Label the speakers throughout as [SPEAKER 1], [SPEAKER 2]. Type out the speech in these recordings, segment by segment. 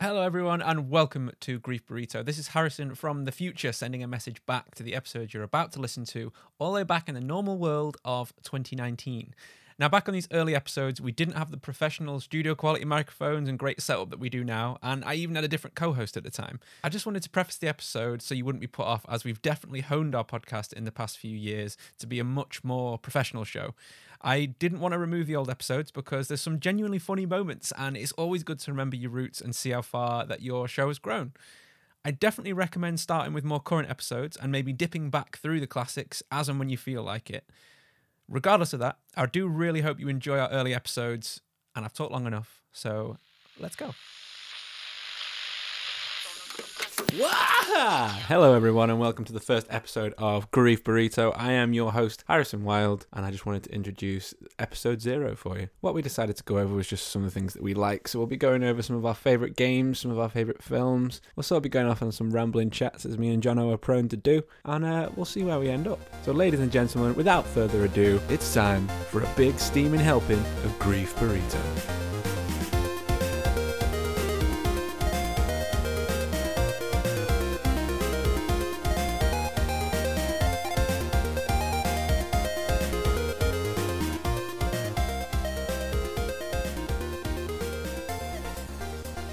[SPEAKER 1] Hello, everyone, and welcome to Grief Burrito. This is Harrison from the future sending a message back to the episode you're about to listen to, all the way back in the normal world of 2019. Now, back on these early episodes, we didn't have the professional studio quality microphones and great setup that we do now, and I even had a different co host at the time. I just wanted to preface the episode so you wouldn't be put off, as we've definitely honed our podcast in the past few years to be a much more professional show. I didn't want to remove the old episodes because there's some genuinely funny moments, and it's always good to remember your roots and see how far that your show has grown. I definitely recommend starting with more current episodes and maybe dipping back through the classics as and when you feel like it. Regardless of that, I do really hope you enjoy our early episodes, and I've talked long enough, so let's go. Waha! Hello, everyone, and welcome to the first episode of Grief Burrito. I am your host, Harrison Wild, and I just wanted to introduce episode zero for you. What we decided to go over was just some of the things that we like. So, we'll be going over some of our favourite games, some of our favourite films. We'll sort of be going off on some rambling chats, as me and Jono are prone to do, and uh, we'll see where we end up. So, ladies and gentlemen, without further ado, it's time for a big steaming helping of Grief Burrito.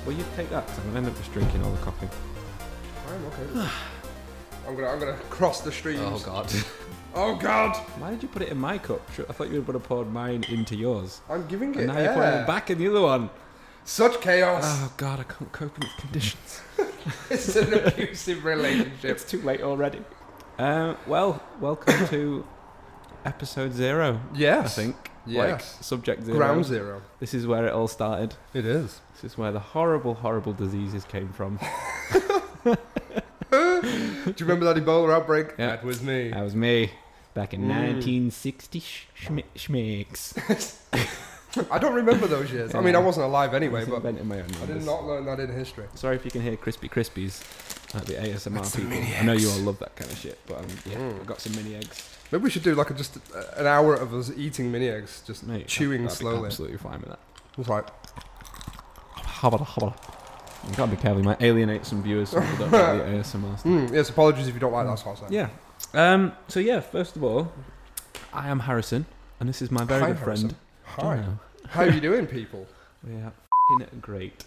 [SPEAKER 1] Will you take that? 'Cause I'm going to end up just drinking all the coffee.
[SPEAKER 2] I'm okay. with it. I'm gonna, I'm gonna cross the streams. Oh god.
[SPEAKER 1] God. Why did you put it in my cup? Sure, I thought you would have poured mine into yours.
[SPEAKER 2] I'm giving it
[SPEAKER 1] And now you're pouring
[SPEAKER 2] air.
[SPEAKER 1] it back in the other one.
[SPEAKER 2] Such chaos.
[SPEAKER 1] Oh god, I can't cope in these conditions.
[SPEAKER 2] it's an abusive relationship.
[SPEAKER 1] it's too late already. Um, well, welcome to episode zero.
[SPEAKER 2] yes.
[SPEAKER 1] I think. Like
[SPEAKER 2] Yes.
[SPEAKER 1] subject zero.
[SPEAKER 2] Ground zero.
[SPEAKER 1] This is where it all started.
[SPEAKER 2] It is.
[SPEAKER 1] This is where the horrible, horrible diseases came from.
[SPEAKER 2] Do you remember that Ebola outbreak?
[SPEAKER 1] Yeah.
[SPEAKER 2] That was me.
[SPEAKER 1] That was me. Back in
[SPEAKER 2] Mm.
[SPEAKER 1] 1960 sh- schmi- schmicks.
[SPEAKER 2] I don't remember those years. I mean, I
[SPEAKER 1] Yeah.
[SPEAKER 2] wasn't alive anyway,
[SPEAKER 1] Just
[SPEAKER 2] but
[SPEAKER 1] inventing my own
[SPEAKER 2] I did
[SPEAKER 1] numbers.
[SPEAKER 2] not learn that in history.
[SPEAKER 1] Sorry if you can hear crispy crispies. That'd be ASMR
[SPEAKER 2] That's the
[SPEAKER 1] people.
[SPEAKER 2] mini
[SPEAKER 1] I know you
[SPEAKER 2] eggs.
[SPEAKER 1] all love that kind of shit, but um, yeah,
[SPEAKER 2] Mm.
[SPEAKER 1] I got some mini eggs.
[SPEAKER 2] Maybe we should do like a, just a, an hour of us eating mini eggs, just
[SPEAKER 1] Mate,
[SPEAKER 2] chewing
[SPEAKER 1] I'd be
[SPEAKER 2] slowly.
[SPEAKER 1] Absolutely fine with that.
[SPEAKER 2] It's like,
[SPEAKER 1] Hobble, hobble. You gotta be careful. You might alienate some viewers. Some people don't like the ASMR stuff.
[SPEAKER 2] mm, yes, apologies if you don't like that sauce.
[SPEAKER 1] Yeah. Um, so yeah, first of all, I am Harrison, and this is my very
[SPEAKER 2] Hi,
[SPEAKER 1] good friend.
[SPEAKER 2] Hi.
[SPEAKER 1] Jono.
[SPEAKER 2] How are you doing, people?
[SPEAKER 1] We are fing great.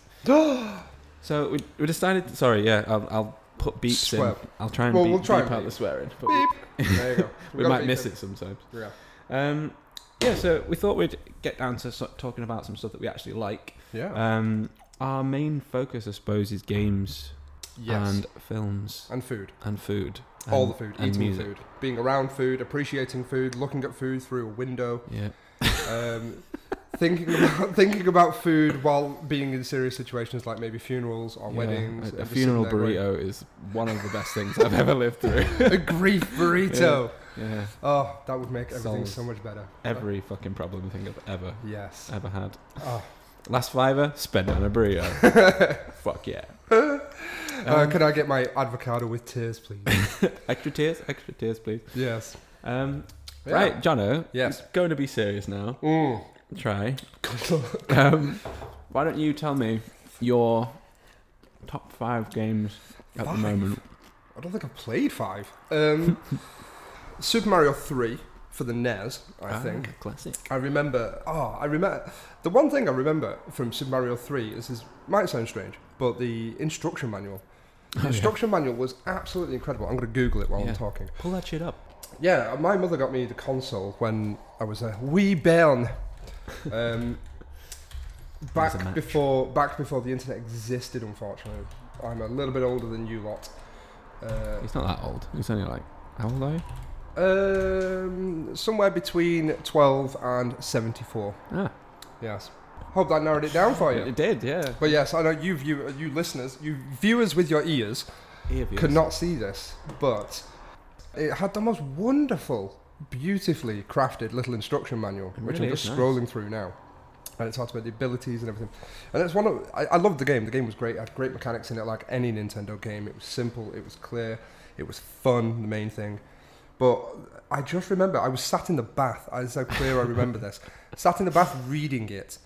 [SPEAKER 1] so we, we decided. Sorry, yeah, I'll, I'll put beeps
[SPEAKER 2] Swear.
[SPEAKER 1] in. I'll try and
[SPEAKER 2] Well,
[SPEAKER 1] beep,
[SPEAKER 2] we'll try
[SPEAKER 1] beep
[SPEAKER 2] and
[SPEAKER 1] out
[SPEAKER 2] beep.
[SPEAKER 1] the swearing. But
[SPEAKER 2] Beep. There you go.
[SPEAKER 1] We,
[SPEAKER 2] gotta
[SPEAKER 1] might
[SPEAKER 2] beat
[SPEAKER 1] miss
[SPEAKER 2] them.
[SPEAKER 1] it sometimes.
[SPEAKER 2] Yeah.
[SPEAKER 1] Um, yeah, so we thought we'd get down to so- talking about some stuff that we actually like.
[SPEAKER 2] Yeah.
[SPEAKER 1] Um, our main focus, I suppose, is games
[SPEAKER 2] yes.
[SPEAKER 1] and films
[SPEAKER 2] and food.
[SPEAKER 1] and food.
[SPEAKER 2] all
[SPEAKER 1] and-
[SPEAKER 2] the food,
[SPEAKER 1] and
[SPEAKER 2] eating
[SPEAKER 1] music.
[SPEAKER 2] food, being around food, appreciating food, looking at food through a window,
[SPEAKER 1] Yeah.
[SPEAKER 2] um, thinking about, thinking about food while being in serious situations like maybe funerals or
[SPEAKER 1] yeah.
[SPEAKER 2] weddings.
[SPEAKER 1] A-
[SPEAKER 2] and
[SPEAKER 1] A,
[SPEAKER 2] just sitting
[SPEAKER 1] funeral
[SPEAKER 2] there going,
[SPEAKER 1] burrito is one of the best things I've ever lived through.
[SPEAKER 2] a grief burrito.
[SPEAKER 1] Yeah.
[SPEAKER 2] Oh, that would make everything
[SPEAKER 1] Solves
[SPEAKER 2] so much better.
[SPEAKER 1] Every fucking problem I think I've ever,
[SPEAKER 2] Yes.
[SPEAKER 1] ever had.
[SPEAKER 2] Oh.
[SPEAKER 1] Last fiver, spend on a burrito. Fuck yeah.
[SPEAKER 2] uh,
[SPEAKER 1] Um,
[SPEAKER 2] can I get my avocado with tears, please?
[SPEAKER 1] extra tears, extra tears, please.
[SPEAKER 2] yes.
[SPEAKER 1] Um,
[SPEAKER 2] Yeah.
[SPEAKER 1] Right, Jono.
[SPEAKER 2] Yes.
[SPEAKER 1] it's Going to be serious now.
[SPEAKER 2] Mm.
[SPEAKER 1] Try. um, why don't you tell me your top five games at
[SPEAKER 2] Five?
[SPEAKER 1] the moment?
[SPEAKER 2] I don't think I've played five. Um, Super Mario 3 for the NES, I
[SPEAKER 1] Ah,
[SPEAKER 2] think.
[SPEAKER 1] classic.
[SPEAKER 2] I remember. Oh, I remember. The one thing I remember from Super Mario Three is this might sound strange, but the instruction manual. The
[SPEAKER 1] Oh, yeah.
[SPEAKER 2] instruction manual was absolutely incredible. I'm going to Google it while
[SPEAKER 1] Yeah.
[SPEAKER 2] I'm talking.
[SPEAKER 1] Pull that shit up.
[SPEAKER 2] Yeah, my mother got me the console when I was a wee bairn. Um,
[SPEAKER 1] There's a
[SPEAKER 2] back
[SPEAKER 1] match.
[SPEAKER 2] before back before the internet existed. Unfortunately, I'm a little bit older than you lot. Uh,
[SPEAKER 1] He's not that old. He's only like how old are you?
[SPEAKER 2] um, somewhere between 12 and 74.
[SPEAKER 1] Ah,
[SPEAKER 2] Yes. Hope that narrowed it down for you.
[SPEAKER 1] it did. Yeah.
[SPEAKER 2] But yes, I know you, view, you listeners, you viewers with your ears,
[SPEAKER 1] Ear views.
[SPEAKER 2] could not see this, but it had the most wonderful, beautifully crafted little instruction manual,
[SPEAKER 1] It
[SPEAKER 2] which
[SPEAKER 1] really
[SPEAKER 2] I'm just
[SPEAKER 1] is nice.
[SPEAKER 2] scrolling through now. And it talks about the abilities and everything. And it's one of I, I loved the game. The game was great. It had great mechanics in it, like any Nintendo game. It was simple. It was clear. It was fun. The main thing. But I just remember I was sat in the bath. It's so clear I remember this. Sat in the bath reading it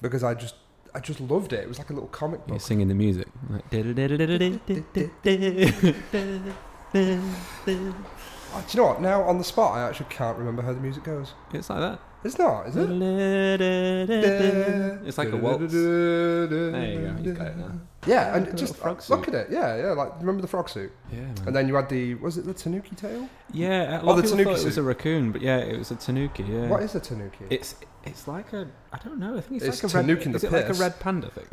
[SPEAKER 2] because I just I just loved it. It was like a little comic
[SPEAKER 1] You're
[SPEAKER 2] book.
[SPEAKER 1] singing the music. Like,
[SPEAKER 2] Uh, Do you know what? Now on the spot, I actually can't remember how the music goes.
[SPEAKER 1] it's like that.
[SPEAKER 2] It's not, is it?
[SPEAKER 1] It's like a waltz. There you go. You got it now.
[SPEAKER 2] Yeah,
[SPEAKER 1] Like
[SPEAKER 2] and
[SPEAKER 1] a
[SPEAKER 2] just
[SPEAKER 1] little frog
[SPEAKER 2] look
[SPEAKER 1] suit.
[SPEAKER 2] at it. Yeah, yeah. Like remember the frog suit,
[SPEAKER 1] Yeah, man.
[SPEAKER 2] and then you had the was it the tanuki tail?
[SPEAKER 1] Yeah, a
[SPEAKER 2] Oh,
[SPEAKER 1] lot
[SPEAKER 2] the
[SPEAKER 1] of people
[SPEAKER 2] tanuki
[SPEAKER 1] thought it was
[SPEAKER 2] suit.
[SPEAKER 1] a raccoon, but yeah, it was a tanuki. Yeah,
[SPEAKER 2] What is a tanuki?
[SPEAKER 1] it's it's like a I don't know. I think it's,
[SPEAKER 2] It's
[SPEAKER 1] like a
[SPEAKER 2] tanuki in
[SPEAKER 1] red.
[SPEAKER 2] the
[SPEAKER 1] Is it like a
[SPEAKER 2] piss.
[SPEAKER 1] red panda thing?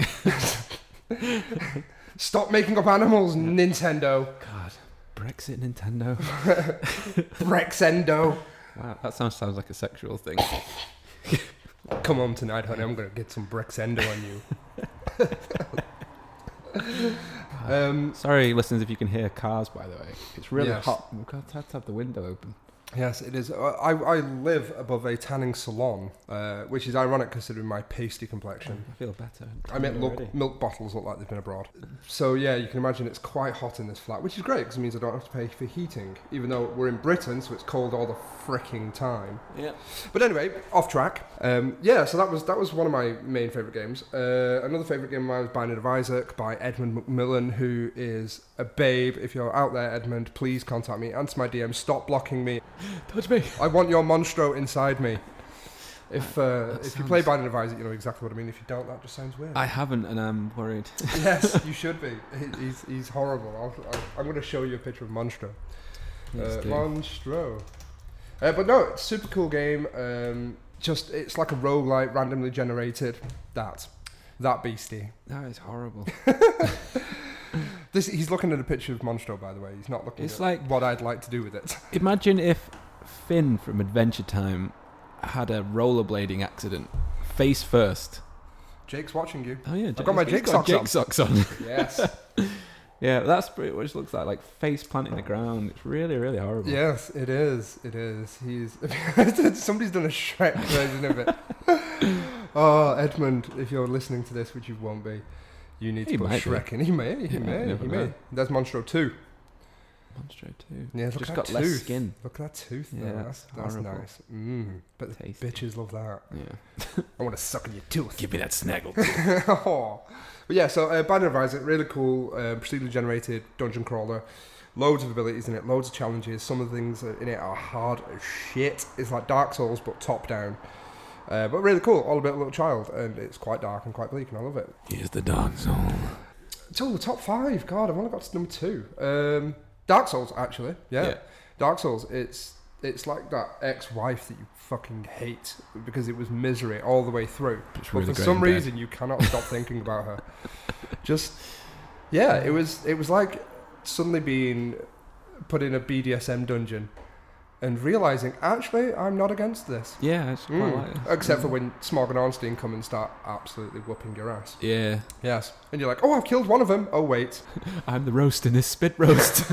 [SPEAKER 2] Stop making up animals, Nintendo.
[SPEAKER 1] God, Brexit, Nintendo.
[SPEAKER 2] Brexendo.
[SPEAKER 1] Wow, that sounds sounds like a sexual thing.
[SPEAKER 2] Come home tonight, honey. I'm gonna get some Brexendo on you. um,
[SPEAKER 1] Sorry, listeners, if you can hear cars. By the way, it's really
[SPEAKER 2] Yes.
[SPEAKER 1] hot. We've got to have to have the window open.
[SPEAKER 2] yes, it is. I, I live above a tanning salon, uh, which is ironic considering my pasty complexion.
[SPEAKER 1] I Mm. feel better.
[SPEAKER 2] I mean,
[SPEAKER 1] Already.
[SPEAKER 2] look, milk bottles look like they've been abroad. So yeah, you can imagine it's quite hot in this flat, which is great because it means I don't have to pay for heating, even though we're in Britain, so it's cold all the fricking time.
[SPEAKER 1] Yeah.
[SPEAKER 2] But anyway, off track. Um, yeah, so that was that was one of my main favourite games. Uh, another favourite game of mine was Binding of Isaac by Edmund Macmillan, who is a babe. If you're out there, Edmund, please contact me. Answer my DM. Stop blocking me.
[SPEAKER 1] Touch me.
[SPEAKER 2] I want your monstro inside me. If uh,
[SPEAKER 1] That
[SPEAKER 2] if you play
[SPEAKER 1] sounds-
[SPEAKER 2] Binding of Isaac, you know exactly what I mean. If you don't, that just sounds weird.
[SPEAKER 1] I haven't, and I'm worried.
[SPEAKER 2] yes, you should be. He- He's, he's horrible. I'll, I'll, I'm going to show you a picture of Monstro.
[SPEAKER 1] Please
[SPEAKER 2] Uh,
[SPEAKER 1] do.
[SPEAKER 2] Monstro. Uh, but no, it's a super cool game. Um, just it's like a roguelite, randomly generated. That, that beastie.
[SPEAKER 1] That is horrible.
[SPEAKER 2] This he's looking at a picture of Monstro, by the way. He's not looking.
[SPEAKER 1] It's
[SPEAKER 2] at
[SPEAKER 1] like-
[SPEAKER 2] what I'd like to do with it.
[SPEAKER 1] Imagine if Finn from Adventure Time had a rollerblading accident, face first.
[SPEAKER 2] Jake's watching you.
[SPEAKER 1] Oh yeah,
[SPEAKER 2] I've got my
[SPEAKER 1] he's
[SPEAKER 2] jig socks
[SPEAKER 1] jig
[SPEAKER 2] on.
[SPEAKER 1] socks on.
[SPEAKER 2] Yes.
[SPEAKER 1] yeah, that's pretty much looks like like face planting the ground. It's really really horrible.
[SPEAKER 2] Yes, it is. It is. He's somebody's done a Shrek version of it. oh, Edmund, if you're listening to this, which you won't be, you need
[SPEAKER 1] He
[SPEAKER 2] to put
[SPEAKER 1] might be.
[SPEAKER 2] Shrek in. He may. He
[SPEAKER 1] Yeah, you
[SPEAKER 2] may.
[SPEAKER 1] never
[SPEAKER 2] He may.
[SPEAKER 1] know.
[SPEAKER 2] There's Monstro two.
[SPEAKER 1] Monstro too.
[SPEAKER 2] Yeah, look
[SPEAKER 1] Just
[SPEAKER 2] at
[SPEAKER 1] got
[SPEAKER 2] that
[SPEAKER 1] less
[SPEAKER 2] tooth.
[SPEAKER 1] skin.
[SPEAKER 2] Look at that tooth.
[SPEAKER 1] Yeah,
[SPEAKER 2] though.
[SPEAKER 1] that's
[SPEAKER 2] that's, that's
[SPEAKER 1] horrible.
[SPEAKER 2] nice. Mm. But the
[SPEAKER 1] Tasty.
[SPEAKER 2] bitches love that.
[SPEAKER 1] Yeah.
[SPEAKER 2] I want to suck on your tooth.
[SPEAKER 1] Give me that snaggle.
[SPEAKER 2] Aw. Oh. But yeah, so uh, Binding of Isaac, really cool, uh, procedurally generated dungeon crawler. Loads of abilities in it, loads of challenges. Some of the things in it are hard as shit. It's like Dark Souls, but top down. Uh, but really cool, all about a little child, and it's quite dark and quite bleak, and I love it.
[SPEAKER 1] Here's the dark zone.
[SPEAKER 2] So the top five, God, I've only got to number two. Um, Dark Souls, actually, yeah.
[SPEAKER 1] Yeah.
[SPEAKER 2] Dark Souls, it's it's like that ex-wife that you fucking hate because it was misery all the way through.
[SPEAKER 1] It's
[SPEAKER 2] But
[SPEAKER 1] really
[SPEAKER 2] for
[SPEAKER 1] great
[SPEAKER 2] some
[SPEAKER 1] in bed.
[SPEAKER 2] reason, you cannot stop thinking about her. Just, yeah, it was it was like suddenly being put in a BDSM dungeon and realizing actually I'm not against this.
[SPEAKER 1] Yeah, it's quite
[SPEAKER 2] Mm.
[SPEAKER 1] like this.
[SPEAKER 2] Except for when Smog and Arnstein come and start absolutely whooping your ass.
[SPEAKER 1] Yeah,
[SPEAKER 2] Yes, and you're like, oh, I've killed one of them. Oh wait,
[SPEAKER 1] I'm the roast in this spit roast.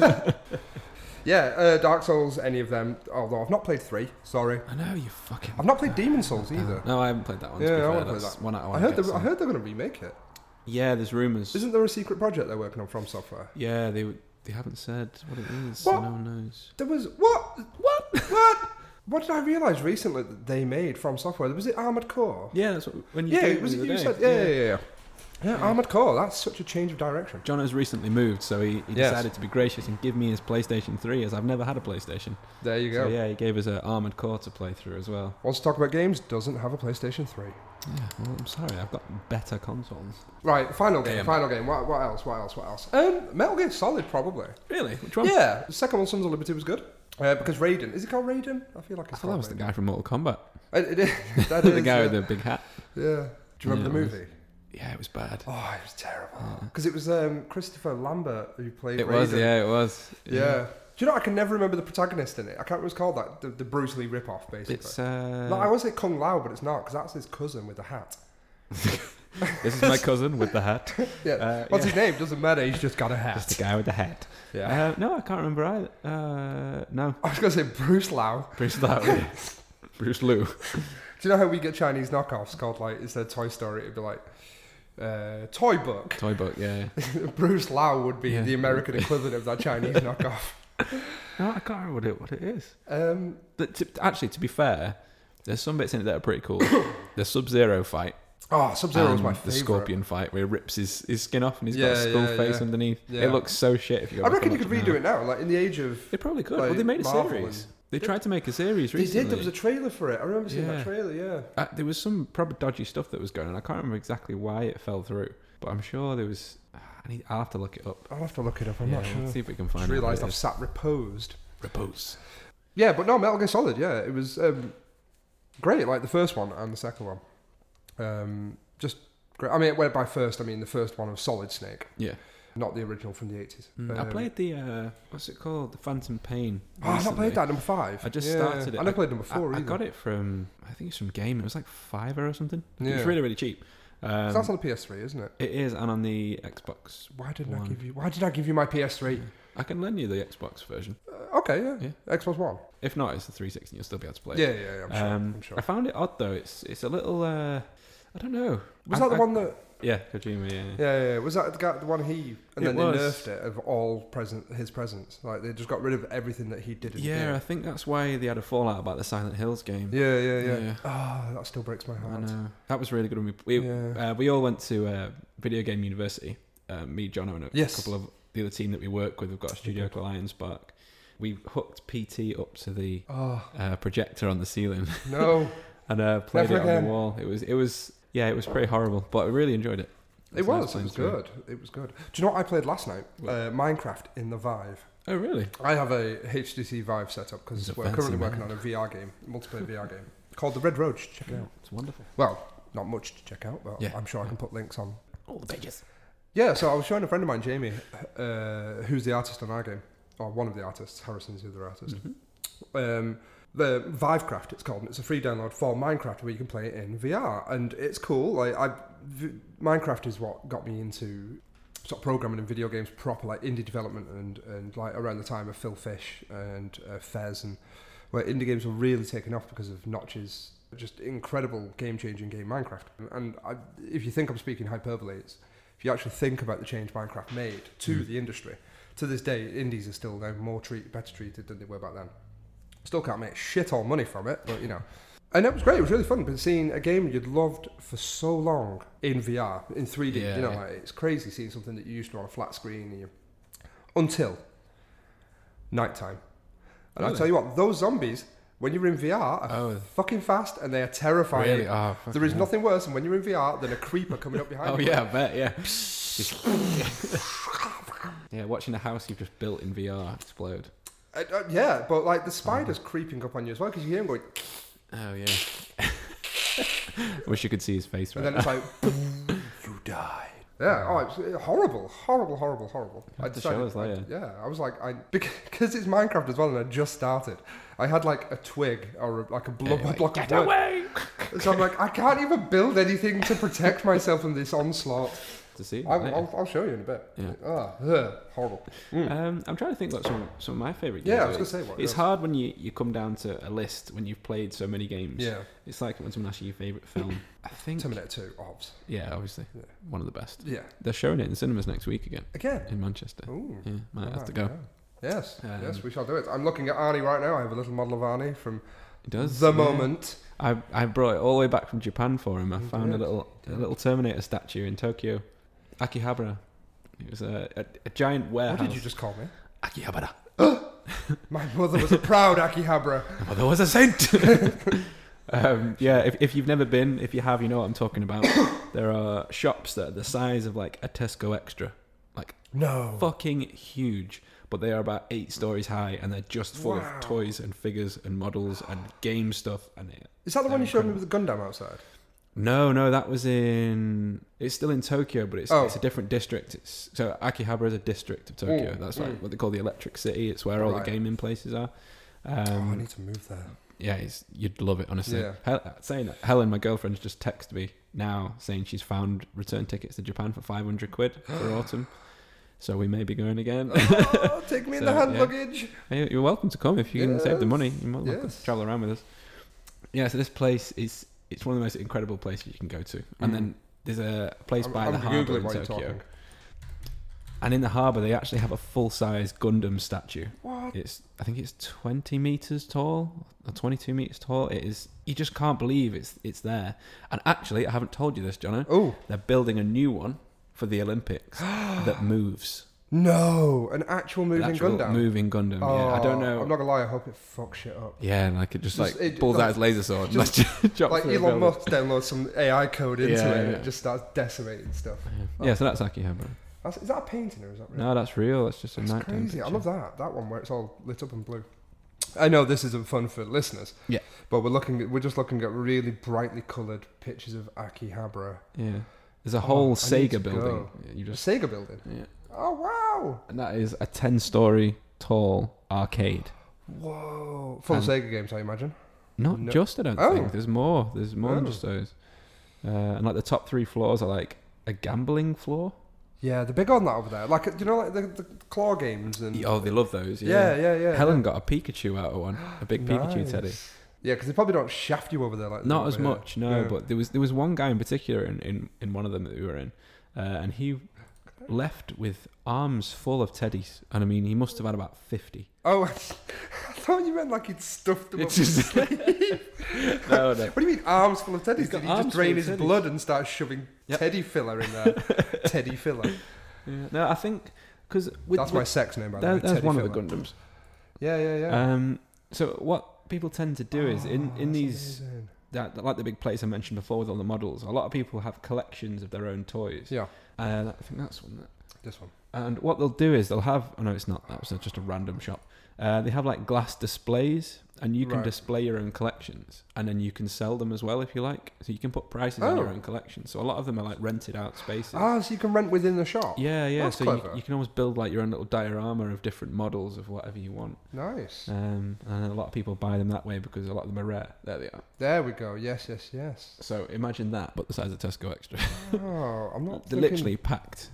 [SPEAKER 2] yeah, uh, Dark Souls, any of them. Although I've not played three. Sorry,
[SPEAKER 1] I know you fucking.
[SPEAKER 2] I've not played Demon Souls either.
[SPEAKER 1] No, I haven't played that one.
[SPEAKER 2] Yeah,
[SPEAKER 1] to be
[SPEAKER 2] I
[SPEAKER 1] fair.
[SPEAKER 2] wanna play
[SPEAKER 1] That's
[SPEAKER 2] that.
[SPEAKER 1] one I,
[SPEAKER 2] I
[SPEAKER 1] wanna
[SPEAKER 2] heard
[SPEAKER 1] get
[SPEAKER 2] they're, I
[SPEAKER 1] some.
[SPEAKER 2] heard they're going to remake it.
[SPEAKER 1] Yeah, there's rumors.
[SPEAKER 2] Isn't there a secret project they're working on from Software?
[SPEAKER 1] Yeah, they they haven't said what it is. so
[SPEAKER 2] What?
[SPEAKER 1] No one knows.
[SPEAKER 2] There was what? What? what? What did I realize recently that they made from software? Was it Armored Core?
[SPEAKER 1] Yeah, that's what, when you.
[SPEAKER 2] Yeah,
[SPEAKER 1] gave
[SPEAKER 2] it was.
[SPEAKER 1] me the
[SPEAKER 2] You
[SPEAKER 1] day.
[SPEAKER 2] said, yeah, yeah, yeah, yeah. Yeah,
[SPEAKER 1] Yeah.
[SPEAKER 2] Armored Core. That's such a change of direction.
[SPEAKER 1] John has recently moved, so he, he
[SPEAKER 2] Yes.
[SPEAKER 1] decided to be gracious and give me his PlayStation 3, as I've never had a PlayStation.
[SPEAKER 2] There you
[SPEAKER 1] So
[SPEAKER 2] go.
[SPEAKER 1] yeah, he gave us a Armored Core to play through as well.
[SPEAKER 2] Wants to talk about games? Doesn't have a PlayStation Three.
[SPEAKER 1] Yeah, well, I'm sorry, I've got better consoles.
[SPEAKER 2] Right, final game.
[SPEAKER 1] Damn.
[SPEAKER 2] Final game. What, what else? What else? What else? Um, Metal Gear Solid probably.
[SPEAKER 1] Really? Which one?
[SPEAKER 2] Yeah, the second one, Sons of Liberty, was good. Uh, because Raiden is it called Raiden? I feel like
[SPEAKER 1] I thought
[SPEAKER 2] it's
[SPEAKER 1] that
[SPEAKER 2] called
[SPEAKER 1] was the
[SPEAKER 2] Raiden. Uh,
[SPEAKER 1] guy from Mortal Kombat.
[SPEAKER 2] It- it is. That
[SPEAKER 1] the
[SPEAKER 2] is,
[SPEAKER 1] guy
[SPEAKER 2] yeah.
[SPEAKER 1] with the big hat.
[SPEAKER 2] yeah. Do you remember
[SPEAKER 1] Yeah, it
[SPEAKER 2] the
[SPEAKER 1] was.
[SPEAKER 2] movie?
[SPEAKER 1] Yeah, it was bad.
[SPEAKER 2] Oh, it was terrible.
[SPEAKER 1] Yeah.
[SPEAKER 2] Because it was um, Christopher Lambert who played.
[SPEAKER 1] It was,
[SPEAKER 2] Raiden.
[SPEAKER 1] yeah, it was.
[SPEAKER 2] Yeah. Do you know I can never remember the protagonist in it? I can't remember what it's called that the, the Bruce Lee ripoff, basically.
[SPEAKER 1] It's, uh,
[SPEAKER 2] no, I always say Kung Lao, but it's not because that's his cousin with the hat.
[SPEAKER 1] this is my cousin with the hat.
[SPEAKER 2] Yeah.
[SPEAKER 1] Uh,
[SPEAKER 2] What's
[SPEAKER 1] yeah.
[SPEAKER 2] his name? Doesn't matter. He's just got a hat.
[SPEAKER 1] Just the guy with the hat.
[SPEAKER 2] Yeah.
[SPEAKER 1] Uh, no, I can't remember either. Uh, no,
[SPEAKER 2] I was gonna say Bruce Lau.
[SPEAKER 1] Bruce Lau. Bruce Lou.
[SPEAKER 2] Do you know how we get Chinese knockoffs called like instead of Toy Story, it'd be like uh, Toy Book.
[SPEAKER 1] Toy book, yeah.
[SPEAKER 2] Bruce Lau would be
[SPEAKER 1] Yeah.
[SPEAKER 2] the American equivalent of that Chinese knockoff.
[SPEAKER 1] No, I can't remember what it, what it is.
[SPEAKER 2] Um,
[SPEAKER 1] But to, actually, to be fair, there's some bits in it that are pretty cool. the Sub Zero fight
[SPEAKER 2] Oh, Sub Zero was my
[SPEAKER 1] and
[SPEAKER 2] favorite.
[SPEAKER 1] the scorpion fight where he rips his, his skin off and he's got
[SPEAKER 2] Yeah,
[SPEAKER 1] a skull
[SPEAKER 2] yeah,
[SPEAKER 1] face
[SPEAKER 2] yeah.
[SPEAKER 1] underneath.
[SPEAKER 2] Yeah.
[SPEAKER 1] It looks so shit if you go
[SPEAKER 2] I
[SPEAKER 1] back
[SPEAKER 2] reckon you
[SPEAKER 1] and
[SPEAKER 2] could
[SPEAKER 1] watch
[SPEAKER 2] redo it now, like in the age of.
[SPEAKER 1] They probably could.
[SPEAKER 2] like,
[SPEAKER 1] well, they made a
[SPEAKER 2] Marvel
[SPEAKER 1] series.
[SPEAKER 2] and-
[SPEAKER 1] They tried to make a series
[SPEAKER 2] They
[SPEAKER 1] recently.
[SPEAKER 2] did. There was a trailer for it. I remember seeing
[SPEAKER 1] Yeah.
[SPEAKER 2] that trailer. Yeah.
[SPEAKER 1] Uh, there was some proper dodgy stuff that was going on. I can't remember exactly why it fell through, but I'm sure there was. I need, I'll have to look it up.
[SPEAKER 2] I'll have to look it up. I'm
[SPEAKER 1] Yeah,
[SPEAKER 2] not
[SPEAKER 1] we'll
[SPEAKER 2] sure.
[SPEAKER 1] See if we can find.
[SPEAKER 2] Just
[SPEAKER 1] out
[SPEAKER 2] realised
[SPEAKER 1] what it
[SPEAKER 2] I've
[SPEAKER 1] is.
[SPEAKER 2] sat reposed.
[SPEAKER 1] repose.
[SPEAKER 2] Yeah, but no, Metal Gear Solid. Yeah, it was um, great. Like the first one and the second one. Um, just great. I mean, when by first, I mean the first one of Solid Snake,
[SPEAKER 1] Yeah,
[SPEAKER 2] not the original from the eighties. Um,
[SPEAKER 1] Mm, I played the uh, what's it called, the Phantom Pain.
[SPEAKER 2] Oh, I've not
[SPEAKER 1] recently.
[SPEAKER 2] played that number five.
[SPEAKER 1] I just
[SPEAKER 2] Yeah,
[SPEAKER 1] started it.
[SPEAKER 2] I never played number
[SPEAKER 1] I-
[SPEAKER 2] four
[SPEAKER 1] I,
[SPEAKER 2] either.
[SPEAKER 1] got it from I think it's from Game. It was like Fiverr or something. It
[SPEAKER 2] Yeah.
[SPEAKER 1] was really really cheap.
[SPEAKER 2] So
[SPEAKER 1] Um,
[SPEAKER 2] that's on the PS3, isn't it?
[SPEAKER 1] it is, and on the Xbox.
[SPEAKER 2] Why didn't I
[SPEAKER 1] One.
[SPEAKER 2] give you? Why did I give you my PS3?
[SPEAKER 1] I can lend you the Xbox version.
[SPEAKER 2] Uh, okay, yeah. Xbox One.
[SPEAKER 1] If not, it's the 360. You'll still be able to play. it.
[SPEAKER 2] Yeah, yeah, yeah. I'm sure.
[SPEAKER 1] Um,
[SPEAKER 2] I'm
[SPEAKER 1] I
[SPEAKER 2] sure.
[SPEAKER 1] found it odd though. It's it's a little. Uh, I don't know.
[SPEAKER 2] Was
[SPEAKER 1] I-
[SPEAKER 2] that the
[SPEAKER 1] I-
[SPEAKER 2] one that?
[SPEAKER 1] Yeah, Kojima. Yeah.
[SPEAKER 2] Yeah, yeah, yeah. Was that the, guy, the one he?
[SPEAKER 1] It
[SPEAKER 2] And then
[SPEAKER 1] was.
[SPEAKER 2] they nerfed it of all present his presence. Like they just got rid of everything that he did. In
[SPEAKER 1] Yeah, I
[SPEAKER 2] the
[SPEAKER 1] think that's why they had a fallout about the Silent Hills game.
[SPEAKER 2] game. yeah, yeah, yeah.
[SPEAKER 1] Yeah.
[SPEAKER 2] Ah, that still breaks my
[SPEAKER 1] I
[SPEAKER 2] heart.
[SPEAKER 1] know. That was really good. When we we,
[SPEAKER 2] yeah.
[SPEAKER 1] uh, we all went to uh, video game university. Uh, me, John, and a
[SPEAKER 2] Yes.
[SPEAKER 1] couple of the other team that we work with. We've got a studio called Lion Spark. We hooked PT up to the
[SPEAKER 2] Oh
[SPEAKER 1] uh, projector on the ceiling
[SPEAKER 2] no,
[SPEAKER 1] and uh, played
[SPEAKER 2] Never
[SPEAKER 1] it on
[SPEAKER 2] again.
[SPEAKER 1] the wall. It was it was yeah, it was pretty horrible, but I really enjoyed it.
[SPEAKER 2] it
[SPEAKER 1] nice
[SPEAKER 2] was. It
[SPEAKER 1] playing
[SPEAKER 2] was
[SPEAKER 1] through.
[SPEAKER 2] good. It was good. Do you know what I played last night?
[SPEAKER 1] What?
[SPEAKER 2] Uh, Minecraft in the Vive.
[SPEAKER 1] Oh really?
[SPEAKER 2] I have a HTC Vive setup
[SPEAKER 1] He's
[SPEAKER 2] because
[SPEAKER 1] a
[SPEAKER 2] we're
[SPEAKER 1] fancy
[SPEAKER 2] currently
[SPEAKER 1] man.
[SPEAKER 2] working on a VR game, a multiplayer VR game called The Red Road. You should Check it out.
[SPEAKER 1] It's wonderful.
[SPEAKER 2] Well, not much to check out, but
[SPEAKER 1] Yeah.
[SPEAKER 2] I'm sure I can put links on.
[SPEAKER 1] All the pages.
[SPEAKER 2] Yeah, so I was showing a friend of mine, Jamie, uh, who's the artist on our game, or one of the artists. Harrison's the other artist.
[SPEAKER 1] Mm-hmm.
[SPEAKER 2] Um, the Vivecraft, it's called. And it's a free download for Minecraft where you can play it in VR, and it's cool. Like I, v- Minecraft is what got me into sort of programming and video games proper, like indie development, and and like around the time of Phil Fish and uh, Fez, and where indie games were really taking off because of Notch's just incredible game-changing game Minecraft. And I, if you think I'm speaking hyperbole, it's if you actually think about the change Minecraft made to
[SPEAKER 1] Mm.
[SPEAKER 2] the industry, to this day, indies are still now more treat, better treated than they were back then. Still can't make shit all money from it, but you know. And it was great. It was really fun. But seeing a game you'd loved for so long in VR, in 3D,
[SPEAKER 1] Yeah,
[SPEAKER 2] you know,
[SPEAKER 1] yeah.
[SPEAKER 2] like, it's crazy seeing something that you used to on a flat screen. And you, until nighttime. And I
[SPEAKER 1] Really?
[SPEAKER 2] tell you what, those zombies, when you're in VR, are
[SPEAKER 1] Oh.
[SPEAKER 2] fucking fast and they are terrifying.
[SPEAKER 1] Really? Oh,
[SPEAKER 2] There is
[SPEAKER 1] fucking
[SPEAKER 2] nothing worse than when you're in VR than a creeper coming up behind
[SPEAKER 1] hell. Oh
[SPEAKER 2] you.
[SPEAKER 1] yeah, I bet. Yeah. Just- yeah, watching a house you've just built in VR explode.
[SPEAKER 2] Uh, uh, yeah, but like
[SPEAKER 1] Mm.
[SPEAKER 2] the spiders creeping up on you as well because you hear them going,
[SPEAKER 1] Oh yeah. Wish you could see his face right
[SPEAKER 2] and then
[SPEAKER 1] now.
[SPEAKER 2] it's like,
[SPEAKER 1] You died.
[SPEAKER 2] yeah, oh, it's horrible, horrible, horrible, horrible.
[SPEAKER 1] You'll have to show us later.
[SPEAKER 2] I, yeah, I was like, I because it's Minecraft as well, and I just started. I had like a twig or a, like a blo-
[SPEAKER 1] Anyway,
[SPEAKER 2] block
[SPEAKER 1] get
[SPEAKER 2] of wood,
[SPEAKER 1] away!
[SPEAKER 2] so I'm like, I can't even build anything to protect myself from this onslaught.
[SPEAKER 1] To see.
[SPEAKER 2] I,
[SPEAKER 1] that later.
[SPEAKER 2] I'll, I'll show you in a bit.
[SPEAKER 1] Yeah.
[SPEAKER 2] Ah, ugh, horrible.
[SPEAKER 1] um, I'm trying to think what some some of my favorite games.
[SPEAKER 2] Yeah, I was
[SPEAKER 1] are.
[SPEAKER 2] gonna say what.
[SPEAKER 1] It's
[SPEAKER 2] else?
[SPEAKER 1] hard when you, you come down to a list when you've played so many games.
[SPEAKER 2] Yeah,
[SPEAKER 1] It's like when someone asks you your favorite film. I think.
[SPEAKER 2] Terminator Two, obs.
[SPEAKER 1] Yeah, obviously,
[SPEAKER 2] Yeah.
[SPEAKER 1] one of the best.
[SPEAKER 2] Yeah,
[SPEAKER 1] They're showing it in cinemas next week again
[SPEAKER 2] again.
[SPEAKER 1] in Manchester.
[SPEAKER 2] Ooh.
[SPEAKER 1] Yeah, might have
[SPEAKER 2] Oh. Alright,
[SPEAKER 1] to go.
[SPEAKER 2] yeah. Yes,
[SPEAKER 1] Um,
[SPEAKER 2] yes, we shall do it. I'm looking at Arnie right now. I have a little model of Arnie from
[SPEAKER 1] It does.
[SPEAKER 2] the
[SPEAKER 1] yeah.
[SPEAKER 2] moment.
[SPEAKER 1] I I brought it all the way back from Japan for him. I
[SPEAKER 2] You
[SPEAKER 1] found a
[SPEAKER 2] did,
[SPEAKER 1] little a
[SPEAKER 2] did.
[SPEAKER 1] little Terminator statue in Tokyo, Akihabara. It was a a, a giant warehouse.
[SPEAKER 2] What did you just call me?
[SPEAKER 1] Akihabara.
[SPEAKER 2] My mother was a proud Akihabara.
[SPEAKER 1] Well, there was a saint. um, yeah, if, if you've never been, if you have, you know what I'm talking about. there are shops that are the size of like a Tesco Extra,
[SPEAKER 2] No.
[SPEAKER 1] fucking huge, but they are about eight stories high, and they're just full
[SPEAKER 2] Wow.
[SPEAKER 1] of toys and figures and models and game stuff. And it,
[SPEAKER 2] Is that the one you
[SPEAKER 1] Um,
[SPEAKER 2] showed me with the Gundam outside?
[SPEAKER 1] no, no, that was in. It's still in Tokyo, but it's
[SPEAKER 2] Oh.
[SPEAKER 1] it's a different district. It's so Akihabara is a district of Tokyo.
[SPEAKER 2] Mm,
[SPEAKER 1] That's like
[SPEAKER 2] mm.
[SPEAKER 1] what they call the Electric City. It's where all
[SPEAKER 2] Right.
[SPEAKER 1] the gaming places are.
[SPEAKER 2] oh, I
[SPEAKER 1] Um,
[SPEAKER 2] need to move there.
[SPEAKER 1] yeah, it's, you'd love it, honestly.
[SPEAKER 2] Yeah.
[SPEAKER 1] Hel- saying that, Helen, my girlfriend, just texted me now saying she's found return tickets to Japan for 500 quid for autumn. So we may be going again.
[SPEAKER 2] oh, take me in the
[SPEAKER 1] So,
[SPEAKER 2] hand
[SPEAKER 1] yeah.
[SPEAKER 2] luggage.
[SPEAKER 1] Hey, You're welcome to come if you can save the
[SPEAKER 2] Yes,
[SPEAKER 1] money. You're more than welcome
[SPEAKER 2] yes.
[SPEAKER 1] to travel around with us. Yeah, so this place is it's one of the most incredible places you can go to.
[SPEAKER 2] Mm.
[SPEAKER 1] And then there's a place by the harbour in
[SPEAKER 2] while you're
[SPEAKER 1] Tokyo.
[SPEAKER 2] talking.
[SPEAKER 1] And in the harbour, they actually have a full-size Gundam statue.
[SPEAKER 2] What?
[SPEAKER 1] It's I think it's 20 meters tall or 22 meters tall. It is. You just can't believe it's it's there. And actually, I haven't told you this, Jono.
[SPEAKER 2] Oh
[SPEAKER 1] They're building a new one for the Olympics that moves.
[SPEAKER 2] no! An actual
[SPEAKER 1] An
[SPEAKER 2] moving
[SPEAKER 1] actual
[SPEAKER 2] Gundam.
[SPEAKER 1] Moving Gundam.
[SPEAKER 2] Oh,
[SPEAKER 1] yeah, I don't know.
[SPEAKER 2] I'm not gonna lie. I hope it fucks shit up.
[SPEAKER 1] yeah, and like it just,
[SPEAKER 2] Just-
[SPEAKER 1] like
[SPEAKER 2] it-
[SPEAKER 1] pulls
[SPEAKER 2] like-
[SPEAKER 1] out his laser sword.
[SPEAKER 2] just-
[SPEAKER 1] and like, drops
[SPEAKER 2] like
[SPEAKER 1] through a building.
[SPEAKER 2] Elon Musk downloads some AI code into
[SPEAKER 1] Yeah,
[SPEAKER 2] it and
[SPEAKER 1] yeah.
[SPEAKER 2] it just starts decimating stuff.
[SPEAKER 1] Yeah, so that's Akihabara.
[SPEAKER 2] That's, is that a painting or is that real?
[SPEAKER 1] No, that's real. That's just a
[SPEAKER 2] That's
[SPEAKER 1] nighttime
[SPEAKER 2] crazy. I
[SPEAKER 1] picture.
[SPEAKER 2] love that. That one where it's all lit up in blue. I know this isn't fun for listeners.
[SPEAKER 1] Yeah.
[SPEAKER 2] But we're looking. At, we're just looking at really brightly coloured pictures of Akihabara.
[SPEAKER 1] Yeah, there's a whole
[SPEAKER 2] I need to
[SPEAKER 1] Sega building.
[SPEAKER 2] go.
[SPEAKER 1] You
[SPEAKER 2] The
[SPEAKER 1] just
[SPEAKER 2] Sega building.
[SPEAKER 1] yeah,
[SPEAKER 2] Oh wow!
[SPEAKER 1] and that is a ten-story tall arcade.
[SPEAKER 2] Whoa! Full of
[SPEAKER 1] And-
[SPEAKER 2] Sega games, I imagine.
[SPEAKER 1] Not
[SPEAKER 2] No-
[SPEAKER 1] just, I don't
[SPEAKER 2] Oh.
[SPEAKER 1] think. There's more. There's more than
[SPEAKER 2] Oh.
[SPEAKER 1] just those. Uh, and like the top three floors are like a gambling floor.
[SPEAKER 2] Yeah, the big on that over there. Like do you know, like the, the claw games and
[SPEAKER 1] Oh, they love those.
[SPEAKER 2] Mm. yeah,
[SPEAKER 1] Yeah.
[SPEAKER 2] yeah, yeah.
[SPEAKER 1] Helen got a Pikachu out of one, a big Pikachu
[SPEAKER 2] Nice.
[SPEAKER 1] teddy.
[SPEAKER 2] Yeah, because they probably don't shaft you over there like they
[SPEAKER 1] Not
[SPEAKER 2] do
[SPEAKER 1] as
[SPEAKER 2] over here.
[SPEAKER 1] much, no.
[SPEAKER 2] Yeah.
[SPEAKER 1] But there was there was one guy in particular in, in, in one of them that we were in, uh, and he left with arms full of teddies, and I mean he must have had about fifty.
[SPEAKER 2] Oh, I thought you meant like he'd stuffed them
[SPEAKER 1] It's
[SPEAKER 2] up.
[SPEAKER 1] just no, no.
[SPEAKER 2] What do you mean arms full of teddies?
[SPEAKER 1] He's got
[SPEAKER 2] Did he just
[SPEAKER 1] arms
[SPEAKER 2] drain
[SPEAKER 1] full of
[SPEAKER 2] his
[SPEAKER 1] teddies.
[SPEAKER 2] blood and start shoving
[SPEAKER 1] Yep.
[SPEAKER 2] teddy filler in there? teddy filler.
[SPEAKER 1] Yeah. No, I think because with,
[SPEAKER 2] That's my
[SPEAKER 1] with
[SPEAKER 2] sex name, by the
[SPEAKER 1] that-
[SPEAKER 2] way.
[SPEAKER 1] that's
[SPEAKER 2] teddy
[SPEAKER 1] one
[SPEAKER 2] filler.
[SPEAKER 1] of the Gundams.
[SPEAKER 2] Yeah, yeah, yeah.
[SPEAKER 1] Um, so what people tend to do is in,
[SPEAKER 2] Oh,
[SPEAKER 1] in
[SPEAKER 2] that's
[SPEAKER 1] these
[SPEAKER 2] amazing.
[SPEAKER 1] that, like the big place I mentioned before with all the models, a lot of people have collections of their own toys.
[SPEAKER 2] Yeah,
[SPEAKER 1] And I think that's one. That,
[SPEAKER 2] this one.
[SPEAKER 1] and what they'll do is they'll have oh no it's not that was just a random shop. Uh, they have like glass displays, and you can
[SPEAKER 2] Right.
[SPEAKER 1] display your own collections, and then you can sell them as well if you like. So you can put prices on your
[SPEAKER 2] Oh.
[SPEAKER 1] own collection. So a lot of them are like rented out spaces.
[SPEAKER 2] Ah, so you can rent within the shop.
[SPEAKER 1] Yeah, yeah.
[SPEAKER 2] That's
[SPEAKER 1] so you,
[SPEAKER 2] clever.
[SPEAKER 1] you can always build like your own little diorama of different models of whatever you want.
[SPEAKER 2] Nice.
[SPEAKER 1] Um, and a lot of people buy them that way because a lot of them are rare. There they are.
[SPEAKER 2] There we go. Yes, yes, yes.
[SPEAKER 1] So imagine that, but the size of Tesco Extra.
[SPEAKER 2] Oh, I'm not.
[SPEAKER 1] They're
[SPEAKER 2] thinking-
[SPEAKER 1] literally packed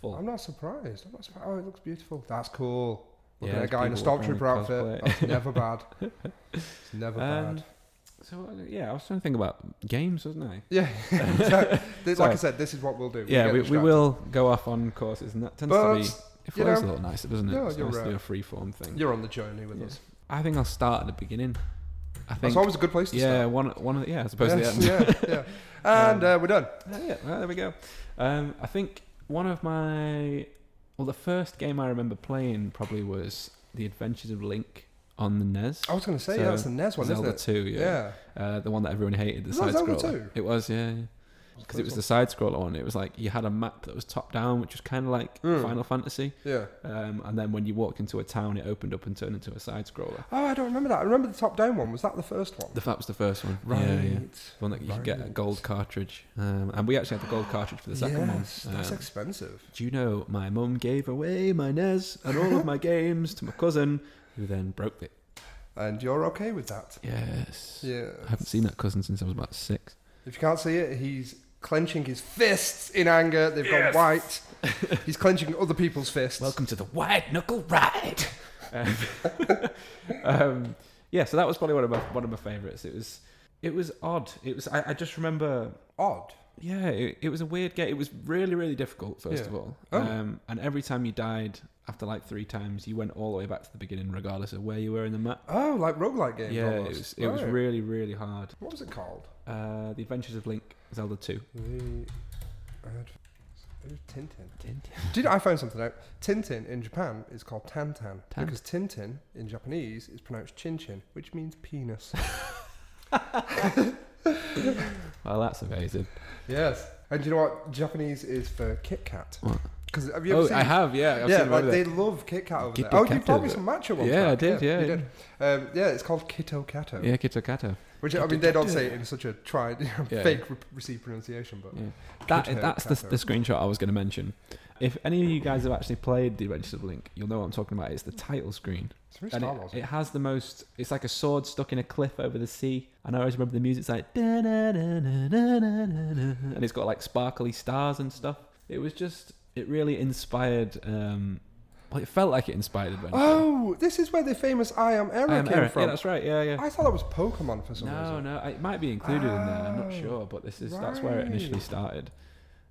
[SPEAKER 1] full.
[SPEAKER 2] I'm not surprised. I'm not surprised. Oh, it looks beautiful. That's cool.
[SPEAKER 1] Yeah,
[SPEAKER 2] Looking at a
[SPEAKER 1] it's
[SPEAKER 2] guy in a
[SPEAKER 1] people walking
[SPEAKER 2] stormtrooper
[SPEAKER 1] around cosplay.
[SPEAKER 2] outfit. That's never bad. It's never
[SPEAKER 1] Um,
[SPEAKER 2] bad.
[SPEAKER 1] So uh, yeah, I was trying to think about games, wasn't I?
[SPEAKER 2] Yeah. so, this, like I
[SPEAKER 1] Sorry.
[SPEAKER 2] said, this is what we'll do.
[SPEAKER 1] Yeah,
[SPEAKER 2] get
[SPEAKER 1] we, we
[SPEAKER 2] distracted.
[SPEAKER 1] will go off on courses, and that tends
[SPEAKER 2] But
[SPEAKER 1] to be it
[SPEAKER 2] you
[SPEAKER 1] flows a
[SPEAKER 2] know,
[SPEAKER 1] little nicer, doesn't it?
[SPEAKER 2] no,
[SPEAKER 1] it's
[SPEAKER 2] you're
[SPEAKER 1] nice
[SPEAKER 2] right.
[SPEAKER 1] to do a freeform thing.
[SPEAKER 2] You're on the journey with
[SPEAKER 1] Yeah.
[SPEAKER 2] us.
[SPEAKER 1] I think I'll start at the beginning. I think
[SPEAKER 2] That's always a good place to
[SPEAKER 1] yeah,
[SPEAKER 2] start.
[SPEAKER 1] one one of the, yeah, I suppose the end.
[SPEAKER 2] Yes, yeah, yeah. And
[SPEAKER 1] Um,
[SPEAKER 2] uh, we're done.
[SPEAKER 1] Yeah, yeah, well, there we go. Um, I think one of my well, the first game I remember playing probably was The Adventures of Link on the NES.
[SPEAKER 2] I was going to say, yeah,
[SPEAKER 1] so,
[SPEAKER 2] that's the NES Oh, one,
[SPEAKER 1] Zelda
[SPEAKER 2] isn't it?
[SPEAKER 1] Two, yeah,
[SPEAKER 2] yeah.
[SPEAKER 1] Uh, the one that everyone hated, the
[SPEAKER 2] Is
[SPEAKER 1] side
[SPEAKER 2] that Zelda
[SPEAKER 1] scroller.
[SPEAKER 2] 2?
[SPEAKER 1] It was, yeah, because it was the side scroller one. It was like you had a map that was top down, which was kind of like
[SPEAKER 2] Mm.
[SPEAKER 1] Final Fantasy,
[SPEAKER 2] Yeah.
[SPEAKER 1] um, and then when you walked into a town, it opened up and turned into a side scroller.
[SPEAKER 2] Oh, I don't remember that. I remember the top down one. Was that the first one?
[SPEAKER 1] The that was the first one,
[SPEAKER 2] right.
[SPEAKER 1] Yeah, yeah. The one that you could get a
[SPEAKER 2] Right.
[SPEAKER 1] gold cartridge, um, and we actually had the gold cartridge for the second
[SPEAKER 2] yes,
[SPEAKER 1] one.
[SPEAKER 2] That's
[SPEAKER 1] um,
[SPEAKER 2] expensive.
[SPEAKER 1] Do you know my mum gave away my NES and all of my games to my cousin, who then broke it?
[SPEAKER 2] And you're okay with that?
[SPEAKER 1] Yes.
[SPEAKER 2] Yeah.
[SPEAKER 1] I haven't seen that cousin since I was about six.
[SPEAKER 2] If you can't see it, he's clenching his fists in anger. They've gone white. he's clenching other people's fists.
[SPEAKER 1] Welcome to the wide knuckle ride. um, um, yeah, so that was probably one of my one of my favourites. It was it was odd. It was I, I just remember
[SPEAKER 2] Odd.
[SPEAKER 1] yeah, it, it was a weird game. It was really really difficult first
[SPEAKER 2] Yeah.
[SPEAKER 1] of all.
[SPEAKER 2] Oh.
[SPEAKER 1] Um, and every time you died after like three times, you went all the way back to the beginning, regardless of where you were in the map.
[SPEAKER 2] Oh, like roguelike games
[SPEAKER 1] yeah, it
[SPEAKER 2] almost.
[SPEAKER 1] was, it was
[SPEAKER 2] Right.
[SPEAKER 1] really really hard.
[SPEAKER 2] What was it called?
[SPEAKER 1] Uh, the Adventures of Link, Zelda 2.
[SPEAKER 2] The ad- it was Tintin. Do you know, I found something out. Tintin in Japan is called Tantan
[SPEAKER 1] Tan-
[SPEAKER 2] because Tintin in Japanese is pronounced Chin Chin, which means penis.
[SPEAKER 1] Well, that's amazing.
[SPEAKER 2] yes. And do you know what? Japanese is for Kit Kat.
[SPEAKER 1] What?
[SPEAKER 2] Because have you ever
[SPEAKER 1] Oh,
[SPEAKER 2] seen?
[SPEAKER 1] I have, yeah. I've
[SPEAKER 2] yeah,
[SPEAKER 1] seen
[SPEAKER 2] like
[SPEAKER 1] over
[SPEAKER 2] they
[SPEAKER 1] there.
[SPEAKER 2] love Kit Kat over
[SPEAKER 1] Kitto
[SPEAKER 2] there. Oh, you
[SPEAKER 1] Kato,
[SPEAKER 2] brought me
[SPEAKER 1] is it?
[SPEAKER 2] some matcha once.
[SPEAKER 1] Yeah, I
[SPEAKER 2] back.
[SPEAKER 1] did, yeah,
[SPEAKER 2] you
[SPEAKER 1] yeah.
[SPEAKER 2] did. Um, yeah, it's called Kitto Kato.
[SPEAKER 1] Yeah, Kitakato.
[SPEAKER 2] Which I mean, they don't say it in such a tried,
[SPEAKER 1] Yeah.
[SPEAKER 2] fake re- received pronunciation, but
[SPEAKER 1] Yeah. That,
[SPEAKER 2] Kitto
[SPEAKER 1] that's the,
[SPEAKER 2] Kato.
[SPEAKER 1] the screenshot I was going to mention. If any of you guys have actually played The Adventures of Link, you'll know what I'm talking about. It's the title screen.
[SPEAKER 2] it's very
[SPEAKER 1] And
[SPEAKER 2] Star
[SPEAKER 1] it,
[SPEAKER 2] Wars.
[SPEAKER 1] it has the most. It's like a sword stuck in a cliff over the sea. And I always remember the music's like. "Da-na-na-na-na-na-na-na-na," And it's got like sparkly stars and stuff. It was just. It really inspired. Um, well, it felt like it inspired Adventure.
[SPEAKER 2] Oh, this is where the famous "I am Eric"
[SPEAKER 1] I am
[SPEAKER 2] came
[SPEAKER 1] Eric.
[SPEAKER 2] from.
[SPEAKER 1] Yeah, that's right. Yeah, yeah.
[SPEAKER 2] I thought that was Pokemon for some
[SPEAKER 1] No,
[SPEAKER 2] reason.
[SPEAKER 1] no, it might be included in there. I'm
[SPEAKER 2] Oh,
[SPEAKER 1] not sure, but this is that's where it initially
[SPEAKER 2] right.
[SPEAKER 1] started.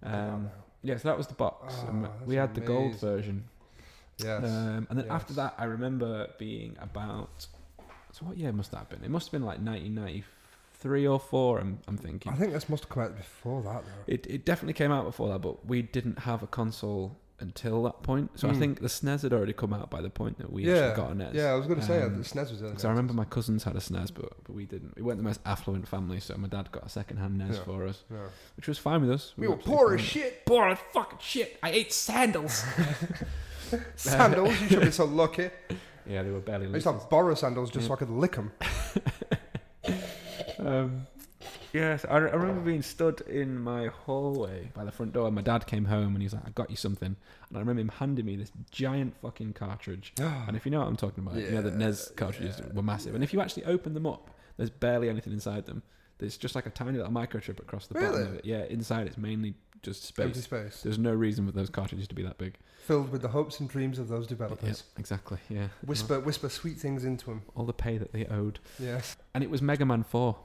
[SPEAKER 2] I don't
[SPEAKER 1] Um,
[SPEAKER 2] know.
[SPEAKER 1] yeah, so that was the box. and
[SPEAKER 2] Oh, that's
[SPEAKER 1] we had the gold
[SPEAKER 2] amazing.
[SPEAKER 1] version.
[SPEAKER 2] Yes.
[SPEAKER 1] Um, and then after
[SPEAKER 2] yes.
[SPEAKER 1] that, I remember being about. So what year must that have been? It must have been like 1993 or four. I'm, I'm
[SPEAKER 2] I
[SPEAKER 1] thinking.
[SPEAKER 2] think this must have come out before that, though.
[SPEAKER 1] It, it definitely came out before that, but we didn't have a console until that point. So I
[SPEAKER 2] Hmm.
[SPEAKER 1] think the SNES had already come out by the point that we
[SPEAKER 2] yeah.
[SPEAKER 1] actually got a NES.
[SPEAKER 2] Yeah, I was going to say, I
[SPEAKER 1] Um,
[SPEAKER 2] think SNES was early.
[SPEAKER 1] Because I remember my cousins had a SNES, but, but we didn't. We weren't the most affluent family, so my dad got a second-hand NES
[SPEAKER 2] Yeah.
[SPEAKER 1] for us,
[SPEAKER 2] Yeah.
[SPEAKER 1] which was fine with us.
[SPEAKER 2] We
[SPEAKER 1] were
[SPEAKER 2] were
[SPEAKER 1] absolutely
[SPEAKER 2] poor as
[SPEAKER 1] fine.
[SPEAKER 2] shit.
[SPEAKER 1] Poor as fucking shit. I ate sandals.
[SPEAKER 2] Sandals, you should be so lucky.
[SPEAKER 1] yeah, they were barely.
[SPEAKER 2] I used to have borrow sandals just so I could lick them.
[SPEAKER 1] Um, yes, I, I remember being stood in my hallway by the front door, and my dad came home and he's like, "I got you something," and I remember him handing me this giant fucking cartridge. and if you know what I'm talking about, you know that
[SPEAKER 2] Yeah,
[SPEAKER 1] NES cartridges
[SPEAKER 2] yeah,
[SPEAKER 1] were massive, and if you actually open them up, there's barely anything inside them. There's just like a tiny little microchip across the bottom
[SPEAKER 2] Really? Oh,
[SPEAKER 1] of it. Yeah, inside it's mainly just
[SPEAKER 2] Empty
[SPEAKER 1] space.
[SPEAKER 2] space.
[SPEAKER 1] There's no reason for those cartridges to be that big.
[SPEAKER 2] Filled with the hopes and dreams of those
[SPEAKER 1] But
[SPEAKER 2] developers.
[SPEAKER 1] yeah, exactly. Yeah.
[SPEAKER 2] Whisper, whisper sweet things into them.
[SPEAKER 1] All the pay that they owed,
[SPEAKER 2] Yes.
[SPEAKER 1] and it was Mega Man Four.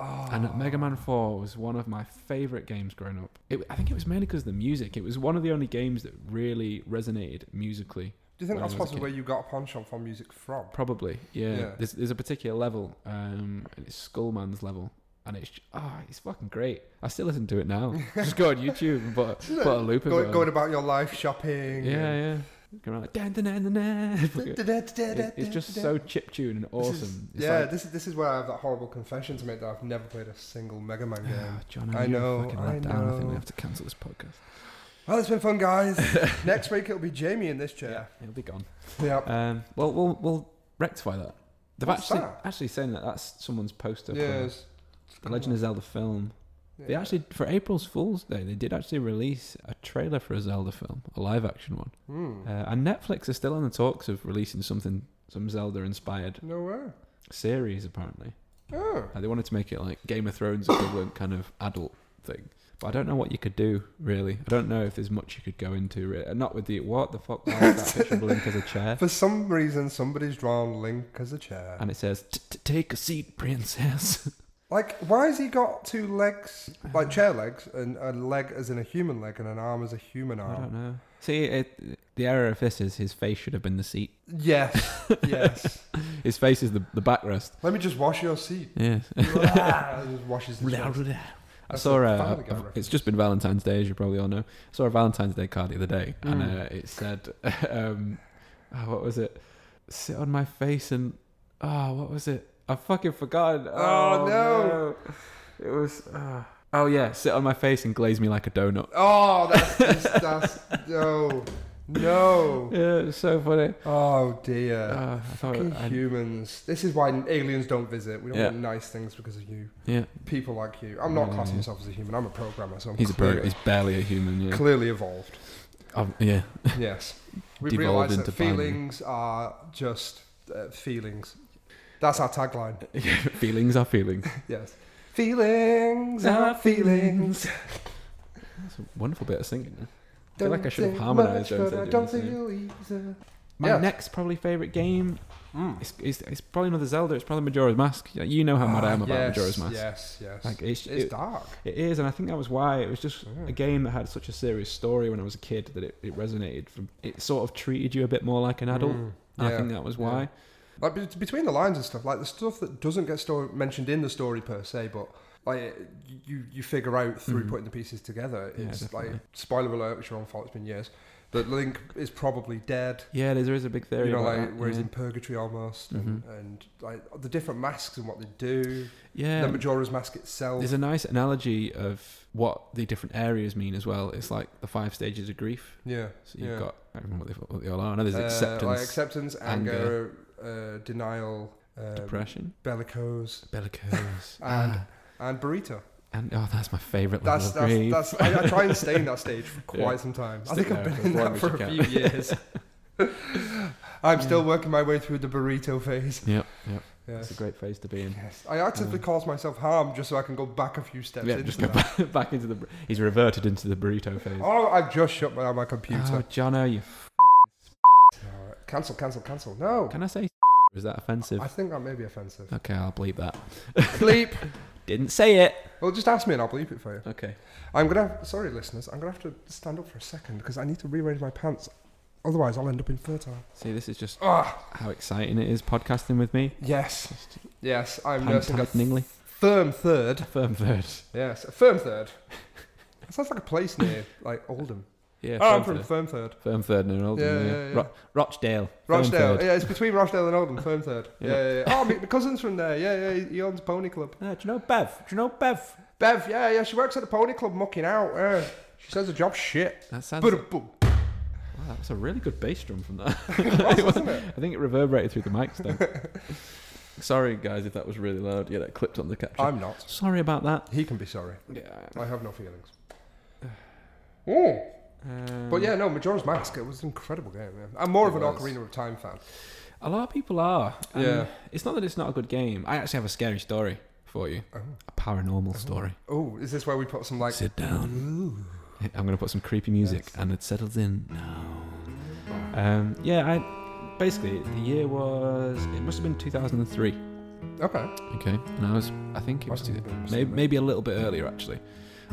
[SPEAKER 2] Oh.
[SPEAKER 1] And Mega Man 4 was one of my favorite games growing up. It, I think it was mainly because of the music. It was one of the only games that really resonated musically.
[SPEAKER 2] Do you
[SPEAKER 1] when
[SPEAKER 2] think
[SPEAKER 1] I was
[SPEAKER 2] that's
[SPEAKER 1] a
[SPEAKER 2] possibly
[SPEAKER 1] kid.
[SPEAKER 2] where you got a penchant for music from?
[SPEAKER 1] Probably, yeah.
[SPEAKER 2] Yeah.
[SPEAKER 1] There's, there's a particular level, um, and it's Skullman's level, and it's ah, it's fucking great. I still listen to it now. Just go on YouTube and put,
[SPEAKER 2] Isn't it?
[SPEAKER 1] put a loop of it
[SPEAKER 2] Going,
[SPEAKER 1] on.
[SPEAKER 2] going about your life shopping.
[SPEAKER 1] yeah, yeah.
[SPEAKER 2] and-
[SPEAKER 1] Come around like dun, dun, dun, dun, dun. It- It's just so chip tune and
[SPEAKER 2] This is,
[SPEAKER 1] awesome. It's
[SPEAKER 2] yeah,
[SPEAKER 1] like,
[SPEAKER 2] this is this is where I have that horrible confession to make that I've never played a single Mega Man game.
[SPEAKER 1] ah, John,
[SPEAKER 2] I
[SPEAKER 1] I know.
[SPEAKER 2] know,
[SPEAKER 1] Fucking let
[SPEAKER 2] I
[SPEAKER 1] down. I think
[SPEAKER 2] know.
[SPEAKER 1] we have to cancel this podcast.
[SPEAKER 2] Well, it's been fun, guys. Next week it'll be Jamie in this chair.
[SPEAKER 1] it'll be gone.
[SPEAKER 2] Yeah.
[SPEAKER 1] Um, well, we'll we'll rectify that. They've
[SPEAKER 2] What's
[SPEAKER 1] actually
[SPEAKER 2] that?
[SPEAKER 1] actually saying that that's someone's poster for
[SPEAKER 2] Yes.
[SPEAKER 1] the Legend of Zelda film. They
[SPEAKER 2] Yeah.
[SPEAKER 1] actually for April's Fool's Day they did actually release a trailer for a Zelda film, a live action one.
[SPEAKER 2] Hmm.
[SPEAKER 1] Uh, and Netflix are still on the talks of releasing something, some Zelda inspired
[SPEAKER 2] No way.
[SPEAKER 1] series apparently.
[SPEAKER 2] Oh.
[SPEAKER 1] Uh, they wanted to make it like Game of Thrones equivalent kind of adult thing. But I don't know what you could do really. I don't know if there's much you could go into. Really. Not with the what the fuck why is that picture of Link as a chair?
[SPEAKER 2] For some reason, somebody's drawn Link as a chair.
[SPEAKER 1] And it says, "T- t- "Take a seat, princess."
[SPEAKER 2] Like, why has he got two legs, like chair legs, and a leg as in a human leg, and an arm as a human
[SPEAKER 1] I don't
[SPEAKER 2] arm?
[SPEAKER 1] know. See, it, the error of this is his face should have been the seat.
[SPEAKER 2] Yes, yes.
[SPEAKER 1] His face is the, the backrest.
[SPEAKER 2] Let me just wash your seat.
[SPEAKER 1] Yeah.
[SPEAKER 2] just washes his chair.
[SPEAKER 1] I
[SPEAKER 2] That's
[SPEAKER 1] saw
[SPEAKER 2] a
[SPEAKER 1] a,
[SPEAKER 2] Family Guy
[SPEAKER 1] a-
[SPEAKER 2] reference.
[SPEAKER 1] it's just been Valentine's Day, as you probably all know. I saw a Valentine's Day card the other day, and
[SPEAKER 2] Mm.
[SPEAKER 1] uh, it said, um, oh, "What was it? Sit on my face and oh, what was it? I've fucking forgotten.
[SPEAKER 2] Oh, no.
[SPEAKER 1] no. it was. Uh, oh yeah, sit on my face and glaze me like a donut.
[SPEAKER 2] Oh, that's just, that's no, no.
[SPEAKER 1] Yeah, it's so funny.
[SPEAKER 2] Oh dear.
[SPEAKER 1] Uh, I thought,
[SPEAKER 2] Fucking
[SPEAKER 1] I,
[SPEAKER 2] humans. This is why aliens don't visit. We don't
[SPEAKER 1] Yeah.
[SPEAKER 2] want nice things because of you.
[SPEAKER 1] yeah,
[SPEAKER 2] People like you. I'm not
[SPEAKER 1] Yeah,
[SPEAKER 2] classing
[SPEAKER 1] yeah.
[SPEAKER 2] myself as a human. I'm a programmer, so I'm
[SPEAKER 1] he's a
[SPEAKER 2] clear-
[SPEAKER 1] bird. He's barely a human. Yeah,
[SPEAKER 2] clearly evolved.
[SPEAKER 1] Um, yeah.
[SPEAKER 2] yes. We
[SPEAKER 1] Devolved
[SPEAKER 2] realise that
[SPEAKER 1] into binary.
[SPEAKER 2] feelings are just uh, feelings. That's our tagline.
[SPEAKER 1] feelings are feelings.
[SPEAKER 2] Yes. Feelings are feelings.
[SPEAKER 1] That's a wonderful bit of singing. huh? I feel like I should have harmonised
[SPEAKER 2] much,
[SPEAKER 1] those. eh?
[SPEAKER 2] but I
[SPEAKER 1] I
[SPEAKER 2] don't
[SPEAKER 1] doing the same.
[SPEAKER 2] feel easy.
[SPEAKER 1] My
[SPEAKER 2] Yes.
[SPEAKER 1] next probably favourite game
[SPEAKER 2] Mm.
[SPEAKER 1] is, is, is probably another Zelda. It's probably Majora's Mask. Yeah, You Hmm. know how mad I am about
[SPEAKER 2] Ah, yes,
[SPEAKER 1] Majora's Mask.
[SPEAKER 2] Yes, yes.
[SPEAKER 1] Like it's,
[SPEAKER 2] it's
[SPEAKER 1] it,
[SPEAKER 2] dark.
[SPEAKER 1] it is, and I think that was why it was just
[SPEAKER 2] Yeah.
[SPEAKER 1] a game that had such a serious story when I was a kid that it, it resonated. From it sort of treated you a bit more like an adult.
[SPEAKER 2] Mm,
[SPEAKER 1] and I
[SPEAKER 2] yeah.
[SPEAKER 1] think that was why.
[SPEAKER 2] Like be- between the lines and stuff, like the stuff that doesn't get story- mentioned in the story per se, but like you you figure out through
[SPEAKER 1] Mhm.
[SPEAKER 2] putting the pieces together.
[SPEAKER 1] Yeah,
[SPEAKER 2] It's like
[SPEAKER 1] definitely.
[SPEAKER 2] spoiler alert, which your own fault. It's been years. That Link is probably dead.
[SPEAKER 1] Yeah, there is a big theory.
[SPEAKER 2] you know,
[SPEAKER 1] about
[SPEAKER 2] like
[SPEAKER 1] that,
[SPEAKER 2] where he's
[SPEAKER 1] yeah. Mm-hmm.
[SPEAKER 2] in purgatory almost, and, and like the different masks and what they do.
[SPEAKER 1] yeah,
[SPEAKER 2] The Majora's Mask itself.
[SPEAKER 1] There's a nice analogy of what the different areas mean as well. It's like the five stages of grief.
[SPEAKER 2] yeah,
[SPEAKER 1] So you've
[SPEAKER 2] yeah.
[SPEAKER 1] got I don't remember what they, what they all are. I know there's
[SPEAKER 2] Uh,
[SPEAKER 1] acceptance,
[SPEAKER 2] like acceptance, anger, uh, denial, um,
[SPEAKER 1] depression,
[SPEAKER 2] bellicose,
[SPEAKER 1] bellicose,
[SPEAKER 2] and
[SPEAKER 1] ah,
[SPEAKER 2] and burrito.
[SPEAKER 1] and oh, that's my favourite level
[SPEAKER 2] That's
[SPEAKER 1] of grief.
[SPEAKER 2] that's, that's I, I try and stay in that stage for quite
[SPEAKER 1] Yeah.
[SPEAKER 2] some time. I
[SPEAKER 1] Stick
[SPEAKER 2] think I've
[SPEAKER 1] there
[SPEAKER 2] been
[SPEAKER 1] for
[SPEAKER 2] in
[SPEAKER 1] as long
[SPEAKER 2] that
[SPEAKER 1] as
[SPEAKER 2] for
[SPEAKER 1] you
[SPEAKER 2] a
[SPEAKER 1] can.
[SPEAKER 2] few years. I'm still working my way through the burrito phase.
[SPEAKER 1] yep, yep. It's a
[SPEAKER 2] Yes.
[SPEAKER 1] great phase to be in.
[SPEAKER 2] Yes. I actively
[SPEAKER 1] Uh,
[SPEAKER 2] cause myself harm just so I can go back a few steps.
[SPEAKER 1] Yeah,
[SPEAKER 2] into
[SPEAKER 1] just go
[SPEAKER 2] that.
[SPEAKER 1] back, back into the. bur- He's reverted into the burrito phase.
[SPEAKER 2] Oh, I've just shut down my
[SPEAKER 1] Oh,
[SPEAKER 2] computer.
[SPEAKER 1] Jono, you. F-
[SPEAKER 2] All right. Cancel, cancel, cancel. No.
[SPEAKER 1] can I say? Is that offensive?
[SPEAKER 2] I think that may be offensive.
[SPEAKER 1] Okay, I'll bleep that.
[SPEAKER 2] Bleep.
[SPEAKER 1] Didn't say it.
[SPEAKER 2] Well, just ask me and I'll bleep it for you.
[SPEAKER 1] Okay.
[SPEAKER 2] I'm gonna. Have, sorry, listeners. I'm gonna have to stand up for a second because I need to rearrange my pants. Otherwise, I'll end up infertile.
[SPEAKER 1] See, this is just
[SPEAKER 2] Ah,
[SPEAKER 1] how exciting it is podcasting with me.
[SPEAKER 2] yes, yes. I'm
[SPEAKER 1] Hand
[SPEAKER 2] nursing a
[SPEAKER 1] tighteningly.
[SPEAKER 2] firm third.
[SPEAKER 1] Firm third.
[SPEAKER 2] Yes, a firm third. That sounds like a place near like Oldham.
[SPEAKER 1] Yeah.
[SPEAKER 2] oh, I'm
[SPEAKER 1] firm third.
[SPEAKER 2] from Firm Third.
[SPEAKER 1] Firm third and Oldham.
[SPEAKER 2] Yeah,
[SPEAKER 1] Yeah,
[SPEAKER 2] yeah, yeah.
[SPEAKER 1] Ro- Rochdale. Firm
[SPEAKER 2] Rochdale.
[SPEAKER 1] third.
[SPEAKER 2] Yeah, it's between Rochdale and Oldham. Firm Third. Yeah,
[SPEAKER 1] Yeah.
[SPEAKER 2] yeah, yeah. Oh, my, my cousin's from there. Yeah, yeah. he- He owns a pony club.
[SPEAKER 1] Ah, do you know Bev? Do you know Bev?
[SPEAKER 2] Bev. Yeah, yeah. She works at the pony club, mucking out. Yeah. She says the job's shit.
[SPEAKER 1] That sounds. wow,
[SPEAKER 2] Ba-da-boom.
[SPEAKER 1] that was a really good bass drum from that.
[SPEAKER 2] That's, isn't it?
[SPEAKER 1] I think it reverberated through the mics though. Sorry guys, if that was really loud. Yeah, that clipped on the capture.
[SPEAKER 2] I'm not.
[SPEAKER 1] Sorry about that.
[SPEAKER 2] He can be sorry.
[SPEAKER 1] Yeah.
[SPEAKER 2] I have no feelings. Oh,
[SPEAKER 1] Um,
[SPEAKER 2] but yeah, no, Majora's Mask. It was an incredible game. Yeah. I'm more
[SPEAKER 1] It
[SPEAKER 2] of an
[SPEAKER 1] was.
[SPEAKER 2] Ocarina of Time fan.
[SPEAKER 1] A lot of people are. and
[SPEAKER 2] Yeah.
[SPEAKER 1] It's not that it's not a good game. I actually have a scary story for you.
[SPEAKER 2] Oh.
[SPEAKER 1] A paranormal story.
[SPEAKER 2] Oh, is this where we put some like?
[SPEAKER 1] Sit down. I'm gonna put some creepy music, and it settles in now. Um, yeah, I basically the year was it must have been 2003.
[SPEAKER 2] Okay.
[SPEAKER 1] Okay, and I was I think it was
[SPEAKER 2] Must have
[SPEAKER 1] two,
[SPEAKER 2] been
[SPEAKER 1] maybe,
[SPEAKER 2] something.
[SPEAKER 1] maybe a little bit earlier actually.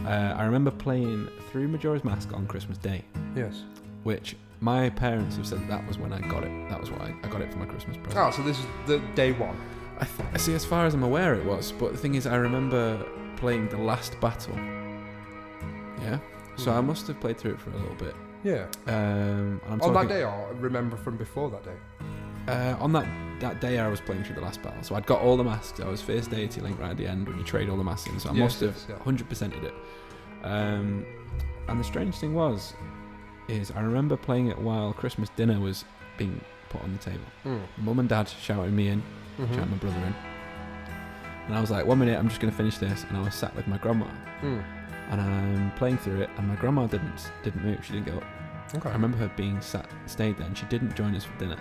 [SPEAKER 1] Uh, I remember playing through Majora's Mask on Christmas Day,
[SPEAKER 2] Yes.
[SPEAKER 1] which my parents have said that was when I got it. That was what I, I got it for my Christmas present.
[SPEAKER 2] Oh, so this is the day one.
[SPEAKER 1] Oh, I, th- I see, as far as I'm aware, it was. But the thing is, I remember playing the last battle. Yeah. So I must have played through it for a little bit.
[SPEAKER 2] Yeah.
[SPEAKER 1] Um, and I'm
[SPEAKER 2] On
[SPEAKER 1] talking-
[SPEAKER 2] that day, or remember from before that day.
[SPEAKER 1] Uh, on that that day, I was playing through the last battle, so I'd got all the masks. I was first deity link right at the end when you trade all the masks in, so I
[SPEAKER 2] Yes,
[SPEAKER 1] must have
[SPEAKER 2] yes, yeah.
[SPEAKER 1] hundred percented it. Um, and the strange thing was, is I remember playing it while Christmas dinner was being put on the table. Mum and Dad shouted me in,
[SPEAKER 2] Hmm. Mm-hmm.
[SPEAKER 1] shouted my brother in, and I was like, "One minute, I'm just going to finish this." And I was sat with my grandma,
[SPEAKER 2] Mm.
[SPEAKER 1] and I'm playing through it, and my grandma didn't didn't move. She didn't go up.
[SPEAKER 2] Okay.
[SPEAKER 1] I remember her being sat stayed there, and she didn't join us for dinner.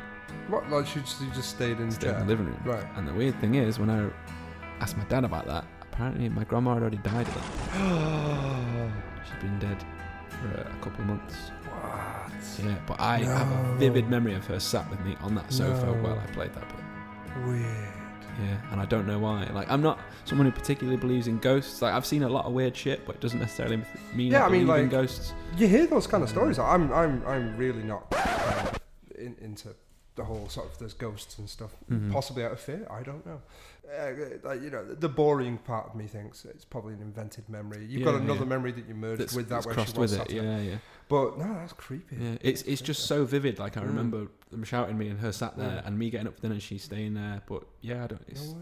[SPEAKER 2] What? Like she just, she just stayed in the
[SPEAKER 1] Stayed in the living room.
[SPEAKER 2] Right.
[SPEAKER 1] And the weird thing is, when I asked my dad about that, apparently my grandma had already died of that. She'd been dead for a, a couple of months.
[SPEAKER 2] what?
[SPEAKER 1] Yeah, but I have
[SPEAKER 2] No.
[SPEAKER 1] a vivid memory of her sat with me on that sofa
[SPEAKER 2] No.
[SPEAKER 1] while I played that bit.
[SPEAKER 2] Weird.
[SPEAKER 1] Yeah, and I don't know why. Like, I'm not someone who particularly believes in ghosts. Like, I've seen a lot of weird shit, but it doesn't necessarily mean
[SPEAKER 2] Yeah,
[SPEAKER 1] I
[SPEAKER 2] I mean,
[SPEAKER 1] believe in
[SPEAKER 2] like-
[SPEAKER 1] ghosts.
[SPEAKER 2] You hear those kind of stories. I'm, I'm, I'm really not uh, in, into the whole sort of there's ghosts and stuff.
[SPEAKER 1] Mhm.
[SPEAKER 2] Possibly out of fear. I don't know. Uh, uh, you know, the boring part of me thinks it's probably an invented memory. You've got
[SPEAKER 1] Yeah,
[SPEAKER 2] another
[SPEAKER 1] yeah.
[SPEAKER 2] memory that you merged
[SPEAKER 1] That's,
[SPEAKER 2] with that
[SPEAKER 1] that's
[SPEAKER 2] where
[SPEAKER 1] crossed
[SPEAKER 2] she was
[SPEAKER 1] with it.
[SPEAKER 2] sat there.
[SPEAKER 1] Yeah, yeah.
[SPEAKER 2] But no, that's creepy.
[SPEAKER 1] Yeah, it's it's just so vivid. Like I
[SPEAKER 2] Mm.
[SPEAKER 1] remember them shouting me and her sat there,
[SPEAKER 2] Mm.
[SPEAKER 1] and me getting up for dinner and she staying there. But yeah, I don't.
[SPEAKER 2] No
[SPEAKER 1] It's,
[SPEAKER 2] way.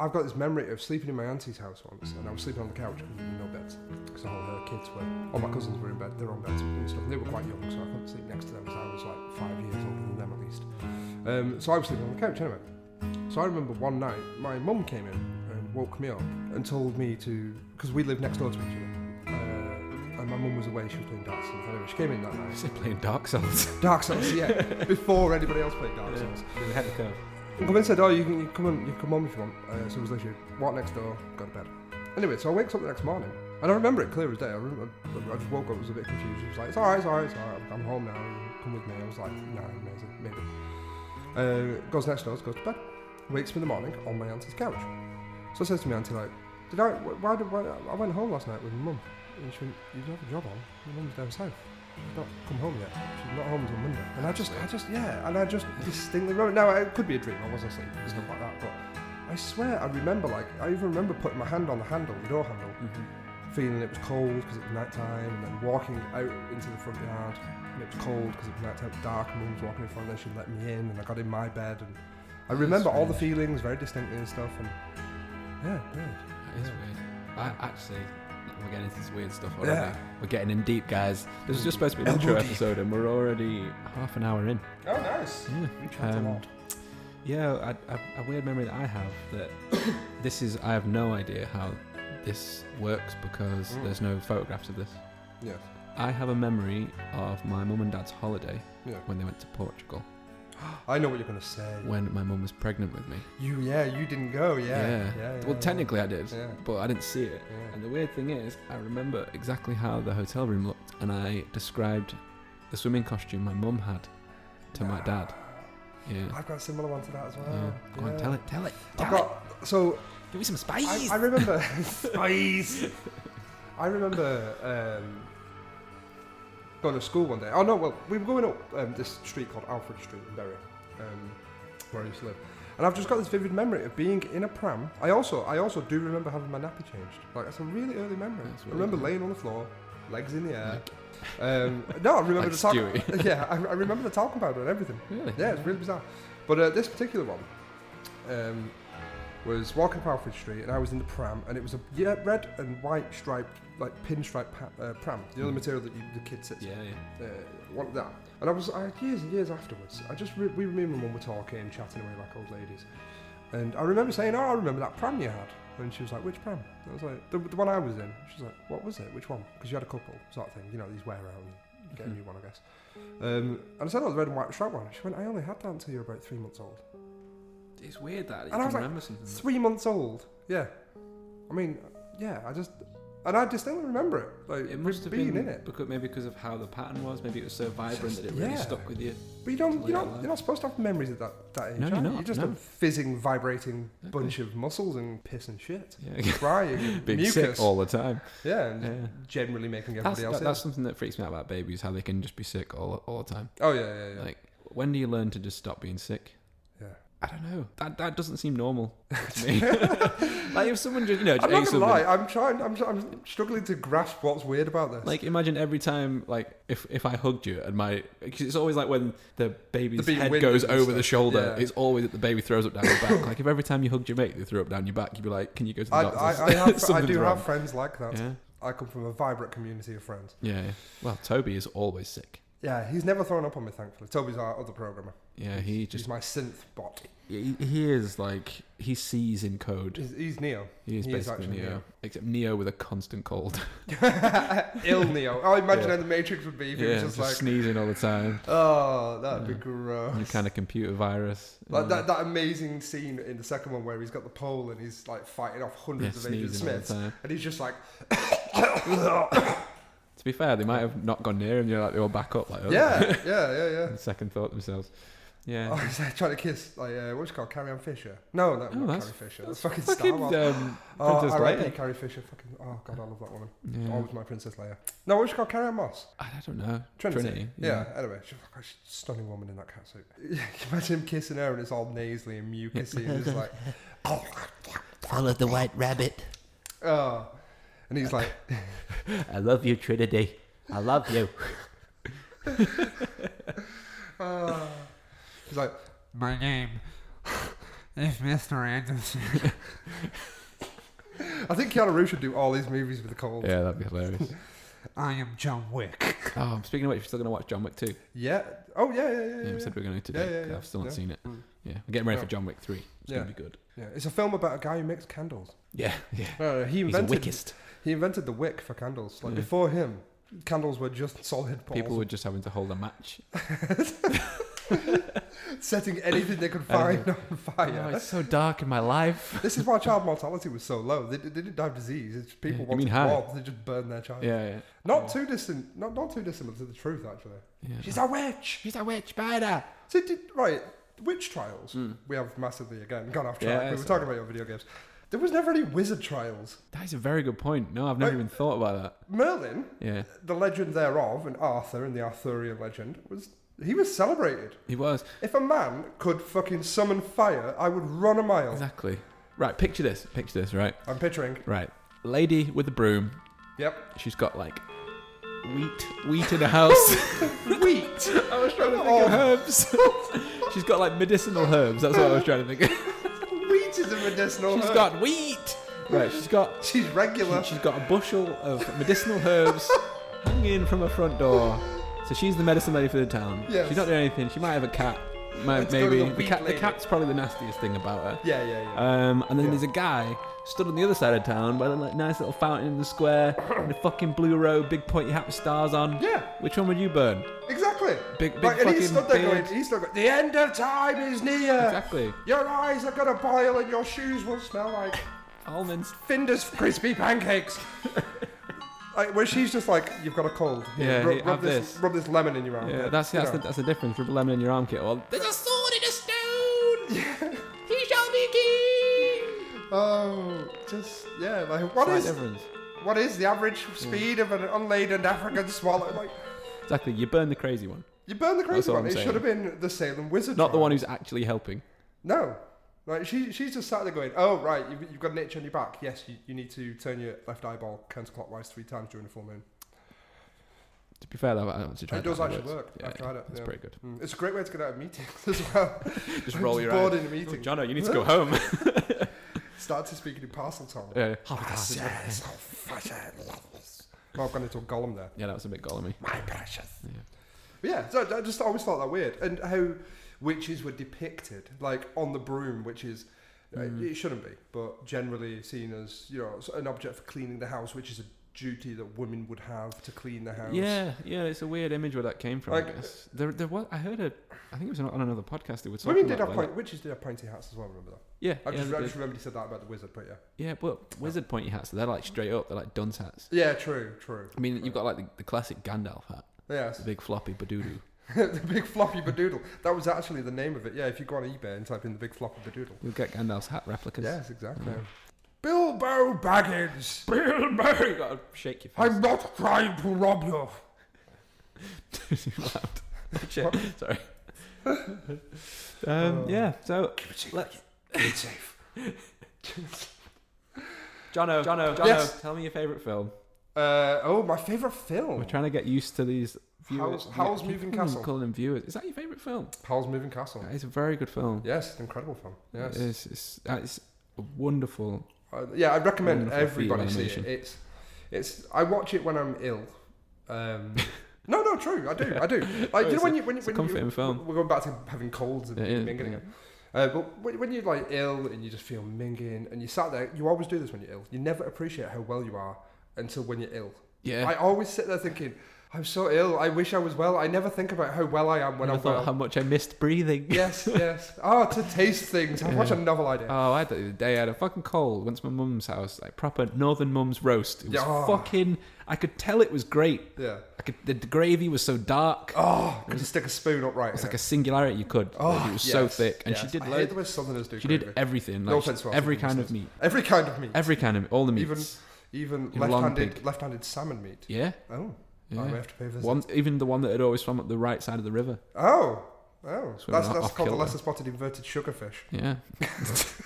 [SPEAKER 2] I've got this memory of sleeping in my auntie's house once, and I was sleeping on the couch because there were no beds. Because all her kids were, all my cousins were in bed, they're on beds and stuff. And they were quite young, so I couldn't sleep next to them because I was like five years older than them at least. Um, so I was sleeping on the couch anyway. So I remember one night, my mum came in and woke me up and told me to, because we lived next door to each other. Uh, and my mum was away, she was playing darts. And anyway, she came in that
[SPEAKER 1] I
[SPEAKER 2] night.
[SPEAKER 1] said playing Dark Souls.
[SPEAKER 2] Dark Souls, yeah, before anybody else played Dark Souls.
[SPEAKER 1] Ahead of curve.
[SPEAKER 2] And Gavin said, "Oh, you can you can come on, you can come on if you want." Uh, so it was literally walk next door, go to bed. Anyway, so I wakes up the next morning, and I remember it clear as day. I, remember, I just woke up, was a bit confused. It was like, "It's all right, it's all right, it's all right. I'm home now. You come with me." I was like, "No, amazing, maybe." Uh, goes next door, goes to bed, wakes me in the morning on my auntie's couch. So I says to my auntie, "Like, did I? wh- Why did why, I went home last night with my mum?" And she went, "You don't have a job on. Your mum's down south. She's not come home yet. She's not home until Monday." And I just, I just, yeah, and I just distinctly remember. Now it could be a dream. I wasn't asleep and stuff like that. But I swear, I remember like I even remember putting my hand on the handle, the door handle,
[SPEAKER 1] Mm-hmm.
[SPEAKER 2] feeling it was cold because it was nighttime, and then walking out into the front yard. And it was cold because it was nighttime, dark. and Mum was walking in front, and then she let me in, and I got in my bed, and I remember all the feelings very distinctly and stuff, and yeah, yeah.
[SPEAKER 1] That is weird. I actually, we're getting into this weird stuff already.
[SPEAKER 2] Yeah.
[SPEAKER 1] We're getting in deep, guys. This is just supposed to be an intro
[SPEAKER 2] Elbow deep.
[SPEAKER 1] episode, and we're already half an hour in.
[SPEAKER 2] Oh, nice.
[SPEAKER 1] Yeah.
[SPEAKER 2] We trapped
[SPEAKER 1] Um,
[SPEAKER 2] a lot.
[SPEAKER 1] Yeah, I, I, a weird memory that I have that this is. I have no idea how this works because
[SPEAKER 2] Mm.
[SPEAKER 1] there's no photographs of this.
[SPEAKER 2] Yeah.
[SPEAKER 1] I have a memory of my mum and dad's holiday
[SPEAKER 2] Yeah.
[SPEAKER 1] when they went to Portugal
[SPEAKER 2] I know what you're gonna say.
[SPEAKER 1] when my mum was pregnant with me.
[SPEAKER 2] You, yeah, you didn't go, yeah.
[SPEAKER 1] Yeah. well,
[SPEAKER 2] yeah.
[SPEAKER 1] technically I did,
[SPEAKER 2] Yeah.
[SPEAKER 1] but I didn't see it.
[SPEAKER 2] Yeah.
[SPEAKER 1] And the weird thing is, I remember exactly how the hotel room looked, and I described the swimming costume my mum had to my dad. Yeah.
[SPEAKER 2] I've got a similar one to that as well.
[SPEAKER 1] yeah. Go on,
[SPEAKER 2] Uh, yeah.
[SPEAKER 1] tell it, tell it. Tell
[SPEAKER 2] I've got so
[SPEAKER 1] Give me some spice.
[SPEAKER 2] I, I remember. Spies. I remember um, going to school one day. Oh no, well we were going up um, this street called Alfred Street in Bury, um, where I used to live. And I've just got this vivid memory of being in a pram. I also, I also do remember having my nappy changed. Like that's a really early memory.
[SPEAKER 1] That's
[SPEAKER 2] I
[SPEAKER 1] really
[SPEAKER 2] remember
[SPEAKER 1] good.
[SPEAKER 2] laying on the floor, legs in the air. Um, no, I remember
[SPEAKER 1] Like
[SPEAKER 2] the talc-
[SPEAKER 1] Stewie.
[SPEAKER 2] Yeah, I, I remember the talcum powder and everything.
[SPEAKER 1] Really?
[SPEAKER 2] Yeah, it's really bizarre. But uh, this particular one um, was walking up Alfred Street, and I was in the pram, and it was a ye- red and white striped, like pinstripe pa- uh, pram. You know the
[SPEAKER 1] Mm.
[SPEAKER 2] material that you, the kid sits
[SPEAKER 1] Yeah, yeah.
[SPEAKER 2] uh, what that. And I was I, years and years afterwards. I just re- we remember when we're talking, chatting away like old ladies. And I remember saying, "Oh, I remember that pram you had." And she was like, "Which pram?" I was like, "The, the one I was in." She was like, "What was it? Which one?" Because you had a couple, sort of thing. You know, these wear out and you get a
[SPEAKER 1] Mhm.
[SPEAKER 2] new one, I guess. Um, and I said, "Oh, the red and white striped one." She went, "I only had that until you were about three months old."
[SPEAKER 1] It's weird that you
[SPEAKER 2] And I
[SPEAKER 1] can
[SPEAKER 2] was like,
[SPEAKER 1] remember something.
[SPEAKER 2] Three months old? Yeah. I mean, yeah. I just and I distinctly remember it. Like
[SPEAKER 1] It must have
[SPEAKER 2] being
[SPEAKER 1] been
[SPEAKER 2] in it.
[SPEAKER 1] Because, maybe because of how the pattern was. Maybe it was so vibrant that it really
[SPEAKER 2] Yeah.
[SPEAKER 1] stuck with you.
[SPEAKER 2] But you don't,
[SPEAKER 1] Totally
[SPEAKER 2] you don't,
[SPEAKER 1] alive.
[SPEAKER 2] you're not supposed to have memories at that, that age.
[SPEAKER 1] No,
[SPEAKER 2] are
[SPEAKER 1] you're
[SPEAKER 2] you?
[SPEAKER 1] not,
[SPEAKER 2] You're just a
[SPEAKER 1] no.
[SPEAKER 2] fizzing, vibrating
[SPEAKER 1] Okay.
[SPEAKER 2] bunch of muscles and piss and shit.
[SPEAKER 1] Yeah.
[SPEAKER 2] Crying, and
[SPEAKER 1] Being
[SPEAKER 2] mucus.
[SPEAKER 1] sick all the time.
[SPEAKER 2] yeah, and
[SPEAKER 1] Yeah.
[SPEAKER 2] generally making
[SPEAKER 1] That's,
[SPEAKER 2] everybody
[SPEAKER 1] that-
[SPEAKER 2] else.
[SPEAKER 1] that's
[SPEAKER 2] ill.
[SPEAKER 1] something that freaks me out about babies, how they can just be sick all, all the time.
[SPEAKER 2] Oh yeah, yeah, yeah.
[SPEAKER 1] Like, when do you learn to just stop being sick?
[SPEAKER 2] yeah.
[SPEAKER 1] I don't know. That that doesn't seem normal to me. like, if someone just, you know, just ate
[SPEAKER 2] I'm not gonna
[SPEAKER 1] something-
[SPEAKER 2] lie. I'm trying. I'm, I'm struggling to grasp what's weird about this.
[SPEAKER 1] Like imagine every time, like if if I hugged you and my, because it's always like when the baby's
[SPEAKER 2] The big
[SPEAKER 1] head
[SPEAKER 2] wind
[SPEAKER 1] goes
[SPEAKER 2] and
[SPEAKER 1] over
[SPEAKER 2] stuff.
[SPEAKER 1] the shoulder,
[SPEAKER 2] Yeah.
[SPEAKER 1] it's always that the baby throws up down your back. like if every time you hugged your mate, they threw up down your back, you'd be like, "Can you go to the
[SPEAKER 2] I,
[SPEAKER 1] doctor?"
[SPEAKER 2] I, I, have, I
[SPEAKER 1] Something's
[SPEAKER 2] do
[SPEAKER 1] wrong.
[SPEAKER 2] have friends like that.
[SPEAKER 1] Yeah.
[SPEAKER 2] I come from a vibrant community of friends.
[SPEAKER 1] yeah, yeah. Well, Toby is always sick.
[SPEAKER 2] Yeah, he's never thrown up on me, thankfully. Toby's our other programmer.
[SPEAKER 1] Yeah, he
[SPEAKER 2] He's
[SPEAKER 1] just
[SPEAKER 2] my synth bot.
[SPEAKER 1] he, he is like he sees in code.
[SPEAKER 2] He's, he's Neo.
[SPEAKER 1] He is
[SPEAKER 2] He is
[SPEAKER 1] basically
[SPEAKER 2] actually
[SPEAKER 1] Neo,
[SPEAKER 2] Neo.
[SPEAKER 1] except Neo with a constant cold.
[SPEAKER 2] Ill Neo. I imagine
[SPEAKER 1] Yeah.
[SPEAKER 2] how the Matrix would be if it
[SPEAKER 1] yeah,
[SPEAKER 2] was
[SPEAKER 1] just
[SPEAKER 2] just like
[SPEAKER 1] sneezing all the time.
[SPEAKER 2] Oh, that'd be
[SPEAKER 1] Yeah.
[SPEAKER 2] gross.
[SPEAKER 1] Any kind of computer virus.
[SPEAKER 2] Like that, that amazing scene in the second one where he's got the pole and he's like fighting off
[SPEAKER 1] yeah,
[SPEAKER 2] hundreds of Agent
[SPEAKER 1] sneezing all the
[SPEAKER 2] Smiths,
[SPEAKER 1] time. Oh.
[SPEAKER 2] and he's just like,
[SPEAKER 1] To be fair, they might have not gone near him. You know, like they all back up, like oh.
[SPEAKER 2] yeah, yeah, yeah, yeah.
[SPEAKER 1] and second thought themselves. Yeah.
[SPEAKER 2] Oh, he's like trying to kiss like uh, what's it called Carrie Ann Fisher? No, no,
[SPEAKER 1] Oh,
[SPEAKER 2] not
[SPEAKER 1] that's-
[SPEAKER 2] Carrie Fisher.
[SPEAKER 1] that's
[SPEAKER 2] That's, fucking Star
[SPEAKER 1] Fucking
[SPEAKER 2] Wars.
[SPEAKER 1] um, Princess
[SPEAKER 2] oh, R.I.P.
[SPEAKER 1] Leia.
[SPEAKER 2] Carrie Fisher. Fucking oh god, I love that woman.
[SPEAKER 1] Yeah.
[SPEAKER 2] Always my Princess Leia. No, what's it called Carrie Ann Moss?
[SPEAKER 1] I I don't know.
[SPEAKER 2] Trinity.
[SPEAKER 1] yeah.
[SPEAKER 2] Yeah. Anyway, she's like a stunning woman in that cat suit. Yeah, can you imagine him kissing her and it's all nasally and mucusy and just like,
[SPEAKER 3] Follow the white rabbit.
[SPEAKER 2] oh, and he's like,
[SPEAKER 3] I love you, Trinity. I love you.
[SPEAKER 2] oh. he's like.
[SPEAKER 4] My name is Mr. Anderson.
[SPEAKER 2] I think Keanu Reeves should do all these movies with the cold.
[SPEAKER 1] Yeah, that'd be hilarious.
[SPEAKER 4] I am John Wick.
[SPEAKER 1] oh, I'm speaking of which, you're still going to watch John Wick 2. Yeah,
[SPEAKER 2] Yeah. Oh yeah, yeah, yeah. Yeah,
[SPEAKER 1] we
[SPEAKER 2] yeah.
[SPEAKER 1] said we were going to today.
[SPEAKER 2] yeah, yeah,
[SPEAKER 1] I've still not
[SPEAKER 2] yeah.
[SPEAKER 1] seen it.
[SPEAKER 2] Mm.
[SPEAKER 1] Yeah, I'm getting ready for
[SPEAKER 2] No.
[SPEAKER 1] John Wick 3. It's
[SPEAKER 2] Yeah.
[SPEAKER 1] going to be good.
[SPEAKER 2] yeah. It's a film about a guy who makes candles.
[SPEAKER 1] Yeah, yeah.
[SPEAKER 2] No, no, he
[SPEAKER 3] He's the
[SPEAKER 2] invented
[SPEAKER 3] wickest.
[SPEAKER 2] he invented the wick for candles. Like
[SPEAKER 1] Yeah.
[SPEAKER 2] before him, candles were just solid poles.
[SPEAKER 1] People were just having to hold a match.
[SPEAKER 2] setting anything they could
[SPEAKER 1] Anything.
[SPEAKER 2] find on
[SPEAKER 1] Oh,
[SPEAKER 2] fire.
[SPEAKER 1] it's so dark in my life.
[SPEAKER 2] this is why child mortality was so low. They, they didn't die of disease. It's just people
[SPEAKER 1] you
[SPEAKER 2] wanted
[SPEAKER 1] mean
[SPEAKER 2] to
[SPEAKER 1] high.
[SPEAKER 2] rob, They just burned their child.
[SPEAKER 1] Yeah, yeah.
[SPEAKER 2] Not
[SPEAKER 1] Yeah.
[SPEAKER 2] too distant. Not not too dissimilar to the truth actually.
[SPEAKER 1] yeah.
[SPEAKER 2] She's a witch.
[SPEAKER 1] She's a witch, spider.
[SPEAKER 2] So did, right, witch trials. We have massively again gone off track.
[SPEAKER 1] Hmm. Yeah,
[SPEAKER 2] we were
[SPEAKER 1] so-
[SPEAKER 2] talking about your video games. There was never any wizard trials.
[SPEAKER 1] That is a very good point. No, I've never
[SPEAKER 2] Right.
[SPEAKER 1] even thought about that.
[SPEAKER 2] Merlin,
[SPEAKER 1] Yeah,
[SPEAKER 2] the legend thereof, and Arthur and the Arthurian legend was he was celebrated.
[SPEAKER 1] he was.
[SPEAKER 2] If a man could fucking summon fire, I would run a mile.
[SPEAKER 1] Exactly. Right, picture this. Picture this, right?
[SPEAKER 2] I'm picturing.
[SPEAKER 1] Right. Lady with the broom.
[SPEAKER 2] Yep.
[SPEAKER 1] She's got like wheat, wheat in her house.
[SPEAKER 2] Wheat. Oh, I was trying to
[SPEAKER 1] Like herbs. She's got like medicinal herbs. That's what I was trying to think.
[SPEAKER 2] wheat is a medicinal.
[SPEAKER 1] She's
[SPEAKER 2] herb.
[SPEAKER 1] got wheat. Right. She's got
[SPEAKER 2] She's regular.
[SPEAKER 1] she's got a bushel of medicinal herbs hanging from her front door. So she's the medicine lady for the town.
[SPEAKER 2] Yes.
[SPEAKER 1] She's not doing anything. She might have a cat. Might,
[SPEAKER 2] Let's go to
[SPEAKER 1] maybe
[SPEAKER 2] the
[SPEAKER 1] the,
[SPEAKER 2] wheat
[SPEAKER 1] cat, the
[SPEAKER 2] lady.
[SPEAKER 1] cat's probably the nastiest thing about her.
[SPEAKER 2] yeah, yeah, yeah.
[SPEAKER 1] Um, and then
[SPEAKER 2] Yeah.
[SPEAKER 1] there's a guy stood on the other side of town by the like, nice little fountain in the square, in a fucking blue robe, big pointy hat with stars on.
[SPEAKER 2] Yeah.
[SPEAKER 1] Which one would you burn?
[SPEAKER 2] exactly.
[SPEAKER 1] Big- big
[SPEAKER 2] Like, and he's
[SPEAKER 1] fucking
[SPEAKER 2] stood there
[SPEAKER 1] beard.
[SPEAKER 2] going. He's still going. The end of time is near.
[SPEAKER 1] Exactly.
[SPEAKER 2] Your eyes are gonna boil and your shoes will smell like
[SPEAKER 1] Almonds.
[SPEAKER 2] Finder's crispy pancakes. like, where she's just like, you've got a cold. Here,
[SPEAKER 1] Yeah,
[SPEAKER 2] rub,
[SPEAKER 1] here,
[SPEAKER 2] rub
[SPEAKER 1] have
[SPEAKER 2] this,
[SPEAKER 1] this.
[SPEAKER 2] rub this lemon in your arm.
[SPEAKER 1] Yeah, that's
[SPEAKER 2] you
[SPEAKER 1] that's the,
[SPEAKER 2] know.
[SPEAKER 1] that's the difference. Rub a lemon in your arm, kit. Well, there's a sword in a stone. he shall be king.
[SPEAKER 2] Oh, just yeah. Like what
[SPEAKER 1] Slight
[SPEAKER 2] is
[SPEAKER 1] difference.
[SPEAKER 2] what is the average
[SPEAKER 1] Hmm.
[SPEAKER 2] speed of an unladen African swallow? Like
[SPEAKER 1] Exactly. You burn the crazy one,
[SPEAKER 2] you burn the
[SPEAKER 1] That's
[SPEAKER 2] crazy
[SPEAKER 1] what
[SPEAKER 2] one.
[SPEAKER 1] I'm
[SPEAKER 2] It
[SPEAKER 1] saying.
[SPEAKER 2] should have been the Salem Wizard.
[SPEAKER 1] not the
[SPEAKER 2] trial.
[SPEAKER 1] one who's actually helping.
[SPEAKER 2] No. Like she, she's just sat there going, "Oh right, you've, you've got an itch on your back. Yes, you, you need to turn your left eyeball counterclockwise three times during the full moon.
[SPEAKER 1] To be fair, though, I want to try
[SPEAKER 2] it does
[SPEAKER 1] that
[SPEAKER 2] actually
[SPEAKER 1] afterwards.
[SPEAKER 2] work.
[SPEAKER 1] Yeah,
[SPEAKER 2] I've tried it.
[SPEAKER 1] It's
[SPEAKER 2] yeah.
[SPEAKER 1] pretty good.
[SPEAKER 2] Mm. It's a great way to get out of meetings as well.
[SPEAKER 1] Just
[SPEAKER 2] I'm
[SPEAKER 1] roll
[SPEAKER 2] just
[SPEAKER 1] your
[SPEAKER 2] bored
[SPEAKER 1] eyes.
[SPEAKER 2] in a meeting.
[SPEAKER 1] Jono, you need to go home.
[SPEAKER 2] Start to speak in parcel tongue.
[SPEAKER 1] yeah,
[SPEAKER 2] Yes, oh, fuck it, love this. Oh, I've gone into a golem there.
[SPEAKER 1] yeah, that was a bit golemy.
[SPEAKER 2] My precious.
[SPEAKER 1] Yeah.
[SPEAKER 2] But yeah, so I just always thought that weird. And how witches were depicted, like on the broom, which is. uh,
[SPEAKER 1] Mm.
[SPEAKER 2] It shouldn't be, but generally seen as you know an object for cleaning the house, which is a duty that women would have to clean the house.
[SPEAKER 1] Yeah, yeah, it's a weird image where that came from. I
[SPEAKER 2] Like-
[SPEAKER 1] guess there, there was. I heard a. I think it was on on another podcast. It was talking
[SPEAKER 2] women did have
[SPEAKER 1] about like-
[SPEAKER 2] point, witches did have pointy hats as well. Remember that?
[SPEAKER 1] Yeah,
[SPEAKER 2] I
[SPEAKER 1] yeah,
[SPEAKER 2] just,
[SPEAKER 1] they
[SPEAKER 2] I
[SPEAKER 1] did.
[SPEAKER 2] just remember you said that about the wizard, but yeah.
[SPEAKER 1] yeah, but wizard pointy hats. They're like straight up. They're like dunce hats.
[SPEAKER 2] Yeah, true, true.
[SPEAKER 1] I mean, you've got like the, the classic Gandalf hat,
[SPEAKER 2] Yes,
[SPEAKER 1] the big floppy badoodoo.
[SPEAKER 2] the big floppy badoodle. That was actually the name of it. Yeah, if you go on eBay and type in the big floppy badoodle.
[SPEAKER 1] You'll get Gandalf's hat replicas.
[SPEAKER 2] Yes, exactly.
[SPEAKER 1] Mm.
[SPEAKER 2] Bilbo Baggins,
[SPEAKER 1] Bill Murray, gotta shake your face.
[SPEAKER 2] I'm not trying to rob you.
[SPEAKER 1] Too loud. Shit, Sorry.
[SPEAKER 2] Oh.
[SPEAKER 1] um, yeah. So let's
[SPEAKER 2] It's safe.
[SPEAKER 1] Jono, Jono, Jono,
[SPEAKER 2] Yes.
[SPEAKER 1] tell me your favourite film.
[SPEAKER 2] Uh, oh, my favourite film.
[SPEAKER 1] We're trying to get used to these viewers.
[SPEAKER 2] Howl's- Howl's
[SPEAKER 1] Yeah,
[SPEAKER 2] Moving
[SPEAKER 1] people
[SPEAKER 2] Castle.
[SPEAKER 1] Call them viewers. Is that your favourite film?
[SPEAKER 2] Howl's Moving Castle.
[SPEAKER 1] That is a very good film.
[SPEAKER 2] Yes, an incredible film. Yes.
[SPEAKER 1] It's, it's, that is a wonderful.
[SPEAKER 2] Uh, yeah, I recommend
[SPEAKER 1] Wonderful feat of
[SPEAKER 2] everybody see it.
[SPEAKER 1] animation.
[SPEAKER 2] It's, it's. I watch it when I'm ill. Um, no, no, true. I do. I do. Like, you
[SPEAKER 1] it's
[SPEAKER 2] know when you when, you-
[SPEAKER 1] a
[SPEAKER 2] when
[SPEAKER 1] comforting
[SPEAKER 2] you,
[SPEAKER 1] film.
[SPEAKER 2] We're going back to having colds and
[SPEAKER 1] It is,
[SPEAKER 2] minging
[SPEAKER 1] yeah.
[SPEAKER 2] again. Uh, but when, when you're like ill and you just feel minging and you sat there, you always do this when you're ill. You never appreciate how well you are until when you're ill.
[SPEAKER 1] Yeah.
[SPEAKER 2] I always sit there thinking, I'm so ill. I wish I was well. I never think about how well I am when
[SPEAKER 1] I
[SPEAKER 2] I'm
[SPEAKER 1] thought
[SPEAKER 2] well.
[SPEAKER 1] how much I missed breathing.
[SPEAKER 2] yes, yes. Oh, to taste things. How much a novel idea.
[SPEAKER 1] Oh, I had that the other day. I had a fucking cold. Went to my mum's house, like proper northern mum's roast. It was
[SPEAKER 2] Yeah.
[SPEAKER 1] fucking. I could tell it was great.
[SPEAKER 2] yeah.
[SPEAKER 1] I could, the, the gravy was so dark.
[SPEAKER 2] Oh, could you stick a spoon upright?
[SPEAKER 1] It's like a singularity you could. Like, it was so thick, and she did.
[SPEAKER 2] Ah, I
[SPEAKER 1] loads-
[SPEAKER 2] hate the way Southerners do.
[SPEAKER 1] she did
[SPEAKER 2] gravy.
[SPEAKER 1] everything.
[SPEAKER 2] No
[SPEAKER 1] Like,
[SPEAKER 2] offense to our
[SPEAKER 1] every
[SPEAKER 2] Southern
[SPEAKER 1] kind of meat.
[SPEAKER 2] every kind of meat,
[SPEAKER 1] Every kind of all the meats.
[SPEAKER 2] Even- even
[SPEAKER 1] know, long
[SPEAKER 2] left-handed
[SPEAKER 1] pig.
[SPEAKER 2] left-handed salmon meat.
[SPEAKER 1] yeah.
[SPEAKER 2] Oh,
[SPEAKER 1] Yeah.
[SPEAKER 2] I may have to pay a visit.
[SPEAKER 1] One, even the one that had always swum up the right side of the river.
[SPEAKER 2] Oh, oh,
[SPEAKER 1] Swimming
[SPEAKER 2] that's
[SPEAKER 1] off-
[SPEAKER 2] that's
[SPEAKER 1] off
[SPEAKER 2] called the
[SPEAKER 1] kilter.
[SPEAKER 2] lesser spotted inverted sugarfish.
[SPEAKER 1] Yeah.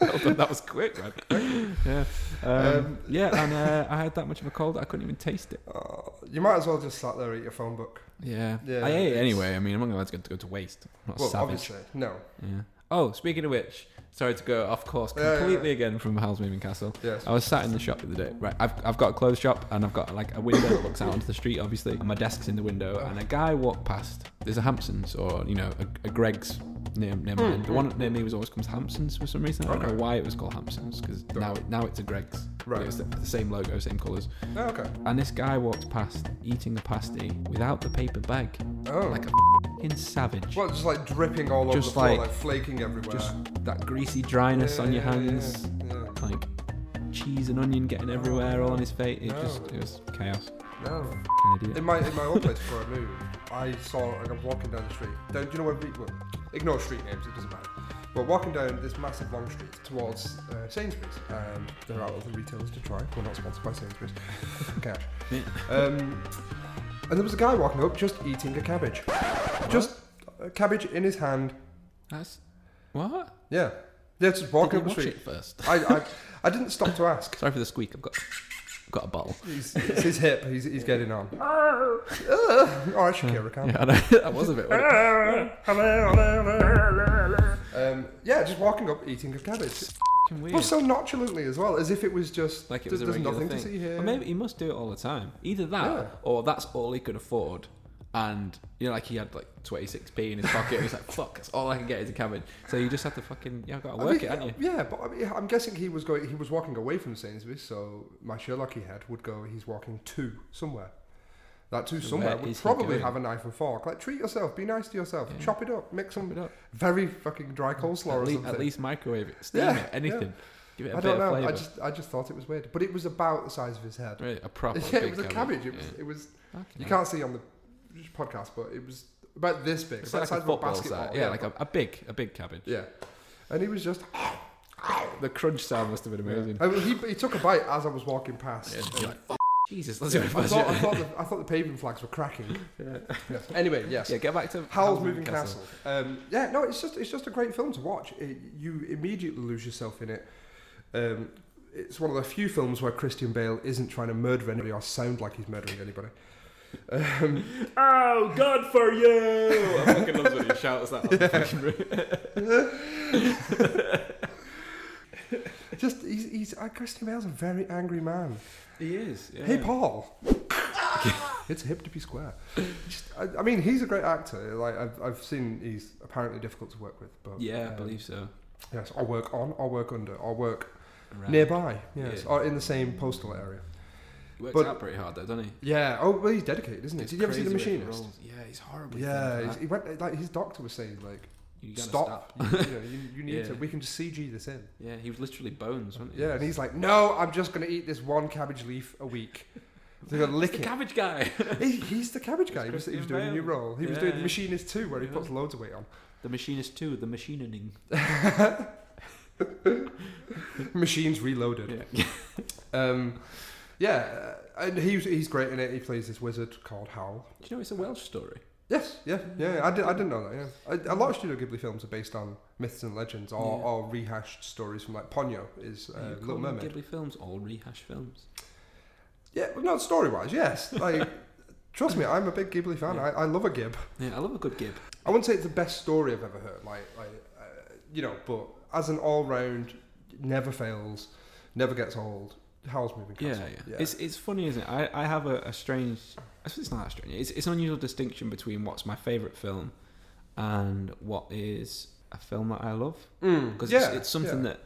[SPEAKER 1] well done, that was quick, man. yeah. Um,
[SPEAKER 2] Um,
[SPEAKER 1] yeah, and uh, I had that much of a cold, I couldn't even taste it.
[SPEAKER 2] Oh, you might as well just sat there eat your phone book.
[SPEAKER 1] Yeah.
[SPEAKER 2] Yeah,
[SPEAKER 1] I ate it
[SPEAKER 2] it's-
[SPEAKER 1] anyway. I mean, I'm not going to go to waste. I'm not a
[SPEAKER 2] well,
[SPEAKER 1] savage.
[SPEAKER 2] obviously, no.
[SPEAKER 1] Yeah. Oh, speaking of which, sorry to go off course
[SPEAKER 2] Yeah, yeah, yeah.
[SPEAKER 1] completely again from Howl's Moving Castle.
[SPEAKER 2] Yes.
[SPEAKER 1] I was sat in the shop the other day. Right, I've, I've got a clothes shop and I've got like a window that looks out onto the street, obviously. And my desk's in the window, and a guy walked past. There's a Hampson's or you know a, a Greg's near near
[SPEAKER 2] Hmm.
[SPEAKER 1] mine. The one near me was always comes Hampson's for some reason. I don't know why it was called Hampson's because now it, now it's a Greg's. But
[SPEAKER 2] Right.
[SPEAKER 1] It was the, the same logo, same colours.
[SPEAKER 2] Oh, okay.
[SPEAKER 1] And this guy walked past eating a pasty without the paper bag,
[SPEAKER 2] Oh,
[SPEAKER 1] like a fing savage.
[SPEAKER 2] well, just like dripping all
[SPEAKER 1] Just
[SPEAKER 2] over the
[SPEAKER 1] like-
[SPEAKER 2] floor, like flaking everywhere.
[SPEAKER 1] Just that greasy dryness
[SPEAKER 2] Yeah,
[SPEAKER 1] on your
[SPEAKER 2] yeah, yeah,
[SPEAKER 1] hands.
[SPEAKER 2] yeah.
[SPEAKER 1] like cheese and onion getting everywhere all on his face. It just it was chaos.
[SPEAKER 2] No.
[SPEAKER 1] Fucking idiot.
[SPEAKER 2] In my in my old place before I moved, I saw like I'm walking down the street. Down, do you know where we well, ignore street names, it doesn't matter. But walking down this massive long street towards uh, Sainsbury's, um, there are other retailers to try. We're not sponsored by Sainsbury's. Cash. Um, and there was a guy walking up just eating a cabbage, just a cabbage in his hand.
[SPEAKER 1] That's what?
[SPEAKER 2] Yeah, yeah, just walking
[SPEAKER 1] Did
[SPEAKER 2] up
[SPEAKER 1] you
[SPEAKER 2] the
[SPEAKER 1] watch
[SPEAKER 2] street.
[SPEAKER 1] it first?
[SPEAKER 2] I, I I didn't stop to ask.
[SPEAKER 1] Sorry for the squeak. I've got got a bottle.
[SPEAKER 2] He's, it's his hip. He's, he's getting on. Oh, Ugh. All right, Shakira, calm
[SPEAKER 1] Yeah, I know. that was a bit. weird.
[SPEAKER 2] Um, yeah, just walking up, eating a cabbage.
[SPEAKER 1] Fucking weird.
[SPEAKER 2] Well, so nonchalantly as well, as if it was just
[SPEAKER 1] Like it
[SPEAKER 2] th-
[SPEAKER 1] was a
[SPEAKER 2] there's
[SPEAKER 1] regular
[SPEAKER 2] nothing
[SPEAKER 1] thing.
[SPEAKER 2] to see here.
[SPEAKER 1] Or maybe he must do it all the time. Either that,
[SPEAKER 2] Yeah.
[SPEAKER 1] or that's all he could afford. And you know, like he had like 26p in his pocket, and he's like, "Fuck, that's all I can get is a cabbage." So you just have to fucking yeah, I've got to
[SPEAKER 2] I
[SPEAKER 1] work
[SPEAKER 2] mean,
[SPEAKER 1] it, haven't you?
[SPEAKER 2] yeah, but I mean, I'm guessing he was going. He was walking away from Sainsbury's, so my Sherlocky head would go. He's walking to somewhere. That to somewhere
[SPEAKER 1] is
[SPEAKER 2] would
[SPEAKER 1] he
[SPEAKER 2] probably
[SPEAKER 1] going?
[SPEAKER 2] have a knife and fork. Like treat yourself, be nice to yourself,
[SPEAKER 1] Yeah.
[SPEAKER 2] chop it up, make
[SPEAKER 1] Chop it
[SPEAKER 2] some
[SPEAKER 1] up.
[SPEAKER 2] very fucking dry coleslaw
[SPEAKER 1] At,
[SPEAKER 2] or
[SPEAKER 1] lea-
[SPEAKER 2] something.
[SPEAKER 1] at least microwave it, steam
[SPEAKER 2] Yeah,
[SPEAKER 1] it, anything. Give it a
[SPEAKER 2] I
[SPEAKER 1] bit
[SPEAKER 2] don't
[SPEAKER 1] of
[SPEAKER 2] know.
[SPEAKER 1] flavor.
[SPEAKER 2] I just I just thought it was weird, but it was about the size of his head.
[SPEAKER 1] Really, a proper
[SPEAKER 2] yeah, it
[SPEAKER 1] big
[SPEAKER 2] was a cabbage. It was it was
[SPEAKER 1] Yeah.
[SPEAKER 2] You can't see on the podcast, but it was about this big.
[SPEAKER 1] It's
[SPEAKER 2] about
[SPEAKER 1] like a
[SPEAKER 2] the size of a
[SPEAKER 1] football
[SPEAKER 2] basketball.
[SPEAKER 1] size. Yeah, like a, a big, a big cabbage.
[SPEAKER 2] yeah. And he was just
[SPEAKER 1] the crunch sound must have been amazing.
[SPEAKER 2] I mean, he, he took a bite as I was walking past.
[SPEAKER 1] You're like, "F- Jesus, let's go
[SPEAKER 2] I,
[SPEAKER 1] fast.
[SPEAKER 2] thought, I, thought the, I thought the paving flags were cracking. Yes. Anyway, yes.
[SPEAKER 1] Yeah, get back to
[SPEAKER 2] Howl's Moving Castle. Um, yeah, no, it's just it's just a great film to watch. It, you immediately lose yourself in it. Um, it's one of the few films where Christian Bale isn't trying to murder anybody or sound like he's murdering anybody. Um,
[SPEAKER 1] Oh, God for you! I fucking love when he shouts that. On the fucking roof.
[SPEAKER 2] just he's, he's uh, Christian Bale's a very angry man.
[SPEAKER 1] He is. Yeah.
[SPEAKER 2] Hey, Paul. it's hip to be square. Just, I, I mean, he's a great actor. Like I've, I've seen, he's apparently difficult to work with, but
[SPEAKER 1] Yeah, I
[SPEAKER 2] um,
[SPEAKER 1] believe so.
[SPEAKER 2] yes, or work on, or work under, or work
[SPEAKER 1] Right.
[SPEAKER 2] nearby, yes,
[SPEAKER 1] Yeah.
[SPEAKER 2] or in the same postal area.
[SPEAKER 1] He works
[SPEAKER 2] but-
[SPEAKER 1] out pretty hard, though, doesn't he?
[SPEAKER 2] Yeah. Oh, well, he's dedicated, isn't he?
[SPEAKER 1] It's
[SPEAKER 2] Did you ever see The
[SPEAKER 1] crazy when he
[SPEAKER 2] Machinist?
[SPEAKER 1] rolls. Yeah, he's horrible.
[SPEAKER 2] Yeah, he's, he went like his doctor was saying like,
[SPEAKER 1] uh, you gotta
[SPEAKER 2] stop. you, you know, you, you need
[SPEAKER 1] Yeah.
[SPEAKER 2] to. We can just CG this in.
[SPEAKER 1] Yeah, he was literally bones, wasn't he?
[SPEAKER 2] Yeah, and he's like, no, I'm just gonna eat this one cabbage leaf a week. They're gonna lick
[SPEAKER 1] the
[SPEAKER 2] it.
[SPEAKER 1] cabbage guy.
[SPEAKER 2] he, he's the cabbage guy. He was, he was
[SPEAKER 1] Christian
[SPEAKER 2] doing a new
[SPEAKER 1] Bale.
[SPEAKER 2] role. He was
[SPEAKER 1] Yeah,
[SPEAKER 2] doing
[SPEAKER 1] yeah.
[SPEAKER 2] Machinist 2, where he
[SPEAKER 1] Yeah.
[SPEAKER 2] puts loads of weight on.
[SPEAKER 1] the machinist too. The machining.
[SPEAKER 2] Machines Reloaded.
[SPEAKER 1] Yeah.
[SPEAKER 2] Yeah, um, yeah uh, and he's, he's great in it. He plays this wizard called Howl.
[SPEAKER 1] Do you know it's a Welsh story?
[SPEAKER 2] Yes, yeah, yeah. yeah. I, did, I didn't know that. Yeah, a, a lot of Studio Ghibli films are based on myths and legends, or,
[SPEAKER 1] Yeah.
[SPEAKER 2] or rehashed stories from like Ponyo is
[SPEAKER 1] You
[SPEAKER 2] uh,
[SPEAKER 1] call
[SPEAKER 2] Little
[SPEAKER 1] them
[SPEAKER 2] Mermaid.
[SPEAKER 1] Ghibli films, all rehash films.
[SPEAKER 2] Yeah, well, not story wise. Yes, like trust me, I'm a big Ghibli fan.
[SPEAKER 1] Yeah.
[SPEAKER 2] I, I love a Ghib.
[SPEAKER 1] Yeah, I love a good Ghib.
[SPEAKER 2] I wouldn't say it's the best story I've ever heard, like, like uh, you know, but as an all round, never fails, never gets old. Howl's Moving
[SPEAKER 1] Yeah,
[SPEAKER 2] Castle.
[SPEAKER 1] yeah. It's it's funny, isn't it? I, I have a, a strange. I suppose it's not that strange. It's it's an unusual distinction between what's my favorite film, and what is a film that I love.
[SPEAKER 2] Mm,
[SPEAKER 1] Because
[SPEAKER 2] yeah,
[SPEAKER 1] it's, it's something that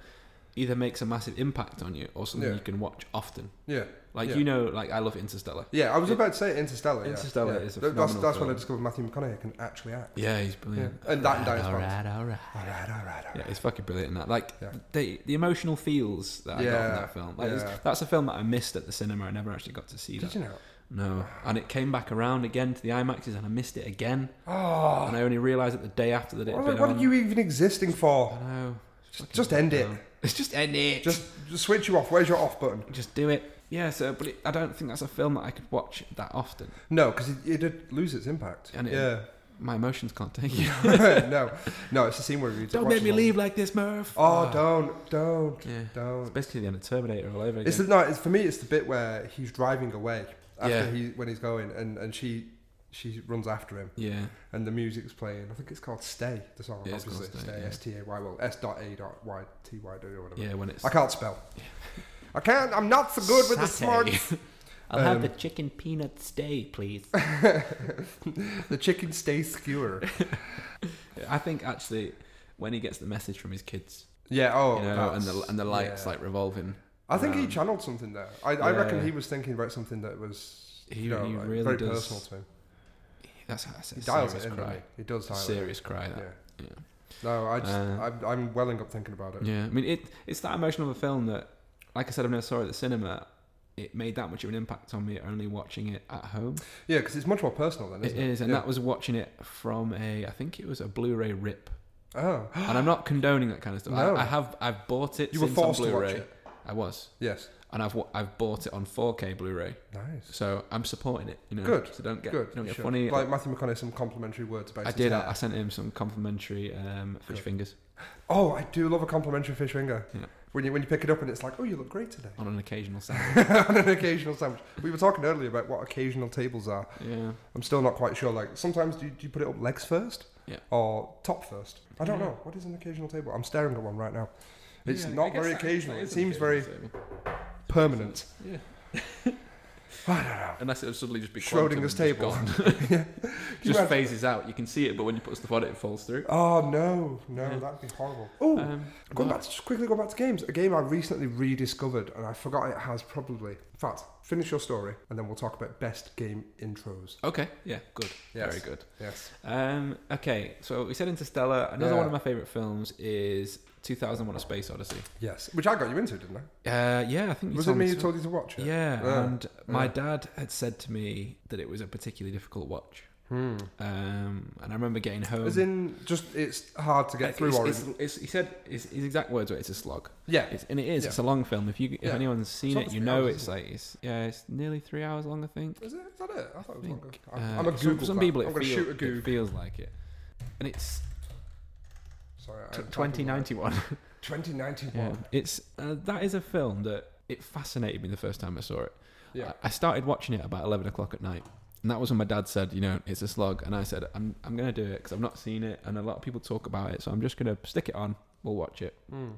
[SPEAKER 1] either makes a massive impact on you or something
[SPEAKER 2] Yeah.
[SPEAKER 1] you can watch often.
[SPEAKER 2] yeah. yeah,
[SPEAKER 1] Like
[SPEAKER 2] Yeah.
[SPEAKER 1] you know, like I love Interstellar.
[SPEAKER 2] yeah. I was about to say Interstellar. yeah,
[SPEAKER 1] Interstellar
[SPEAKER 2] yeah.
[SPEAKER 1] is a
[SPEAKER 2] Th- that's
[SPEAKER 1] phenomenal
[SPEAKER 2] that's when I
[SPEAKER 1] film.
[SPEAKER 2] discovered Matthew McConaughey can actually act.
[SPEAKER 1] Yeah, he's brilliant.
[SPEAKER 2] Yeah. And that and Dice
[SPEAKER 3] all
[SPEAKER 2] Bones.
[SPEAKER 3] right, all right.
[SPEAKER 2] All right, all right, all
[SPEAKER 1] Yeah,
[SPEAKER 2] right.
[SPEAKER 1] it's fucking brilliant. in That like
[SPEAKER 2] Yeah.
[SPEAKER 1] the the emotional feels that I got
[SPEAKER 2] Yeah,
[SPEAKER 1] in that film. Like, it's-
[SPEAKER 2] yeah.
[SPEAKER 1] That's a film that I missed at the cinema. I never actually got to see
[SPEAKER 2] Did
[SPEAKER 1] that.
[SPEAKER 2] you know?
[SPEAKER 1] No, and it came back around again to the IMAXs, and I missed it again.
[SPEAKER 2] Oh,
[SPEAKER 1] And I only realised it the day after that it. had
[SPEAKER 2] what,
[SPEAKER 1] been
[SPEAKER 2] what are
[SPEAKER 1] on.
[SPEAKER 2] you even existing for?
[SPEAKER 1] I know.
[SPEAKER 2] Just, just end it.
[SPEAKER 1] No. It's just end it. Just
[SPEAKER 2] Just, just switch you off. Where's your off button?
[SPEAKER 1] just do it. Yeah, so but it, I don't think that's a film that I could watch that often.
[SPEAKER 2] No, because it, it did lose its impact.
[SPEAKER 1] And it-
[SPEAKER 2] yeah.
[SPEAKER 1] My emotions can't take it.
[SPEAKER 2] no, no, it's the scene where we
[SPEAKER 1] don't
[SPEAKER 2] watch
[SPEAKER 1] make me
[SPEAKER 2] the-
[SPEAKER 1] leave like this, Murph.
[SPEAKER 2] Oh, don't, don't,
[SPEAKER 1] Yeah.
[SPEAKER 2] don't.
[SPEAKER 1] It's basically the end of Terminator all over again.
[SPEAKER 2] It's the, no, it's for me. It's the bit where he's driving away after
[SPEAKER 1] Yeah.
[SPEAKER 2] he when he's going, and and she she runs after him,
[SPEAKER 1] yeah,
[SPEAKER 2] and the music's playing. I think it's called Stay. The song,
[SPEAKER 1] Yeah, it's called
[SPEAKER 2] obviously,
[SPEAKER 1] Stay,
[SPEAKER 2] Stay.
[SPEAKER 1] yeah.
[SPEAKER 2] S T A Y. Well, S dot A dot Y T Y W or whatever.
[SPEAKER 1] yeah. When it's
[SPEAKER 2] I can't spell. I can't. I'm not so good with the smart.
[SPEAKER 3] Satay. I'll have
[SPEAKER 2] Um,
[SPEAKER 3] the chicken peanut stay, please.
[SPEAKER 2] the chicken stay skewer.
[SPEAKER 1] I think actually when he gets the message from his kids,
[SPEAKER 2] Yeah. Oh.
[SPEAKER 1] you know, and the
[SPEAKER 2] that's-
[SPEAKER 1] and the lights
[SPEAKER 2] yeah.
[SPEAKER 1] like revolving.
[SPEAKER 2] I think he
[SPEAKER 1] around.
[SPEAKER 2] channeled something there. I, I reckon
[SPEAKER 1] Yeah.
[SPEAKER 2] he was thinking about something that was
[SPEAKER 1] He-
[SPEAKER 2] you know,
[SPEAKER 1] he
[SPEAKER 2] like,
[SPEAKER 1] really
[SPEAKER 2] very
[SPEAKER 1] does
[SPEAKER 2] personal to him.
[SPEAKER 1] That's how I said.
[SPEAKER 2] He dials it
[SPEAKER 1] serious
[SPEAKER 2] in. doesn't
[SPEAKER 1] cry.
[SPEAKER 2] He? he does dial it.
[SPEAKER 1] Serious cry.
[SPEAKER 2] in.
[SPEAKER 1] That.
[SPEAKER 2] Yeah.
[SPEAKER 1] Yeah.
[SPEAKER 2] No, I just
[SPEAKER 1] Uh,
[SPEAKER 2] I'm, I'm welling up thinking about it.
[SPEAKER 1] Yeah, I mean, it it's that emotional of a film that, like I said, I've never saw it at the cinema. It made that much of an impact on me only watching it at home.
[SPEAKER 2] Yeah, because it's much more personal than
[SPEAKER 1] It
[SPEAKER 2] isn't it?
[SPEAKER 1] is, and
[SPEAKER 2] yeah.
[SPEAKER 1] that was watching it from a, I think it was a Blu-ray rip.
[SPEAKER 2] oh
[SPEAKER 1] And I'm not condoning that kind of stuff.
[SPEAKER 2] No.
[SPEAKER 1] I, I have, I've bought it.
[SPEAKER 2] You were
[SPEAKER 1] since on
[SPEAKER 2] forced to watch
[SPEAKER 1] Blu-ray.
[SPEAKER 2] it.
[SPEAKER 1] I was,
[SPEAKER 2] yes,
[SPEAKER 1] and I've wa- I've bought it on 4K Blu-ray,
[SPEAKER 2] nice,
[SPEAKER 1] so I'm supporting it. You know,
[SPEAKER 2] Good.
[SPEAKER 1] So don't get
[SPEAKER 2] good.
[SPEAKER 1] don't get
[SPEAKER 2] Sure.
[SPEAKER 1] funny.
[SPEAKER 2] Like Matthew McConaughey, some complimentary words about.
[SPEAKER 1] I
[SPEAKER 2] his
[SPEAKER 1] did.
[SPEAKER 2] hair.
[SPEAKER 1] I, I sent him some complimentary um, fish
[SPEAKER 2] Good.
[SPEAKER 1] fingers
[SPEAKER 2] oh, I do love a complimentary fish finger.
[SPEAKER 1] Yeah.
[SPEAKER 2] When you when you pick it up and it's like, oh, you look great today.
[SPEAKER 1] on an occasional Saturday.
[SPEAKER 2] On an occasional sandwich. We were talking earlier about what occasional tables are.
[SPEAKER 1] yeah.
[SPEAKER 2] I'm still not quite sure. Like sometimes do you, do you put it up legs first?
[SPEAKER 1] Yeah.
[SPEAKER 2] Or top first? I don't
[SPEAKER 1] Yeah.
[SPEAKER 2] know. What is an occasional table? I'm staring at one right now. It's
[SPEAKER 1] Yeah, I
[SPEAKER 2] not
[SPEAKER 1] guess
[SPEAKER 2] very
[SPEAKER 1] that-
[SPEAKER 2] occasional.
[SPEAKER 1] that
[SPEAKER 2] It
[SPEAKER 1] is
[SPEAKER 2] seems
[SPEAKER 1] occasional,
[SPEAKER 2] very permanent.
[SPEAKER 1] so, Yeah.
[SPEAKER 2] I don't know.
[SPEAKER 1] Unless it would suddenly just be quantum and
[SPEAKER 2] Schrodinger's table.
[SPEAKER 1] Just, gone.
[SPEAKER 2] yeah.
[SPEAKER 1] Just
[SPEAKER 2] imagine?
[SPEAKER 1] phases out. You can see it, but when you put stuff on it, it falls through.
[SPEAKER 2] Oh no, no,
[SPEAKER 1] Yeah.
[SPEAKER 2] that'd be horrible. Oh,
[SPEAKER 1] Um,
[SPEAKER 2] going
[SPEAKER 1] but-
[SPEAKER 2] back to, just quickly go back to games. A game I recently rediscovered, and I forgot it has probably. In fact, finish your story, and then we'll talk about best game intros.
[SPEAKER 1] Okay. Yeah. Good.
[SPEAKER 2] Yes.
[SPEAKER 1] Very good.
[SPEAKER 2] Yes.
[SPEAKER 1] Um, okay. So we said Interstellar. Another
[SPEAKER 2] Yeah.
[SPEAKER 1] one of my favorite films is 2001: A Space Odyssey.
[SPEAKER 2] Yes. Which I got you into, didn't I?
[SPEAKER 1] Uh, yeah. I think you
[SPEAKER 2] Was it
[SPEAKER 1] told
[SPEAKER 2] me who
[SPEAKER 1] to-
[SPEAKER 2] told you to watch it?
[SPEAKER 1] Yeah,
[SPEAKER 2] Yeah,
[SPEAKER 1] and my
[SPEAKER 2] yeah.
[SPEAKER 1] dad had said to me that it was a particularly difficult watch.
[SPEAKER 2] Hmm.
[SPEAKER 1] Um, and I remember getting home.
[SPEAKER 2] As in, just it's hard to get
[SPEAKER 1] It's-
[SPEAKER 2] through.
[SPEAKER 1] it's-
[SPEAKER 2] or
[SPEAKER 1] it's-
[SPEAKER 2] is-
[SPEAKER 1] it's- he said his, his exact words were, "It's a slog."
[SPEAKER 2] yeah,
[SPEAKER 1] It's, and it is.
[SPEAKER 2] Yeah.
[SPEAKER 1] It's a long film. If you if
[SPEAKER 2] Yeah.
[SPEAKER 1] anyone's seen
[SPEAKER 2] not
[SPEAKER 1] it,
[SPEAKER 2] three
[SPEAKER 1] you know
[SPEAKER 2] hours,
[SPEAKER 1] it's
[SPEAKER 2] is it?
[SPEAKER 1] like it's yeah, it's nearly three hours long. I think.
[SPEAKER 2] is it? Is that it? I thought it was
[SPEAKER 1] think,
[SPEAKER 2] longer.
[SPEAKER 1] uh,
[SPEAKER 2] I'm, I'm a
[SPEAKER 1] some-
[SPEAKER 2] Google.
[SPEAKER 1] Some
[SPEAKER 2] fan.
[SPEAKER 1] people it,
[SPEAKER 2] I'm gonna
[SPEAKER 1] feel-
[SPEAKER 2] shoot a
[SPEAKER 1] it
[SPEAKER 2] Google.
[SPEAKER 1] feels like it, and it's
[SPEAKER 2] Sorry, I
[SPEAKER 1] t-
[SPEAKER 2] am typing away.
[SPEAKER 1] 2091.
[SPEAKER 2] 2091.
[SPEAKER 1] It's uh, that is a film that it fascinated me the first time I saw it.
[SPEAKER 2] Yeah.
[SPEAKER 1] I, I started watching it about 11 o'clock at night. And that was when my dad said, you know, it's a slog. And I said, I'm, I'm going to do it because I've not seen it. And a lot of people talk about it. So I'm just going to stick it on. We'll watch it.
[SPEAKER 2] Mm.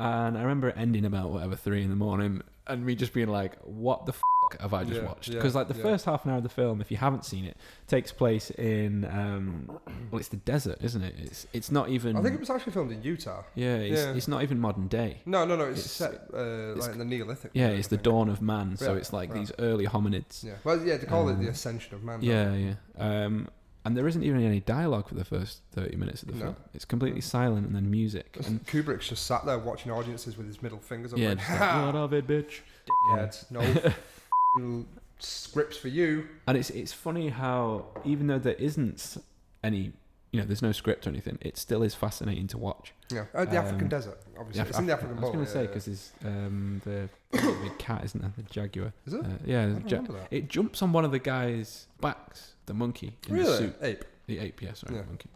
[SPEAKER 1] And I remember it ending about whatever, three in the morning. And me just being like, what the f have I just
[SPEAKER 2] Yeah,
[SPEAKER 1] watched?
[SPEAKER 2] yeah,
[SPEAKER 1] Because, like, the
[SPEAKER 2] yeah.
[SPEAKER 1] first half an hour of the film, if you haven't seen it, takes place in, um, well, it's the desert, isn't it? It's, it's not even.
[SPEAKER 2] I think it was actually filmed in Utah.
[SPEAKER 1] yeah, it's,
[SPEAKER 2] yeah.
[SPEAKER 1] it's not even modern day.
[SPEAKER 2] No, no, no. It's,
[SPEAKER 1] It's-
[SPEAKER 2] set uh,
[SPEAKER 1] it's-
[SPEAKER 2] like in the Neolithic.
[SPEAKER 1] Yeah,
[SPEAKER 2] period,
[SPEAKER 1] it's
[SPEAKER 2] I
[SPEAKER 1] the
[SPEAKER 2] think.
[SPEAKER 1] dawn of man. So
[SPEAKER 2] Yeah,
[SPEAKER 1] it's like
[SPEAKER 2] right.
[SPEAKER 1] these early hominids.
[SPEAKER 2] Yeah. Well, yeah, they call it
[SPEAKER 1] Um,
[SPEAKER 2] the ascension of man. don't
[SPEAKER 1] Yeah, yeah. Um, and there isn't even any dialogue for the first thirty minutes of the
[SPEAKER 2] No.
[SPEAKER 1] film. It's completely silent and then music.
[SPEAKER 2] they?
[SPEAKER 1] And
[SPEAKER 2] Kubrick's just sat there watching audiences with his middle fingers up.
[SPEAKER 1] yeah,
[SPEAKER 2] going,
[SPEAKER 1] just like, "Lot of it, bitch.
[SPEAKER 2] "Dickheads, no f***ing scripts for you.
[SPEAKER 1] And it's it's funny how even though there isn't s- any, you know, there's no script or anything, it still is fascinating to watch.
[SPEAKER 2] Yeah. Uh, the African
[SPEAKER 1] Um,
[SPEAKER 2] desert, obviously.
[SPEAKER 1] Af-
[SPEAKER 2] it's in the
[SPEAKER 1] Af-
[SPEAKER 2] African
[SPEAKER 1] I was
[SPEAKER 2] bowl.
[SPEAKER 1] going to
[SPEAKER 2] yeah,
[SPEAKER 1] say
[SPEAKER 2] yeah.
[SPEAKER 1] because um, the the big cat isn't there, the jaguar.
[SPEAKER 2] Is it?
[SPEAKER 1] Uh, yeah,
[SPEAKER 2] I
[SPEAKER 1] there's a
[SPEAKER 2] don't
[SPEAKER 1] ja-
[SPEAKER 2] remember that.
[SPEAKER 1] it jumps on one of the guy's backs, the monkey in the
[SPEAKER 2] really?
[SPEAKER 1] suit,
[SPEAKER 2] Ape.
[SPEAKER 1] the ape. Yeah, sorry,
[SPEAKER 2] Yeah.
[SPEAKER 1] the monkey.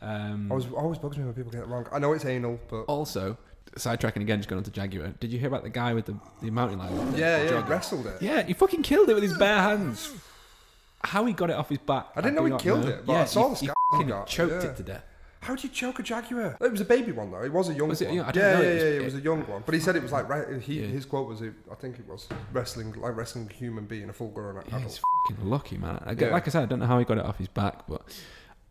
[SPEAKER 1] Um,
[SPEAKER 2] I was always bugs me when people get it wrong. I know it's anal, but
[SPEAKER 1] Also, sidetracking again, just going on to Jaguar. Did you hear about the guy with the, the mountain lion?
[SPEAKER 2] yeah, yeah, wrestled it.
[SPEAKER 1] Yeah, he fucking killed it with his bare hands. How he got it off his back?
[SPEAKER 2] I didn't
[SPEAKER 1] do
[SPEAKER 2] know he
[SPEAKER 1] not
[SPEAKER 2] killed it, but I
[SPEAKER 1] yeah,
[SPEAKER 2] saw
[SPEAKER 1] he,
[SPEAKER 2] the
[SPEAKER 1] he
[SPEAKER 2] scar
[SPEAKER 1] fucking
[SPEAKER 2] he got,
[SPEAKER 1] choked
[SPEAKER 2] yeah.
[SPEAKER 1] it to death.
[SPEAKER 2] How would you choke a jaguar? It was a baby one though. It was a young
[SPEAKER 1] Was it-
[SPEAKER 2] one.
[SPEAKER 1] yeah, I don't
[SPEAKER 2] yeah,
[SPEAKER 1] know,
[SPEAKER 2] yeah,
[SPEAKER 1] it was-
[SPEAKER 2] yeah, It was a young one. But he said it was like right. He,
[SPEAKER 1] Yeah.
[SPEAKER 2] his quote was, I think it was wrestling like wrestling a human being, a full grown
[SPEAKER 1] Yeah,
[SPEAKER 2] adult.
[SPEAKER 1] he's fucking lucky, man. I get,
[SPEAKER 2] Yeah.
[SPEAKER 1] Like I said, I don't know how he got it off his back, but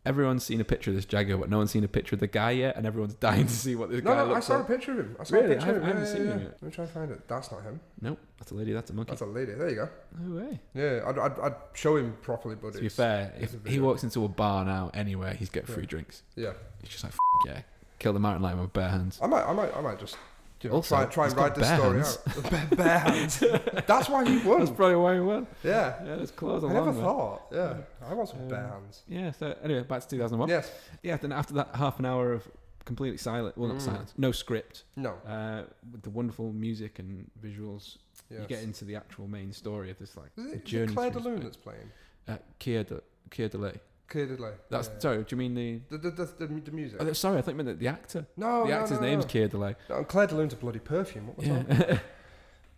[SPEAKER 1] everyone's seen a picture of this Jaguar, but no one's seen a picture of the guy yet, and everyone's dying to see what this
[SPEAKER 2] No,
[SPEAKER 1] guy
[SPEAKER 2] no, I
[SPEAKER 1] looks
[SPEAKER 2] saw
[SPEAKER 1] like.
[SPEAKER 2] a picture of him. I saw
[SPEAKER 1] Really?
[SPEAKER 2] a
[SPEAKER 1] I
[SPEAKER 2] picture of
[SPEAKER 1] haven't-
[SPEAKER 2] him.
[SPEAKER 1] I
[SPEAKER 2] yeah,
[SPEAKER 1] haven't seen
[SPEAKER 2] yeah, yeah.
[SPEAKER 1] him yet.
[SPEAKER 2] Let me try and find it. That's not him.
[SPEAKER 1] Nope, that's a lady, that's a monkey.
[SPEAKER 2] That's a lady. There you go.
[SPEAKER 1] No way.
[SPEAKER 2] Yeah, I'd, I'd, I'd show him properly, but
[SPEAKER 1] To be
[SPEAKER 2] it's,
[SPEAKER 1] fair,
[SPEAKER 2] it's
[SPEAKER 1] if
[SPEAKER 2] a
[SPEAKER 1] he
[SPEAKER 2] video.
[SPEAKER 1] walks into a bar now, anywhere, he's getting
[SPEAKER 2] Yeah.
[SPEAKER 1] free drinks.
[SPEAKER 2] yeah,
[SPEAKER 1] He's just like, F- yeah, kill the mountain lion with bare hands.
[SPEAKER 2] I might, I might, I might just you know,
[SPEAKER 1] Also,
[SPEAKER 2] try, try and
[SPEAKER 1] he's got
[SPEAKER 2] ride this
[SPEAKER 1] bare
[SPEAKER 2] story
[SPEAKER 1] hands.
[SPEAKER 2] out. Bare- bare hands. That's why he
[SPEAKER 1] That's
[SPEAKER 2] won.
[SPEAKER 1] probably why he won.
[SPEAKER 2] Yeah,
[SPEAKER 1] Yeah, his claws
[SPEAKER 2] I
[SPEAKER 1] are
[SPEAKER 2] never
[SPEAKER 1] long. man.
[SPEAKER 2] thought. Yeah, I want some
[SPEAKER 1] Um,
[SPEAKER 2] bare hands.
[SPEAKER 1] Yeah. So anyway, back to 2001. Yeah.
[SPEAKER 2] Yes.
[SPEAKER 1] Then after that half an hour of completely silent, well, not
[SPEAKER 2] Mm.
[SPEAKER 1] silence, no script,
[SPEAKER 2] No.
[SPEAKER 1] uh, with the wonderful music and visuals,
[SPEAKER 2] Yes.
[SPEAKER 1] you get into the actual main story of this like the
[SPEAKER 2] Is it, is it
[SPEAKER 1] journey.
[SPEAKER 2] Claire
[SPEAKER 1] through
[SPEAKER 2] DeLune
[SPEAKER 1] space.
[SPEAKER 2] that's playing?
[SPEAKER 1] Uh, Keir De, Keir Delay.
[SPEAKER 2] Claire DeLune.
[SPEAKER 1] That's
[SPEAKER 2] yeah.
[SPEAKER 1] sorry. Do you mean the?
[SPEAKER 2] The, the, the, the, the music.
[SPEAKER 1] Oh, sorry, I think meant the, the actor.
[SPEAKER 2] no,
[SPEAKER 1] the
[SPEAKER 2] Oh, no,
[SPEAKER 1] actor's
[SPEAKER 2] no,
[SPEAKER 1] name's
[SPEAKER 2] no.
[SPEAKER 1] Keir Delay.
[SPEAKER 2] No, and Claire DeLune's a bloody perfume. What was
[SPEAKER 1] Yeah.
[SPEAKER 2] that?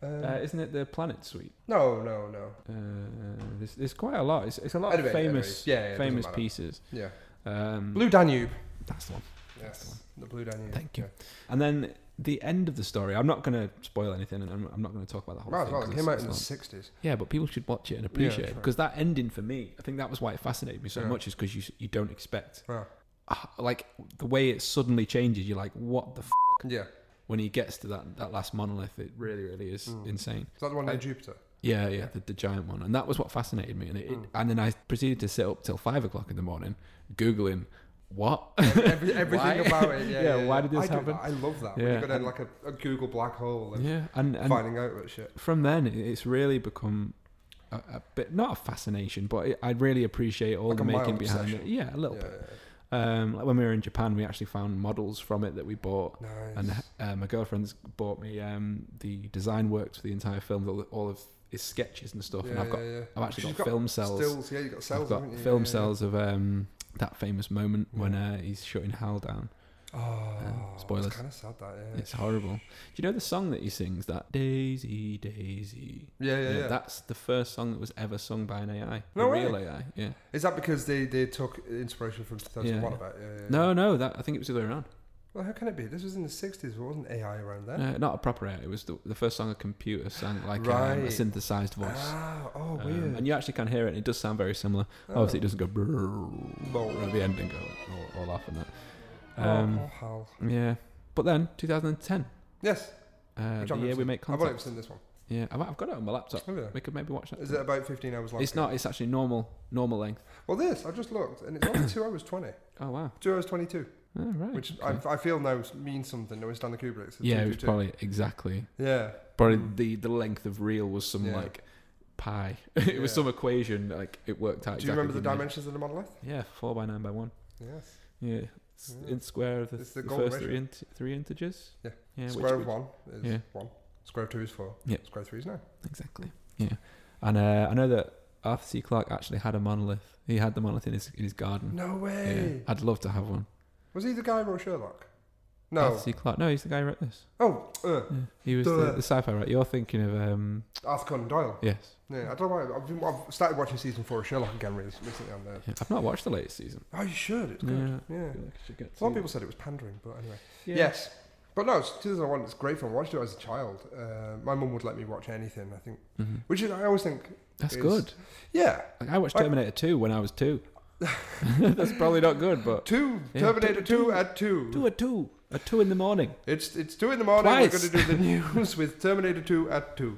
[SPEAKER 2] Um,
[SPEAKER 1] uh, isn't it the Planet Suite?
[SPEAKER 2] no, no, no.
[SPEAKER 1] Uh, there's, there's quite a lot. It's, it's a lot
[SPEAKER 2] Anyway,
[SPEAKER 1] of famous,
[SPEAKER 2] anyways, yeah, yeah, it doesn't
[SPEAKER 1] famous
[SPEAKER 2] matter.
[SPEAKER 1] pieces.
[SPEAKER 2] Yeah.
[SPEAKER 1] Um,
[SPEAKER 2] Blue Danube.
[SPEAKER 1] That's the one.
[SPEAKER 2] Yes. The Blue Danube.
[SPEAKER 1] Thank you. And then the end of the story. I'm not going to spoil anything, and I'm, I'm not going to talk about the whole
[SPEAKER 2] Yeah. Might as
[SPEAKER 1] thing.
[SPEAKER 2] well.
[SPEAKER 1] 'cause
[SPEAKER 2] It came out
[SPEAKER 1] it's-
[SPEAKER 2] in the
[SPEAKER 1] it's not-
[SPEAKER 2] 60s.
[SPEAKER 1] yeah, but people should watch it and appreciate it
[SPEAKER 2] sure.
[SPEAKER 1] because that ending for me, I think that was why it fascinated me so
[SPEAKER 2] Yeah.
[SPEAKER 1] much, is because you s- you don't expect
[SPEAKER 2] Wow.
[SPEAKER 1] ah, like the way it suddenly changes. You're like, what the f-?
[SPEAKER 2] Yeah. Is
[SPEAKER 1] when he gets to that that last monolith, it really really is
[SPEAKER 2] Mm.
[SPEAKER 1] insane.
[SPEAKER 2] that the one
[SPEAKER 1] I-
[SPEAKER 2] named Jupiter?
[SPEAKER 1] Yeah, yeah, the, the giant one, and that was what fascinated me. And it,
[SPEAKER 2] Mm.
[SPEAKER 1] it- and then I proceeded to sit up till five o'clock in the morning, googling what.
[SPEAKER 2] Every, everything
[SPEAKER 1] Why?
[SPEAKER 2] about it. Yeah,
[SPEAKER 1] Yeah,
[SPEAKER 2] yeah, yeah.
[SPEAKER 1] why did this
[SPEAKER 2] I do
[SPEAKER 1] happen?
[SPEAKER 2] that. I love that. When
[SPEAKER 1] Yeah.
[SPEAKER 2] you go down like a, a Google black hole and,
[SPEAKER 1] yeah, and, and
[SPEAKER 2] finding out that shit.
[SPEAKER 1] from then it- it's really become a, a bit not a fascination but it, i really appreciate all
[SPEAKER 2] Like
[SPEAKER 1] the
[SPEAKER 2] a mild
[SPEAKER 1] making behind it
[SPEAKER 2] obsession.
[SPEAKER 1] yeah a
[SPEAKER 2] Yeah,
[SPEAKER 1] little
[SPEAKER 2] yeah.
[SPEAKER 1] bit um like when we were in japan we actually found models from it that we bought
[SPEAKER 2] Nice.
[SPEAKER 1] and uh, my girlfriend's bought me um the design works for the entire film all, all of his sketches and stuff and
[SPEAKER 2] yeah,
[SPEAKER 1] i've got
[SPEAKER 2] yeah, yeah.
[SPEAKER 1] i've actually
[SPEAKER 2] She's
[SPEAKER 1] got, film cells
[SPEAKER 2] Stills, yeah, you got cells.
[SPEAKER 1] i've got
[SPEAKER 2] haven't you?
[SPEAKER 1] film
[SPEAKER 2] Yeah, yeah.
[SPEAKER 1] cells of um that famous moment when uh, he's shutting hal down
[SPEAKER 2] Oh,
[SPEAKER 1] spoilers.
[SPEAKER 2] It's kind of sad that. Yeah.
[SPEAKER 1] it's horrible do you know the song that he sings that daisy daisy
[SPEAKER 2] Yeah, yeah,
[SPEAKER 1] Yeah,
[SPEAKER 2] yeah.
[SPEAKER 1] that's the first song that was ever sung by an AI.
[SPEAKER 2] No
[SPEAKER 1] a
[SPEAKER 2] way.
[SPEAKER 1] real AI. Yeah.
[SPEAKER 2] Is that because they, they took inspiration from 2001
[SPEAKER 1] Yeah.
[SPEAKER 2] about? Yeah, yeah, yeah.
[SPEAKER 1] No, no, that I think it was the other way around.
[SPEAKER 2] Well, how can it be? This was in the 60s. There wasn't AI around then.
[SPEAKER 1] Uh, not a proper AI. It was the, the first song a computer sang like um, a
[SPEAKER 2] Right.
[SPEAKER 1] synthesized voice.
[SPEAKER 2] ah, oh,
[SPEAKER 1] Um,
[SPEAKER 2] weird.
[SPEAKER 1] and you actually can hear it. and It does sound very similar.
[SPEAKER 2] oh.
[SPEAKER 1] Obviously, it doesn't go brrrr
[SPEAKER 2] Bow.
[SPEAKER 1] at the end and go all, all off and that.
[SPEAKER 2] Oh,
[SPEAKER 1] Um,
[SPEAKER 2] oh, Hal.
[SPEAKER 1] Yeah. But then 2010,
[SPEAKER 2] Yes,
[SPEAKER 1] uh,
[SPEAKER 2] Which
[SPEAKER 1] the
[SPEAKER 2] I've
[SPEAKER 1] year
[SPEAKER 2] never
[SPEAKER 1] we make
[SPEAKER 2] I've only
[SPEAKER 1] contact.
[SPEAKER 2] seen this one.
[SPEAKER 1] Yeah, I've, I've got it on my laptop.
[SPEAKER 2] Have you?
[SPEAKER 1] We could maybe watch that.
[SPEAKER 2] Is it about 15 hours long?
[SPEAKER 1] it's not. It's actually normal normal length.
[SPEAKER 2] Well, this I just looked, and it's only two hours 20.
[SPEAKER 1] Oh wow.
[SPEAKER 2] Two hours 22,
[SPEAKER 1] All right.
[SPEAKER 2] which
[SPEAKER 1] Hmm, okay.
[SPEAKER 2] I, I feel now means something. Knowing Stanley Kubrick. It's
[SPEAKER 1] yeah, it was
[SPEAKER 2] 222.
[SPEAKER 1] probably exactly
[SPEAKER 2] Yeah.
[SPEAKER 1] Probably
[SPEAKER 2] Mm.
[SPEAKER 1] the the length of reel was some
[SPEAKER 2] Yeah.
[SPEAKER 1] like pi. it was
[SPEAKER 2] Yeah.
[SPEAKER 1] some equation like it worked out.
[SPEAKER 2] Do
[SPEAKER 1] exactly
[SPEAKER 2] you remember the
[SPEAKER 1] as you measured.
[SPEAKER 2] dimensions of the monolith?
[SPEAKER 1] Yeah, four by nine by one.
[SPEAKER 2] Yes.
[SPEAKER 1] Yeah, it's
[SPEAKER 2] Yeah.
[SPEAKER 1] in square of the,
[SPEAKER 2] Hmm. It's the
[SPEAKER 1] the
[SPEAKER 2] golden
[SPEAKER 1] first three, int- three integers.
[SPEAKER 2] Yeah.
[SPEAKER 1] yeah, which-
[SPEAKER 2] Square
[SPEAKER 1] which-
[SPEAKER 2] of one is
[SPEAKER 1] yeah.
[SPEAKER 2] one. Square of two is four.
[SPEAKER 1] Yeah.
[SPEAKER 2] Square of three is nine.
[SPEAKER 1] Exactly. Yeah, and uh, I know that Arthur C. Clarke actually had a monolith. He had the monolith in his in his garden.
[SPEAKER 2] No
[SPEAKER 1] Hmm. Yeah,
[SPEAKER 2] way.
[SPEAKER 1] I'd love to have one.
[SPEAKER 2] Was he the guy who wrote Sherlock? No.
[SPEAKER 1] Arthur C. Clarke. No, he's the guy who wrote this.
[SPEAKER 2] Oh, uh,
[SPEAKER 1] Yeah. He was
[SPEAKER 2] Duh.
[SPEAKER 1] the, the sci-fi right. You're thinking of um
[SPEAKER 2] Arthur Conan Doyle.
[SPEAKER 1] yes.
[SPEAKER 2] Yeah, I don't know why. I've, been, I've started watching season four of Sherlock again re- recently on there.
[SPEAKER 1] Yeah, I've not watched the latest season.
[SPEAKER 2] Oh, you should. It's good.
[SPEAKER 1] Yeah.
[SPEAKER 2] Yeah.
[SPEAKER 1] I feel like I should get
[SPEAKER 2] A
[SPEAKER 1] to-
[SPEAKER 2] lot of people said it was pandering, but anyway.
[SPEAKER 1] Yeah.
[SPEAKER 2] Yes. But no, it's 2001. It's great fun. I watched it as a child. Uh, my mum would let me watch anything, I think.
[SPEAKER 1] Mhm.
[SPEAKER 2] Which is, I always think,
[SPEAKER 1] That's
[SPEAKER 2] is-
[SPEAKER 1] good.
[SPEAKER 2] yeah.
[SPEAKER 1] Like, I watched
[SPEAKER 2] I-
[SPEAKER 1] Terminator 2 when I was two. That's probably not good, but
[SPEAKER 2] Two,
[SPEAKER 1] Yeah.
[SPEAKER 2] Terminator 2
[SPEAKER 1] Two-
[SPEAKER 2] at 2.
[SPEAKER 1] two at two at two in the morning.
[SPEAKER 2] It's it's 2 in the morning. We're
[SPEAKER 1] Twice.
[SPEAKER 2] going to do the news with Terminator 2 at 2.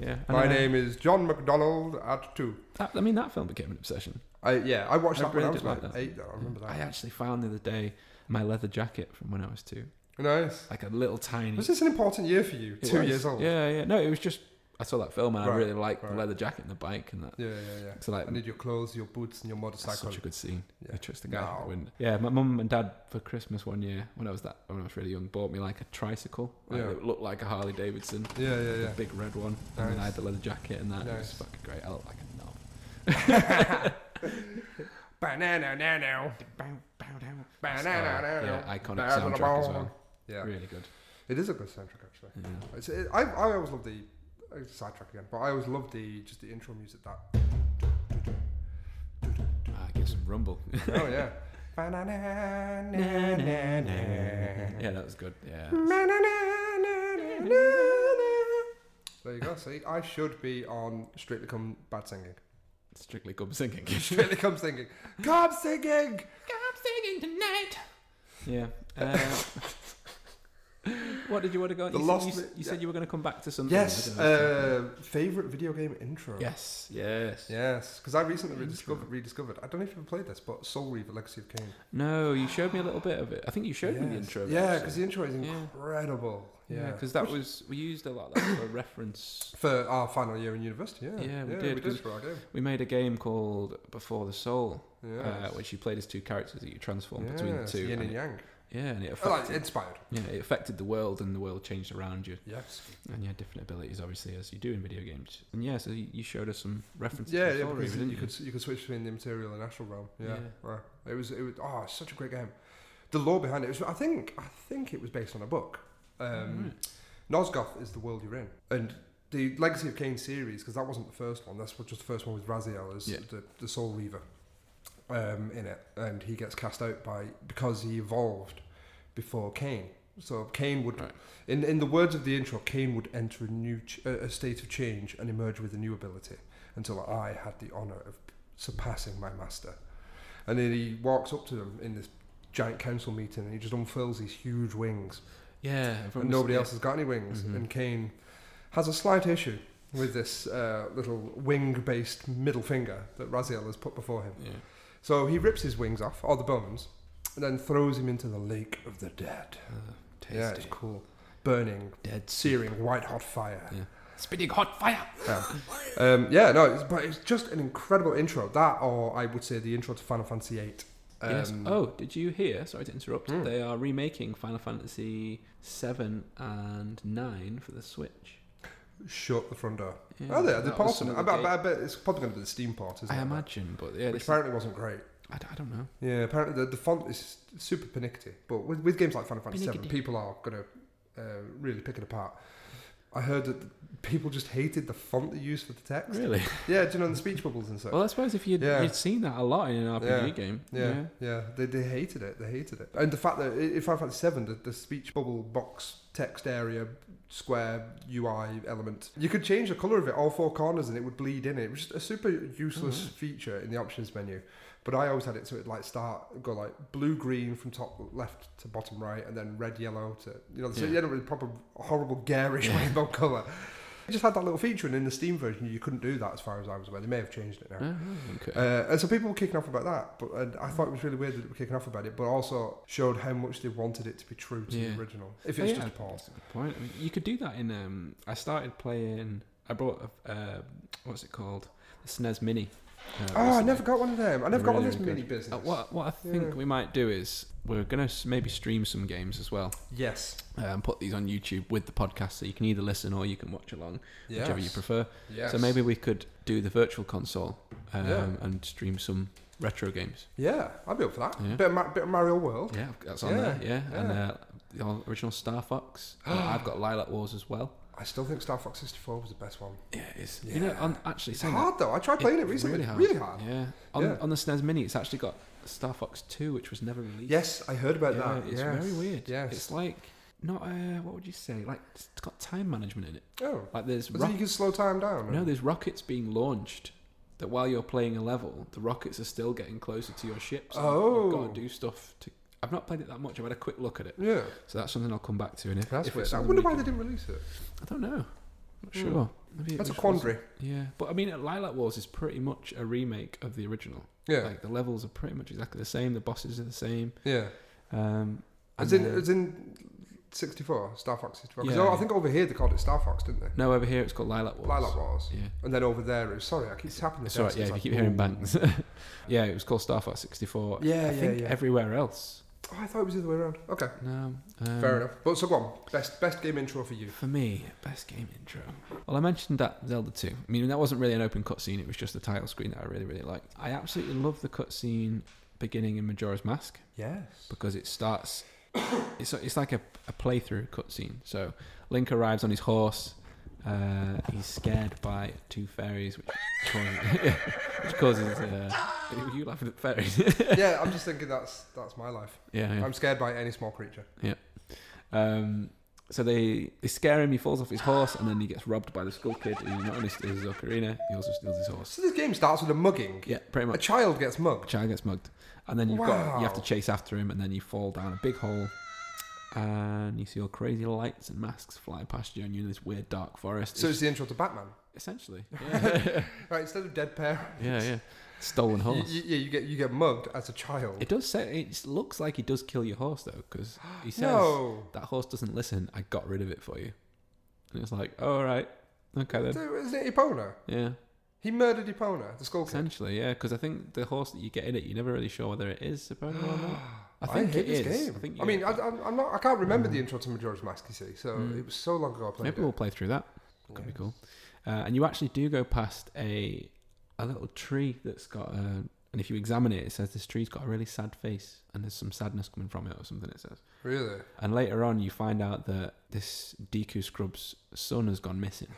[SPEAKER 1] Yeah, and,
[SPEAKER 2] My
[SPEAKER 1] uh,
[SPEAKER 2] name is John McDonald at 2.
[SPEAKER 1] That, I mean, that film became an obsession.
[SPEAKER 2] I, yeah, I watched
[SPEAKER 1] I
[SPEAKER 2] that when I
[SPEAKER 1] really
[SPEAKER 2] was
[SPEAKER 1] did like
[SPEAKER 2] like
[SPEAKER 1] that.
[SPEAKER 2] eight. though, I remember that.
[SPEAKER 1] I actually found the other day my leather jacket from when I was two,
[SPEAKER 2] nice.
[SPEAKER 1] like a little tiny.
[SPEAKER 2] Was this an important year for you?
[SPEAKER 1] Mm. It
[SPEAKER 2] Two
[SPEAKER 1] was.
[SPEAKER 2] years old.
[SPEAKER 1] Yeah, yeah. No, it was just I saw that film and I
[SPEAKER 2] Right,
[SPEAKER 1] really liked
[SPEAKER 2] right.
[SPEAKER 1] the leather jacket and the bike and that.
[SPEAKER 2] Yeah, yeah, yeah.
[SPEAKER 1] So like,
[SPEAKER 2] I need your clothes, your boots, and your
[SPEAKER 1] that's
[SPEAKER 2] motorcycle.
[SPEAKER 1] such a good scene.
[SPEAKER 2] Yeah.
[SPEAKER 1] I trust the guy.
[SPEAKER 2] No.
[SPEAKER 1] wouldn't- Yeah, my mum and dad for Christmas one year when I was that when I was really young bought me like a tricycle. Like,
[SPEAKER 2] Yeah.
[SPEAKER 1] It looked like a Harley Davidson.
[SPEAKER 2] Yeah, yeah, yeah.
[SPEAKER 1] the big red one, and then I
[SPEAKER 2] Nice.
[SPEAKER 1] had the leather jacket and that. It was
[SPEAKER 2] Nice.
[SPEAKER 1] fucking great. Oh, I looked like a knob.
[SPEAKER 2] Banana, nano, banana, nano.
[SPEAKER 1] uh, Yeah, iconic
[SPEAKER 2] Banana,
[SPEAKER 1] soundtrack as
[SPEAKER 2] banana.
[SPEAKER 1] well.
[SPEAKER 2] Yeah,
[SPEAKER 1] Really good.
[SPEAKER 2] it is a good soundtrack actually.
[SPEAKER 1] Yeah.
[SPEAKER 2] It's, it, I, I always love the uh, sidetrack again, but I always love the just the intro music that.
[SPEAKER 1] Ah, give some rumble.
[SPEAKER 2] Oh yeah. Banana, na, na, na.
[SPEAKER 1] yeah, that was good. Yeah.
[SPEAKER 2] Banana, na, na, na. There you go. See, I should be on Strictly Come Bad Singing.
[SPEAKER 1] Strictly good singing.
[SPEAKER 2] Strictly Come Singing. Come Singing.
[SPEAKER 1] singing tonight. Yeah. Uh, what did you want to go?
[SPEAKER 2] The
[SPEAKER 1] you
[SPEAKER 2] lost
[SPEAKER 1] said, you,
[SPEAKER 2] mi-
[SPEAKER 1] you said you were going to come back to something. I
[SPEAKER 2] Yes,
[SPEAKER 1] don't know.
[SPEAKER 2] uh, favorite video game intro.
[SPEAKER 1] yes. Yes.
[SPEAKER 2] Yes, because I recently rediscovered, rediscovered. I don't know if you've played this, but Soul Reaver: Legacy of Kain.
[SPEAKER 1] No, you showed me a little bit of it. I think you showed me the
[SPEAKER 2] Yes.
[SPEAKER 1] intro. of it,
[SPEAKER 2] Yeah,
[SPEAKER 1] actually.
[SPEAKER 2] because the intro is
[SPEAKER 1] Yeah.
[SPEAKER 2] incredible.
[SPEAKER 1] yeah,
[SPEAKER 2] Yeah,
[SPEAKER 1] because that was we used a lot of that for reference.
[SPEAKER 2] for our final year in university. Yeah,
[SPEAKER 1] Yeah, we
[SPEAKER 2] We
[SPEAKER 1] did,
[SPEAKER 2] did
[SPEAKER 1] 'cause-
[SPEAKER 2] for our game.
[SPEAKER 1] We made a game called Before the Soul,
[SPEAKER 2] Yeah,
[SPEAKER 1] uh, which you played as two characters that you transformed between the
[SPEAKER 2] Yes,
[SPEAKER 1] two.
[SPEAKER 2] yin
[SPEAKER 1] and
[SPEAKER 2] and
[SPEAKER 1] it-
[SPEAKER 2] yang.
[SPEAKER 1] yeah, and it
[SPEAKER 2] Oh, like,
[SPEAKER 1] affected,
[SPEAKER 2] inspired.
[SPEAKER 1] yeah, it affected the world, and the world changed around you.
[SPEAKER 2] Yes.
[SPEAKER 1] and you had different abilities, obviously, as you do in video games. And yeah, so you you showed us some references.
[SPEAKER 2] Yeah,
[SPEAKER 1] to
[SPEAKER 2] yeah.
[SPEAKER 1] Soul
[SPEAKER 2] Because
[SPEAKER 1] Reaver,
[SPEAKER 2] you
[SPEAKER 1] didn't
[SPEAKER 2] could you could switch between the material and astral realm. Yeah,
[SPEAKER 1] Yeah.
[SPEAKER 2] right. It was it was oh, it's such a great game. The lore behind it was I think I think it was based on a book. Um, Nosgoth is the world you're in, and the Legacy of Kain series because that wasn't the first one. That's what- just the first one with Raziel as
[SPEAKER 1] Yeah.
[SPEAKER 2] the the Soul Reaver um, in it, and he gets cast out by because he evolved before Cain. So Cain would,
[SPEAKER 1] Right.
[SPEAKER 2] in in the words of the intro, Cain would enter a new ch- a a state of change and emerge with a new ability until I had the honor of surpassing my master. And then he walks up to them in this giant council meeting and he just unfurls these huge wings
[SPEAKER 1] Yeah,
[SPEAKER 2] and
[SPEAKER 1] everyone was-
[SPEAKER 2] nobody
[SPEAKER 1] yeah.
[SPEAKER 2] else has got any wings.
[SPEAKER 1] Mhm.
[SPEAKER 2] And Kane has a slight issue with this uh, little wing-based middle finger that Raziel has put before him.
[SPEAKER 1] Yeah.
[SPEAKER 2] So he rips his wings off, or the bones, and then throws him into the lake of the dead.
[SPEAKER 1] Uh, tasty.
[SPEAKER 2] Yeah, it's cool. Burning,
[SPEAKER 1] Dead
[SPEAKER 2] searing, white-hot fire.
[SPEAKER 1] Yeah. Spitting hot fire.
[SPEAKER 2] Yeah. Um, yeah, no, it's, but it's just an incredible intro. That, or I would say the intro to Final Fantasy VIII. Um,
[SPEAKER 1] yes. Oh, did you hear? Sorry to interrupt.
[SPEAKER 2] Hmm.
[SPEAKER 1] They are remaking Final Fantasy seven and nine for the Switch.
[SPEAKER 2] Shut the front door.
[SPEAKER 1] Yeah,
[SPEAKER 2] Oh, yeah, the
[SPEAKER 1] that was
[SPEAKER 2] port.
[SPEAKER 1] some of
[SPEAKER 2] I,
[SPEAKER 1] the
[SPEAKER 2] bet-
[SPEAKER 1] gate-
[SPEAKER 2] I bet it's probably going to be the Steam port, isn't
[SPEAKER 1] I
[SPEAKER 2] it?
[SPEAKER 1] imagine, but yeah,
[SPEAKER 2] Which
[SPEAKER 1] this,
[SPEAKER 2] apparently wasn't great.
[SPEAKER 1] I, d- I don't know.
[SPEAKER 2] Yeah, apparently the, the font is super pernickety. But with, with games like Final Fantasy VII,
[SPEAKER 3] Pernickety.
[SPEAKER 2] people are going to uh, really pick it apart. I heard that people just hated the font they used for the text.
[SPEAKER 1] Really?
[SPEAKER 2] Yeah, do you know the speech bubbles and such?
[SPEAKER 1] Well, I suppose if you'd,
[SPEAKER 2] Yeah.
[SPEAKER 1] you'd seen that a lot in an RPG
[SPEAKER 2] Yeah.
[SPEAKER 1] game,
[SPEAKER 2] yeah, yeah, They, they hated it. They hated it. And the fact that i- in Final Fantasy VII, the, the speech bubble box text area square UI element, you could change the color of it all four corners and it would bleed in. It was just a super useless
[SPEAKER 1] Mm-hmm.
[SPEAKER 2] feature in the options menu. But I always had it so it like start go like blue green from top left to bottom right, and then red yellow to you know so
[SPEAKER 1] Yeah.
[SPEAKER 2] you end up with a proper horrible garish
[SPEAKER 1] Yeah.
[SPEAKER 2] rainbow color. It just had that little feature, and in the Steam version you couldn't do that as far as I was aware. They may have changed it now.
[SPEAKER 1] Oh, okay.
[SPEAKER 2] Uh, and so people were kicking off about that, but and I thought it was really weird that they were kicking off about it, but also showed how much they wanted it to be true to
[SPEAKER 1] Yeah.
[SPEAKER 2] the original. Oh, If it's
[SPEAKER 1] Yeah,
[SPEAKER 2] just a part.
[SPEAKER 1] That's a good point. I mean, you could do that in. Um, I started playing I brought a, uh, what's it called? The SNES Mini. uh,
[SPEAKER 2] Oh, I
[SPEAKER 1] recently.
[SPEAKER 2] never got one of them. I never
[SPEAKER 1] They're
[SPEAKER 2] got one of
[SPEAKER 1] really,
[SPEAKER 2] this
[SPEAKER 1] really
[SPEAKER 2] mini
[SPEAKER 1] good.
[SPEAKER 2] business.
[SPEAKER 1] Uh, what what I think
[SPEAKER 2] Yeah.
[SPEAKER 1] we might do is we're gonna s- maybe stream some games as well,
[SPEAKER 2] Yes.
[SPEAKER 1] uh, and put these on YouTube with the podcast, so you can either listen or you can watch along, whichever you
[SPEAKER 2] Yes.
[SPEAKER 1] prefer.
[SPEAKER 2] Yes.
[SPEAKER 1] So maybe we could do the virtual console um,
[SPEAKER 2] Yeah.
[SPEAKER 1] and stream some retro games.
[SPEAKER 2] Yeah, I'd be up for that.
[SPEAKER 1] Yeah.
[SPEAKER 2] Bit, of Ma- bit of Mario World.
[SPEAKER 1] Yeah, that's on
[SPEAKER 2] Oh, Yeah,
[SPEAKER 1] there. Yeah, and
[SPEAKER 2] yeah.
[SPEAKER 1] uh, the ol- original Star Fox. Uh, I've got Lilac Wars as well.
[SPEAKER 2] I still think Star Fox 64 was the best one.
[SPEAKER 1] Yeah, it is. You know,
[SPEAKER 2] Yeah.
[SPEAKER 1] on, actually,
[SPEAKER 2] It's
[SPEAKER 1] saying that,
[SPEAKER 2] hard though. I tried playing it,
[SPEAKER 1] it's
[SPEAKER 2] recently. Really hard.
[SPEAKER 1] Yeah. On,
[SPEAKER 2] Yeah.
[SPEAKER 1] on the SNES Mini, it's actually got Star Fox Two, which was never released.
[SPEAKER 2] Yes, I heard about
[SPEAKER 1] Yeah,
[SPEAKER 2] that.
[SPEAKER 1] It's
[SPEAKER 2] yes.
[SPEAKER 1] very weird.
[SPEAKER 2] Yes.
[SPEAKER 1] It's like not uh, what would you say? Like it's got time management in it.
[SPEAKER 2] oh,
[SPEAKER 1] Like there's
[SPEAKER 2] but then
[SPEAKER 1] rock-
[SPEAKER 2] you can slow time down.
[SPEAKER 1] no, there's rockets being launched that while you're playing a level, the rockets are still getting closer to your ships. and you've
[SPEAKER 2] Oh.
[SPEAKER 1] got to do stuff to. I've not played it that much. I've had a quick look at it,
[SPEAKER 2] yeah,
[SPEAKER 1] so that's something I'll come back to. And if,
[SPEAKER 2] that's
[SPEAKER 1] if
[SPEAKER 2] weird.
[SPEAKER 1] it's
[SPEAKER 2] I
[SPEAKER 1] something
[SPEAKER 2] wonder
[SPEAKER 1] we
[SPEAKER 2] why they
[SPEAKER 1] can-
[SPEAKER 2] didn't release it.
[SPEAKER 1] I don't know. I'm not
[SPEAKER 2] Hmm.
[SPEAKER 1] sure. Maybe it
[SPEAKER 2] That's a
[SPEAKER 1] was-
[SPEAKER 2] quandary.
[SPEAKER 1] Yeah, but I mean, Lilac Wars is pretty much a remake of the original.
[SPEAKER 2] Yeah,
[SPEAKER 1] Like the levels are pretty much exactly the same. The bosses are the same.
[SPEAKER 2] yeah.
[SPEAKER 1] Um,
[SPEAKER 2] As
[SPEAKER 1] and
[SPEAKER 2] in,
[SPEAKER 1] then-
[SPEAKER 2] as in 64, Star Fox 64. Because
[SPEAKER 1] Yeah,
[SPEAKER 2] I
[SPEAKER 1] yeah.
[SPEAKER 2] think over here they called it Star Fox, didn't they?
[SPEAKER 1] no, over here it's called Lilac Wars.
[SPEAKER 2] Lilac Wars.
[SPEAKER 1] Yeah.
[SPEAKER 2] And then over there it was, sorry, I keep tapping the
[SPEAKER 1] It's alright,
[SPEAKER 2] desk,
[SPEAKER 1] yeah, if
[SPEAKER 2] it's
[SPEAKER 1] you keep
[SPEAKER 2] like,
[SPEAKER 1] hearing
[SPEAKER 2] ooh.
[SPEAKER 1] bangs. yeah, it was called Star Fox 64.
[SPEAKER 2] Yeah,
[SPEAKER 1] I
[SPEAKER 2] yeah,
[SPEAKER 1] think
[SPEAKER 2] yeah.
[SPEAKER 1] everywhere else.
[SPEAKER 2] Oh, I thought it was the other way around. Okay,
[SPEAKER 1] No. um,
[SPEAKER 2] fair enough. But so go on. Best, best game intro for you.
[SPEAKER 1] For me, best game intro. Well, I mentioned that Zelda 2. I mean, that wasn't really an open cutscene, it was just the title screen that I really, really liked. I absolutely love the cutscene beginning in Majora's Mask
[SPEAKER 2] Yes.
[SPEAKER 1] because it starts. It's, it's like a, a playthrough cutscene. So Link arrives on his horse. Uh, he's scared by two fairies, which causes. which causes uh, are you laughing at fairies?
[SPEAKER 2] yeah, I'm just thinking that's that's my life.
[SPEAKER 1] yeah, yeah.
[SPEAKER 2] I'm scared by any small creature.
[SPEAKER 1] Um, so they, they scare him, he falls off his horse, and then he gets robbed by the school kid who not only steals his ocarina, he also steals his horse.
[SPEAKER 2] So this game starts with a mugging.
[SPEAKER 1] Yeah, pretty
[SPEAKER 2] A
[SPEAKER 1] much.
[SPEAKER 2] child gets
[SPEAKER 1] A
[SPEAKER 2] mugged.
[SPEAKER 1] child gets mugged. And then you've got you have to
[SPEAKER 2] Wow.
[SPEAKER 1] chase after him, and then you fall down a big hole. And you see all crazy lights and masks fly past you, and you're in this weird dark forest.
[SPEAKER 2] So it's the intro to Batman.
[SPEAKER 1] essentially, yeah,
[SPEAKER 2] Right, instead of dead parents,
[SPEAKER 1] yeah, yeah. stolen
[SPEAKER 2] you,
[SPEAKER 1] horse.
[SPEAKER 2] you, yeah, you get you get mugged as a child.
[SPEAKER 1] It does say it looks like he does kill your horse though, because he says
[SPEAKER 2] no,
[SPEAKER 1] that horse doesn't listen. I got rid of it for you, and it's like, all right, okay then,
[SPEAKER 2] So isn't it Epona?
[SPEAKER 1] yeah.
[SPEAKER 2] He murdered Epona, the school kid.
[SPEAKER 1] Essentially, yeah, because I think the horse that you get in it, you're never really sure whether it is Supernova or not. I
[SPEAKER 2] I
[SPEAKER 1] think it
[SPEAKER 2] hate
[SPEAKER 1] is.
[SPEAKER 2] this game.
[SPEAKER 1] I, think
[SPEAKER 2] I
[SPEAKER 1] you-
[SPEAKER 2] mean, I, I'm I'm not. I can't remember the intro to Majora's Mask. You see, so it was so long ago I played
[SPEAKER 1] Mm. maybe
[SPEAKER 2] it.
[SPEAKER 1] we'll play through that. Could be cool. Uh, and you actually do go past a a little tree that's got a, and if you examine it, it says this tree's got a really sad face, and there's some sadness coming from it or something. It says.
[SPEAKER 2] Really?
[SPEAKER 1] And later on, you find out that this Deku Scrub's son has gone missing.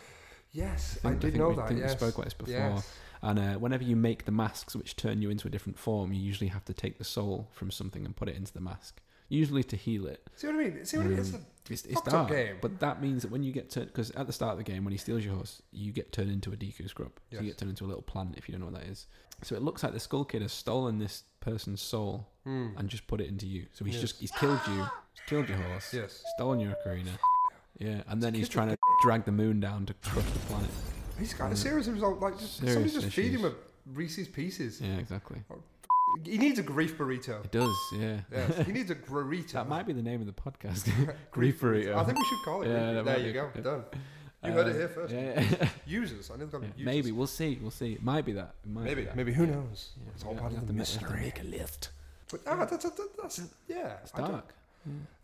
[SPEAKER 2] Yes, I,
[SPEAKER 1] think- I
[SPEAKER 2] did
[SPEAKER 1] think
[SPEAKER 2] know
[SPEAKER 1] we-
[SPEAKER 2] that.
[SPEAKER 1] think we
[SPEAKER 2] yes.
[SPEAKER 1] spoke about this before.
[SPEAKER 2] Yes.
[SPEAKER 1] And uh, whenever you make the masks, which turn you into a different form, you usually have to take the soul from something and put it into the mask, usually to heal it.
[SPEAKER 2] See what I mean? See what I mean? It's
[SPEAKER 1] Mm.
[SPEAKER 2] the,
[SPEAKER 1] It's, it's
[SPEAKER 2] Fucked up
[SPEAKER 1] dark,
[SPEAKER 2] game.
[SPEAKER 1] but that means that when you get turned, because at the start of the game, when he steals your horse, you get turned into a Deku scrub. So you
[SPEAKER 2] Yes.
[SPEAKER 1] get turned into a little plant if you don't know what that is. So it looks like the Skull Kid has stolen this person's soul
[SPEAKER 2] Hmm.
[SPEAKER 1] and just put it into you. So he's
[SPEAKER 2] Yes.
[SPEAKER 1] just he's killed you, he's killed your horse,
[SPEAKER 2] Yes.
[SPEAKER 1] stolen your ocarina, yeah, and then he's
[SPEAKER 2] kid's a
[SPEAKER 1] trying to drag the moon down to crush the planet.
[SPEAKER 2] He's got a serious result. Like, just, somebody
[SPEAKER 1] Mm. Serious
[SPEAKER 2] just feed him
[SPEAKER 1] issues.
[SPEAKER 2] a Reese's Pieces.
[SPEAKER 1] Yeah, exactly.
[SPEAKER 2] He needs a grief burrito.
[SPEAKER 1] It does, yeah.
[SPEAKER 2] Yes, he needs a burrito.
[SPEAKER 1] That might be the name of the podcast. Grief burrito.
[SPEAKER 2] I think we should call it.
[SPEAKER 1] Yeah,
[SPEAKER 2] grief-
[SPEAKER 1] that
[SPEAKER 2] there
[SPEAKER 1] might
[SPEAKER 2] you
[SPEAKER 1] be-
[SPEAKER 2] go.
[SPEAKER 1] yeah.
[SPEAKER 2] Done. You heard it here first.
[SPEAKER 1] Yeah, yeah.
[SPEAKER 2] Users. I nearly got
[SPEAKER 1] Yeah,
[SPEAKER 2] them users.
[SPEAKER 1] Maybe we'll see. We'll see. It might be that. It might be
[SPEAKER 2] Maybe.
[SPEAKER 1] that.
[SPEAKER 2] Maybe. Who knows?
[SPEAKER 1] Yeah,
[SPEAKER 2] It's all
[SPEAKER 1] we
[SPEAKER 2] part
[SPEAKER 1] have to
[SPEAKER 2] of the
[SPEAKER 1] ma- we have to
[SPEAKER 2] mystery.
[SPEAKER 1] Make a list.
[SPEAKER 2] But ah, that's, that's, that's yeah.
[SPEAKER 1] It's
[SPEAKER 2] I, don't-
[SPEAKER 1] dark.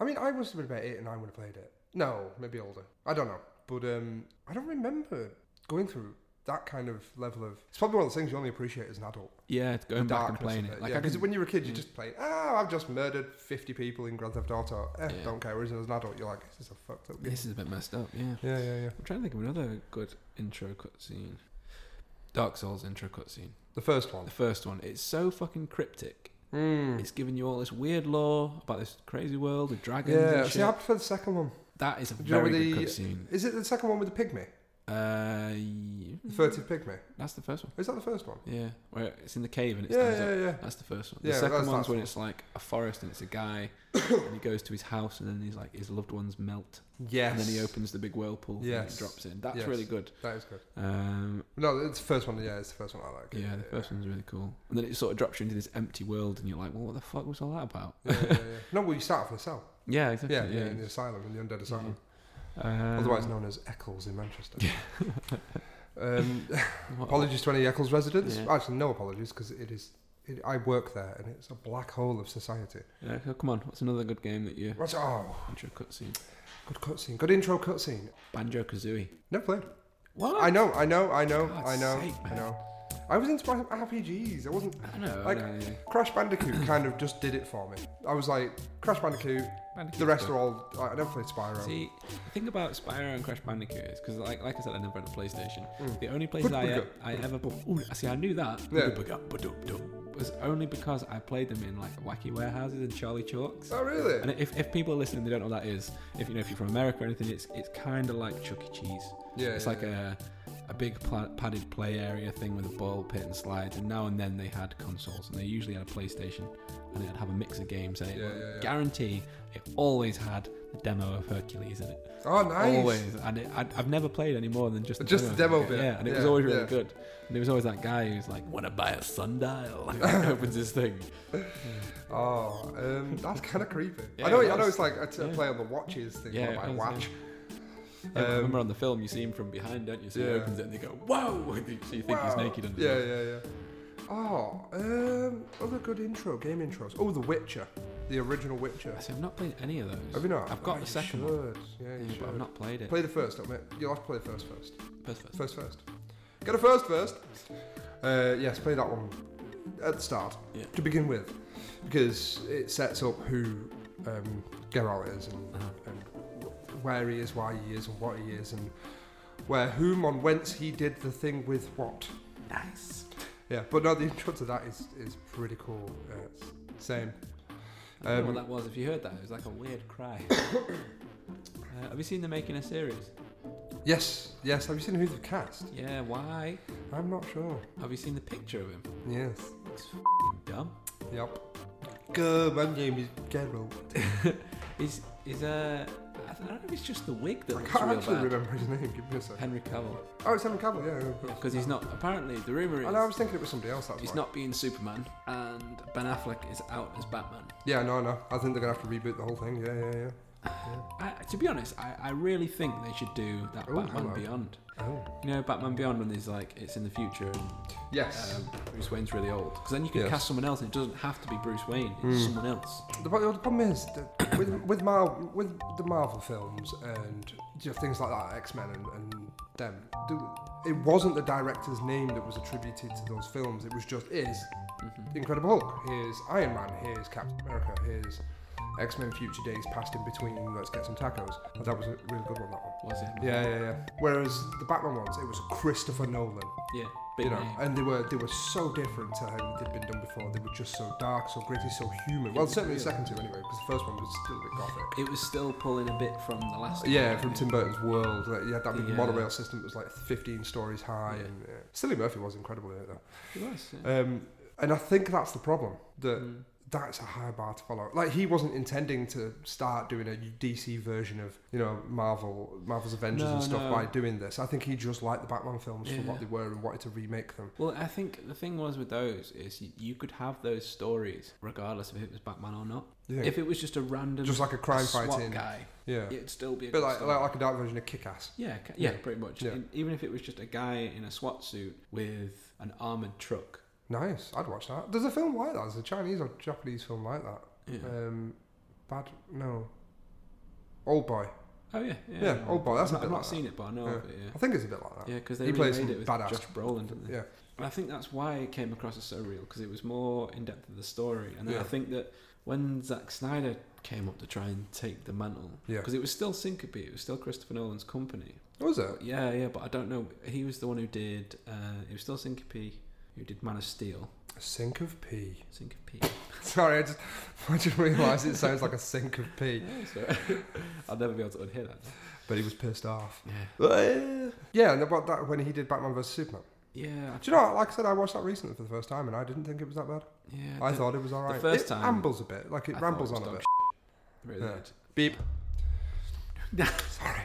[SPEAKER 2] I mean, I must have been about eight and I would have played it. No, maybe older. I don't know. But um, I don't remember going through that kind of level of. It's probably one of the things you only appreciate as an adult.
[SPEAKER 1] Yeah, it's going back and
[SPEAKER 2] darkness
[SPEAKER 1] playing
[SPEAKER 2] of
[SPEAKER 1] it. Like
[SPEAKER 2] yeah,
[SPEAKER 1] I
[SPEAKER 2] because
[SPEAKER 1] can, Mm.
[SPEAKER 2] when you were a kid, you
[SPEAKER 1] yeah.
[SPEAKER 2] just played. Ah, I've just murdered fifty people in Grand Theft Auto. Eh,
[SPEAKER 1] Yeah.
[SPEAKER 2] Don't care. Whereas as an adult, you're like, this is a fucked up game.
[SPEAKER 1] this is a bit messed up. Yeah,
[SPEAKER 2] Yeah, yeah, yeah.
[SPEAKER 1] I'm trying to think of another good intro cutscene. Dark Souls intro cutscene.
[SPEAKER 2] The first one.
[SPEAKER 1] The first one. It's so fucking cryptic.
[SPEAKER 2] Mm.
[SPEAKER 1] It's giving you all this weird lore about this crazy world with dragons.
[SPEAKER 2] Yeah.
[SPEAKER 1] and
[SPEAKER 2] See,
[SPEAKER 1] shit.
[SPEAKER 2] I prefer the second one.
[SPEAKER 1] that is a
[SPEAKER 2] Do you know
[SPEAKER 1] very
[SPEAKER 2] where
[SPEAKER 1] good
[SPEAKER 2] the-
[SPEAKER 1] cutscene.
[SPEAKER 2] Is it the second one with the pygmy?
[SPEAKER 1] Uh, yeah.
[SPEAKER 2] The furtive pygmy.
[SPEAKER 1] That's the first one.
[SPEAKER 2] Is that the first one?
[SPEAKER 1] Yeah, where it's in the cave and it
[SPEAKER 2] Yeah,
[SPEAKER 1] stands up.
[SPEAKER 2] yeah, yeah.
[SPEAKER 1] That's the first one.
[SPEAKER 2] Yeah,
[SPEAKER 1] the second
[SPEAKER 2] that's-
[SPEAKER 1] one's
[SPEAKER 2] that's
[SPEAKER 1] when
[SPEAKER 2] one.
[SPEAKER 1] it's like a forest and it's a guy and he goes to his house and then he's like his loved ones melt
[SPEAKER 2] Yes.
[SPEAKER 1] and then he opens the big whirlpool thing and
[SPEAKER 2] Yes.
[SPEAKER 1] it drops in. That's
[SPEAKER 2] Yes.
[SPEAKER 1] really good.
[SPEAKER 2] That is good.
[SPEAKER 1] Um,
[SPEAKER 2] No, it's the first one. Yeah, it's the first one I like.
[SPEAKER 1] yeah, the first one's really cool. And then it sort of drops you into this empty world and you're like, well, what the fuck was all that about?
[SPEAKER 2] Yeah, yeah, yeah. no, well, you start off in a cell.
[SPEAKER 1] Yeah, exactly.
[SPEAKER 2] Yeah, yeah, in the asylum, in the undead asylum.
[SPEAKER 1] Yeah. Um,
[SPEAKER 2] otherwise known as Eccles in Manchester. um, apologies to any Eccles residents.
[SPEAKER 1] Yeah.
[SPEAKER 2] Actually, no apologies because it is. It, I work there, and it's a black hole of society.
[SPEAKER 1] Yeah, so come on, what's another good game that you?
[SPEAKER 2] What's oh,
[SPEAKER 1] Banjo cutscene.
[SPEAKER 2] good cutscene, good intro cutscene.
[SPEAKER 1] Banjo Kazooie.
[SPEAKER 2] Never played.
[SPEAKER 1] What?
[SPEAKER 2] I know, I know, I know,
[SPEAKER 1] God's
[SPEAKER 2] I know,
[SPEAKER 1] sake,
[SPEAKER 2] I
[SPEAKER 1] man.
[SPEAKER 2] know. I was into RPGs. I wasn't
[SPEAKER 1] I know.
[SPEAKER 2] like
[SPEAKER 1] I know, Oh, yeah.
[SPEAKER 2] Crash Bandicoot. Kind of just did it for me. I was like Crash Bandicoot. The rest are all. I never played Spyro.
[SPEAKER 1] See, the thing about Spyro and Crash Bandicoot is because, like, like I said, I never had a PlayStation.
[SPEAKER 2] Mm.
[SPEAKER 1] The only place
[SPEAKER 2] Good
[SPEAKER 1] that I,
[SPEAKER 2] bugger.
[SPEAKER 1] I ever ooh, see, I knew that
[SPEAKER 2] Yeah.
[SPEAKER 1] was only because I played them in like wacky warehouses and Charlie Chalks.
[SPEAKER 2] oh really?
[SPEAKER 1] And if, if people are listening, they don't know what that is. If you know, if you're from America or anything, it's it's kind of like Chuck E. Cheese.
[SPEAKER 2] Yeah,
[SPEAKER 1] it's
[SPEAKER 2] yeah,
[SPEAKER 1] like a a big pla- padded play area thing with a ball pit and slides. And now and then they had consoles, and they usually had a PlayStation, and it'd have a mix of games. And it
[SPEAKER 2] Yeah,
[SPEAKER 1] would
[SPEAKER 2] yeah, yeah.
[SPEAKER 1] guarantee it always had the demo of Hercules in it.
[SPEAKER 2] Oh nice.
[SPEAKER 1] Always, and it, I, I've never played any more than just the
[SPEAKER 2] Just the
[SPEAKER 1] demo,
[SPEAKER 2] demo bit.
[SPEAKER 1] Yeah, and it was
[SPEAKER 2] Yeah,
[SPEAKER 1] always really
[SPEAKER 2] yeah.
[SPEAKER 1] good. And there was always that guy who's like, "Want to buy a sundial?" And opens his thing.
[SPEAKER 2] Oh, um, that's kind of creepy.
[SPEAKER 1] Yeah,
[SPEAKER 2] I know.
[SPEAKER 1] it
[SPEAKER 2] I know.
[SPEAKER 1] was.
[SPEAKER 2] It's like I t-
[SPEAKER 1] Yeah.
[SPEAKER 2] play on the watches thing.
[SPEAKER 1] Yeah,
[SPEAKER 2] Yeah,
[SPEAKER 1] it
[SPEAKER 2] my
[SPEAKER 1] was,
[SPEAKER 2] watch.
[SPEAKER 1] Yeah,
[SPEAKER 2] Um,
[SPEAKER 1] remember on the film, you see him from behind, don't you? So
[SPEAKER 2] Yeah.
[SPEAKER 1] he opens it and they go, "Whoa!" And you- So you think he's
[SPEAKER 2] Wow.
[SPEAKER 1] naked under
[SPEAKER 2] Yeah,
[SPEAKER 1] there.
[SPEAKER 2] yeah, yeah. Oh, um, other good intro game intros. Oh, The Witcher, the original Witcher.
[SPEAKER 1] I see, I've not played any of those.
[SPEAKER 2] Have you not?
[SPEAKER 1] I've got
[SPEAKER 2] Oh,
[SPEAKER 1] the
[SPEAKER 2] you
[SPEAKER 1] second one,
[SPEAKER 2] should. Yeah, you
[SPEAKER 1] yeah, but I've
[SPEAKER 2] should.
[SPEAKER 1] not played it.
[SPEAKER 2] Play the first, admit. You'll have to play the first first.
[SPEAKER 1] First, first.
[SPEAKER 2] First first. Get a first first. Uh, yes, play that one at the start
[SPEAKER 1] Yeah.
[SPEAKER 2] to begin with, because it sets up who um, Geralt is and,
[SPEAKER 1] Uh-huh.
[SPEAKER 2] and where he is, why he is, and what he is, and where whom on whence he did the thing with what.
[SPEAKER 3] Nice.
[SPEAKER 2] Yeah, but no, the intro to that is is pretty cool. Uh, it's same.
[SPEAKER 1] I don't know
[SPEAKER 2] Um,
[SPEAKER 1] what that was. If you heard that, it was like a weird cry. Uh, have you seen them making a series?
[SPEAKER 2] Yes, yes. Have you seen who they've cast?
[SPEAKER 1] Yeah, why?
[SPEAKER 2] I'm not sure.
[SPEAKER 1] Have you seen the picture of him?
[SPEAKER 2] Yes.
[SPEAKER 1] Looks f***ing dumb.
[SPEAKER 2] Yep. Good. My name is Geralt.
[SPEAKER 1] Is is uh, I don't know if it's just the wig that
[SPEAKER 2] I
[SPEAKER 1] looks
[SPEAKER 2] can't
[SPEAKER 1] real
[SPEAKER 2] actually
[SPEAKER 1] bad.
[SPEAKER 2] remember his name. Give me a second.
[SPEAKER 1] Henry Cavill,
[SPEAKER 2] Oh, it's Henry Cavill. Yeah. yeah, yeah.
[SPEAKER 1] because he's not. Apparently, the rumor is
[SPEAKER 2] I know. I was thinking it was somebody else. That's
[SPEAKER 1] he's
[SPEAKER 2] why.
[SPEAKER 1] not being Superman, and Ben Affleck is out as Batman.
[SPEAKER 2] Yeah. No. No. I think they're gonna have to reboot the whole thing. Yeah. Yeah. Yeah.
[SPEAKER 1] I, to be honest, I, I really think they should do that
[SPEAKER 2] Oh,
[SPEAKER 1] Batman
[SPEAKER 2] hello.
[SPEAKER 1] Beyond.
[SPEAKER 2] Oh.
[SPEAKER 1] You know, Batman Beyond when there's like it's in the future and
[SPEAKER 2] Yes.
[SPEAKER 1] um, Bruce Wayne's really old. Because then you can
[SPEAKER 2] Yes.
[SPEAKER 1] cast someone else, and it doesn't have to be Bruce Wayne. It's
[SPEAKER 2] Mm.
[SPEAKER 1] someone else.
[SPEAKER 2] The, pro- the problem is that with with Marvel with the Marvel films and you know, things like that, X Men and, and them. the- It wasn't the director's name that was attributed to those films. It was just is
[SPEAKER 1] Mhm.
[SPEAKER 2] Incredible Hulk. Here's Iron Man. Here's Captain America. Here's X Men Future Days passed in between. Let's get some tacos. That was a really good one. That one.
[SPEAKER 1] Was it?
[SPEAKER 2] Yeah, yeah, yeah. Whereas the Batman ones, it was Christopher Nolan,
[SPEAKER 1] Yeah. Big
[SPEAKER 2] you know,
[SPEAKER 1] name.
[SPEAKER 2] and they were they were so different to how they'd been done before. They were just so dark, so gritty, so human. Well, certainly the second two anyway, because the first one was still a bit gothic.
[SPEAKER 1] It was still pulling a bit from the last.
[SPEAKER 2] Yeah,
[SPEAKER 1] one.
[SPEAKER 2] from Tim Burton's world, like, you had that big
[SPEAKER 1] Yeah.
[SPEAKER 2] monorail system that was like 15 stories high,
[SPEAKER 1] Yeah.
[SPEAKER 2] and yeah. Silly Murphy was incredible in it though.
[SPEAKER 1] It was, yeah.
[SPEAKER 2] Um, and I think that's the problem that
[SPEAKER 1] Mm.
[SPEAKER 2] that's a high bar to follow. Like he wasn't intending to start doing a DC version of you know Marvel, Marvel's Avengers
[SPEAKER 1] No,
[SPEAKER 2] and stuff
[SPEAKER 1] no.
[SPEAKER 2] by doing this. I think he just liked the Batman films for
[SPEAKER 1] Yeah.
[SPEAKER 2] what they were and wanted to remake them.
[SPEAKER 1] Well, I think the thing was with those is you, you could have those stories regardless if it was Batman or not.
[SPEAKER 2] Yeah.
[SPEAKER 1] If it was just a random
[SPEAKER 2] just like a crime
[SPEAKER 1] SWAT
[SPEAKER 2] fighting,
[SPEAKER 1] guy,
[SPEAKER 2] yeah,
[SPEAKER 1] it'd still be a
[SPEAKER 2] but
[SPEAKER 1] good
[SPEAKER 2] like,
[SPEAKER 1] story.
[SPEAKER 2] like like a dark version of Kick Ass.
[SPEAKER 1] Yeah, ca- yeah,
[SPEAKER 2] Yeah.
[SPEAKER 1] pretty much.
[SPEAKER 2] Yeah.
[SPEAKER 1] And even if it was just a guy in a SWAT suit with an armored truck.
[SPEAKER 2] Nice, I'd watch that. There's a film like that. There's a Chinese or Japanese film like that.
[SPEAKER 1] Yeah.
[SPEAKER 2] Um, bad no. Old boy.
[SPEAKER 1] oh yeah, yeah.
[SPEAKER 2] yeah, Old Boy, that's
[SPEAKER 1] I've not,
[SPEAKER 2] a bit
[SPEAKER 1] I've not
[SPEAKER 2] like
[SPEAKER 1] seen it, but I know
[SPEAKER 2] Yeah.
[SPEAKER 1] of it.
[SPEAKER 2] I
[SPEAKER 1] Yeah,
[SPEAKER 2] think it's a bit like that.
[SPEAKER 1] yeah, because they
[SPEAKER 2] He plays
[SPEAKER 1] remade it
[SPEAKER 2] some
[SPEAKER 1] with
[SPEAKER 2] badass-
[SPEAKER 1] Josh Brolin, didn't they?
[SPEAKER 2] Yeah.
[SPEAKER 1] And I think that's why it came across as so real because it was more in depth of the story. And then I
[SPEAKER 2] Yeah.
[SPEAKER 1] think that when Zack Snyder came up to try and take the mantle,
[SPEAKER 2] Yeah.
[SPEAKER 1] because it was still Syncope, it was still Christopher Nolan's company.
[SPEAKER 2] Was it?
[SPEAKER 1] But yeah, yeah, but I don't know. He was the one who did. Uh, it was still Syncope who did Man of Steel.
[SPEAKER 2] Sink of pee.
[SPEAKER 1] Syncope.
[SPEAKER 2] Sorry, I just, I just realised it sounds like a sink of pee.
[SPEAKER 1] yeah, so I'll never be able to unhear that.
[SPEAKER 2] But he was pissed off.
[SPEAKER 1] Yeah.
[SPEAKER 2] Yeah, and about that when he did Batman vs Superman.
[SPEAKER 1] Yeah.
[SPEAKER 2] Do you know? what? Like I said, I watched that recently for the first time, and I didn't think it was that bad.
[SPEAKER 1] Yeah.
[SPEAKER 2] I thought it was alright.
[SPEAKER 1] first
[SPEAKER 2] it
[SPEAKER 1] time-
[SPEAKER 2] rambles a bit, like it
[SPEAKER 1] I thought
[SPEAKER 2] rambles
[SPEAKER 1] it was
[SPEAKER 2] on a
[SPEAKER 1] dog
[SPEAKER 2] bit.
[SPEAKER 1] shit, Really
[SPEAKER 2] Yeah.
[SPEAKER 1] did.
[SPEAKER 2] Beep.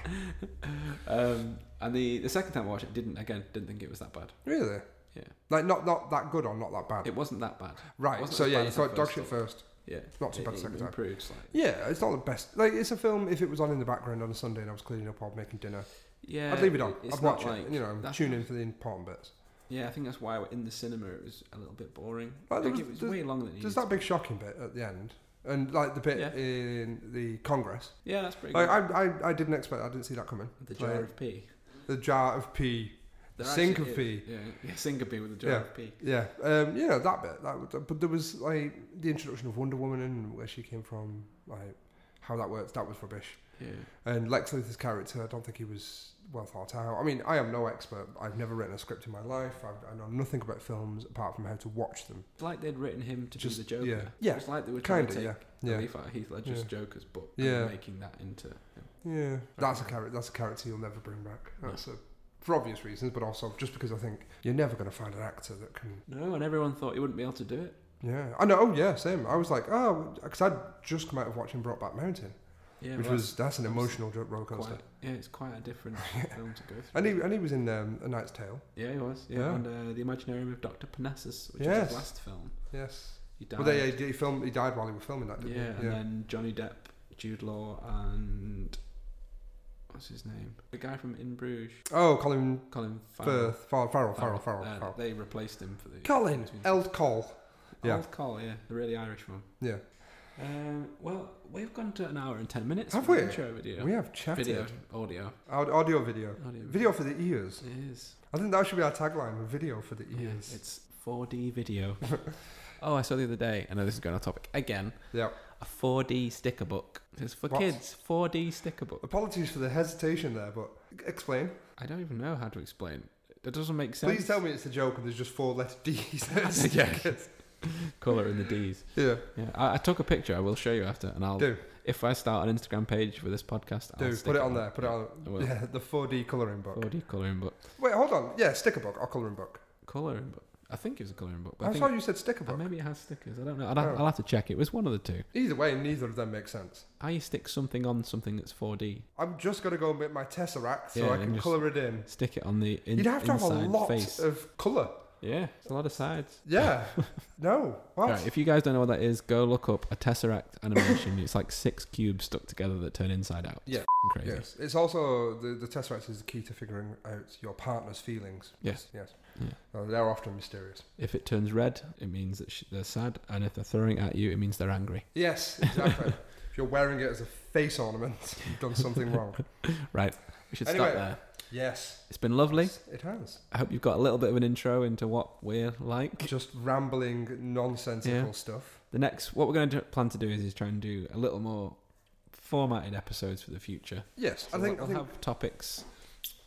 [SPEAKER 1] Um, and the, the second time I watched it, didn't again didn't think it was that bad.
[SPEAKER 2] Really?
[SPEAKER 1] Yeah.
[SPEAKER 2] Like not not that good or not that bad.
[SPEAKER 1] It wasn't that bad.
[SPEAKER 2] right.
[SPEAKER 1] wasn't
[SPEAKER 2] So
[SPEAKER 1] as
[SPEAKER 2] yeah,
[SPEAKER 1] bad
[SPEAKER 2] you
[SPEAKER 1] as I
[SPEAKER 2] thought dog
[SPEAKER 1] first
[SPEAKER 2] shit
[SPEAKER 1] thought.
[SPEAKER 2] first.
[SPEAKER 1] Yeah.
[SPEAKER 2] Not too
[SPEAKER 1] It-
[SPEAKER 2] bad
[SPEAKER 1] it
[SPEAKER 2] second time.
[SPEAKER 1] improved slightly.
[SPEAKER 2] Yeah, it's not the best. Like it's a film. If it was on in the background on a Sunday and I was cleaning up or making dinner,
[SPEAKER 1] Yeah.
[SPEAKER 2] I'd leave it on.
[SPEAKER 1] it's
[SPEAKER 2] I'd watch
[SPEAKER 1] not
[SPEAKER 2] it.
[SPEAKER 1] like-
[SPEAKER 2] You know,
[SPEAKER 1] that's
[SPEAKER 2] tune
[SPEAKER 1] not-
[SPEAKER 2] in for the important bits.
[SPEAKER 1] Yeah, I think that's why in the cinema it was a little bit boring.
[SPEAKER 2] Well, there
[SPEAKER 1] Like,
[SPEAKER 2] was-
[SPEAKER 1] it was
[SPEAKER 2] there's-
[SPEAKER 1] way longer than it needed
[SPEAKER 2] There's that
[SPEAKER 1] to
[SPEAKER 2] big
[SPEAKER 1] be.
[SPEAKER 2] shocking bit at the end, and like the bit
[SPEAKER 1] Yeah.
[SPEAKER 2] in the Congress.
[SPEAKER 1] Yeah, that's pretty
[SPEAKER 2] Like
[SPEAKER 1] good.
[SPEAKER 2] I, I, I didn't expect. I didn't see that coming.
[SPEAKER 1] the jar
[SPEAKER 2] like-
[SPEAKER 1] of pee.
[SPEAKER 2] The jar of pee.
[SPEAKER 1] There actually is-
[SPEAKER 2] Syncope.
[SPEAKER 1] Yeah, yeah, syncope with the jar
[SPEAKER 2] Yeah.
[SPEAKER 1] of pee.
[SPEAKER 2] Yeah, um, yeah, that bit. That, would- but there was like the introduction of Wonder Woman and where she came from, like how that works. That was rubbish.
[SPEAKER 1] Yeah.
[SPEAKER 2] And Lex Luthor's character, I don't think he was well thought out. I mean, I am no expert. I've never written a script in my life. I've, I know nothing about films apart from how to watch them.
[SPEAKER 1] It's like they'd written him to
[SPEAKER 2] Just-
[SPEAKER 1] be the Joker.
[SPEAKER 2] yeah. Yeah,
[SPEAKER 1] It's like they were trying
[SPEAKER 2] Kind
[SPEAKER 1] to
[SPEAKER 2] of, yeah,
[SPEAKER 1] take
[SPEAKER 2] yeah,
[SPEAKER 1] relief out of Heath Ledger's
[SPEAKER 2] Yeah.
[SPEAKER 1] Joker's book
[SPEAKER 2] Yeah.
[SPEAKER 1] and making that into.
[SPEAKER 2] yeah. That's a character. That's a character you'll never bring back. That's a, for obvious reasons, but also just because I think you're never going to find an actor that can.
[SPEAKER 1] No, and everyone thought he wouldn't be able to do it.
[SPEAKER 2] Yeah, I know. Oh yeah, same. I was like, oh, because I'd just come out of watching Brought Back Mountain,
[SPEAKER 1] Yeah,
[SPEAKER 2] which
[SPEAKER 1] well,
[SPEAKER 2] was that's an
[SPEAKER 1] that's
[SPEAKER 2] emotional roller
[SPEAKER 1] that's
[SPEAKER 2] coaster.
[SPEAKER 1] quite, yeah, it's quite a different film to go through.
[SPEAKER 2] And he and he was in um, A Knight's Tale.
[SPEAKER 1] yeah, he was. Yeah,
[SPEAKER 2] Yeah.
[SPEAKER 1] and uh, the Imaginarium of Doctor Parnassus, which is
[SPEAKER 2] Yes.
[SPEAKER 1] his last film.
[SPEAKER 2] Yes.
[SPEAKER 1] He died.
[SPEAKER 2] Well, they, he filmed. He died while he was filming that.
[SPEAKER 1] yeah,
[SPEAKER 2] Didn't
[SPEAKER 1] and
[SPEAKER 2] He?
[SPEAKER 1] then Johnny Depp, Jude Law, and what's his name? The guy from In Bruges,
[SPEAKER 2] Oh, Colin
[SPEAKER 1] Colin Farrell.
[SPEAKER 2] Firth, Farrell, Farrell, Farrell, Farrell.
[SPEAKER 1] Uh,
[SPEAKER 2] Farrell.
[SPEAKER 1] They replaced him for the
[SPEAKER 2] Colin
[SPEAKER 1] between-
[SPEAKER 2] Eld Cole. Yeah.
[SPEAKER 1] Old Col, yeah, the really Irish one.
[SPEAKER 2] Yeah.
[SPEAKER 1] Um, well, we've gone to an hour and ten minutes.
[SPEAKER 2] Have
[SPEAKER 1] for the
[SPEAKER 2] we?
[SPEAKER 1] Intro video.
[SPEAKER 2] We have chatted.
[SPEAKER 1] video, audio.
[SPEAKER 2] Aud- Audio video.
[SPEAKER 1] audio
[SPEAKER 2] Video for the ears.
[SPEAKER 1] It is.
[SPEAKER 2] I think that should be our tagline video for the
[SPEAKER 1] Yeah,
[SPEAKER 2] ears.
[SPEAKER 1] it's 4D video. oh, I saw the other day. I know this is going off topic again.
[SPEAKER 2] Yeah.
[SPEAKER 1] A 4D sticker book. It's for
[SPEAKER 2] What?
[SPEAKER 1] kids. 4D sticker book.
[SPEAKER 2] Apologies for the hesitation there, but explain.
[SPEAKER 1] I don't even know how to explain. It doesn't make sense.
[SPEAKER 2] Please tell me it's a joke and there's just four letter D's. It's-
[SPEAKER 1] Color in the D's.
[SPEAKER 2] yeah.
[SPEAKER 1] Yeah, I, I took a picture. I will show you after, and I'll
[SPEAKER 2] Do,
[SPEAKER 1] if I start an Instagram page for this podcast, I'll
[SPEAKER 2] do.
[SPEAKER 1] stick
[SPEAKER 2] Put it on there. Put it on.
[SPEAKER 1] I will.
[SPEAKER 2] Yeah, the 4D colouring book.
[SPEAKER 1] 4D coloring book.
[SPEAKER 2] Wait, hold on. Yeah, sticker book or colouring book.
[SPEAKER 1] Coloring book. I think it was a coloring book. But I
[SPEAKER 2] I
[SPEAKER 1] think
[SPEAKER 2] thought you said sticker
[SPEAKER 1] Uh,
[SPEAKER 2] book.
[SPEAKER 1] maybe it has stickers. I don't know. I'll, have-
[SPEAKER 2] Oh.
[SPEAKER 1] I'll have to check. It was one of the two.
[SPEAKER 2] Either way, neither of them make sense.
[SPEAKER 1] How you stick something on something that's 4D?
[SPEAKER 2] I'm just going to go and make my tesseract so
[SPEAKER 1] Yeah,
[SPEAKER 2] I
[SPEAKER 1] and
[SPEAKER 2] can
[SPEAKER 1] just-
[SPEAKER 2] colour it in.
[SPEAKER 1] Stick it on the in,
[SPEAKER 2] You'd have to have a
[SPEAKER 1] inside
[SPEAKER 2] lot
[SPEAKER 1] face.
[SPEAKER 2] of colour.
[SPEAKER 1] yeah, it's a lot of sides.
[SPEAKER 2] Yeah. no. What?
[SPEAKER 1] Right, if you guys don't know what that is, go look up a tesseract animation. it's like six cubes stuck together that turn inside out. It's
[SPEAKER 2] Yeah.
[SPEAKER 1] f***ing crazy.
[SPEAKER 2] Yes, it's also the the tesseract is the key to figuring out your partner's feelings.
[SPEAKER 1] Yes.
[SPEAKER 2] yes,
[SPEAKER 1] Yeah.
[SPEAKER 2] Uh, they're often mysterious.
[SPEAKER 1] If it turns red, it means that sh- they're sad, and if they're throwing it at you, it means they're angry.
[SPEAKER 2] Yes, exactly. if you're wearing it as a face ornament, you've done something wrong.
[SPEAKER 1] Right, we should
[SPEAKER 2] Anyway.
[SPEAKER 1] stop there.
[SPEAKER 2] Yes,
[SPEAKER 1] It's been lovely.
[SPEAKER 2] it has
[SPEAKER 1] I hope you've got a little bit of an intro into what we're like.
[SPEAKER 2] just rambling nonsensical
[SPEAKER 1] Yeah.
[SPEAKER 2] stuff.
[SPEAKER 1] The next, what we're going to plan to do is, is try and do a little more formatted episodes for the future.
[SPEAKER 2] Yes,
[SPEAKER 1] So
[SPEAKER 2] I think.
[SPEAKER 1] we'll
[SPEAKER 2] I think
[SPEAKER 1] have topics.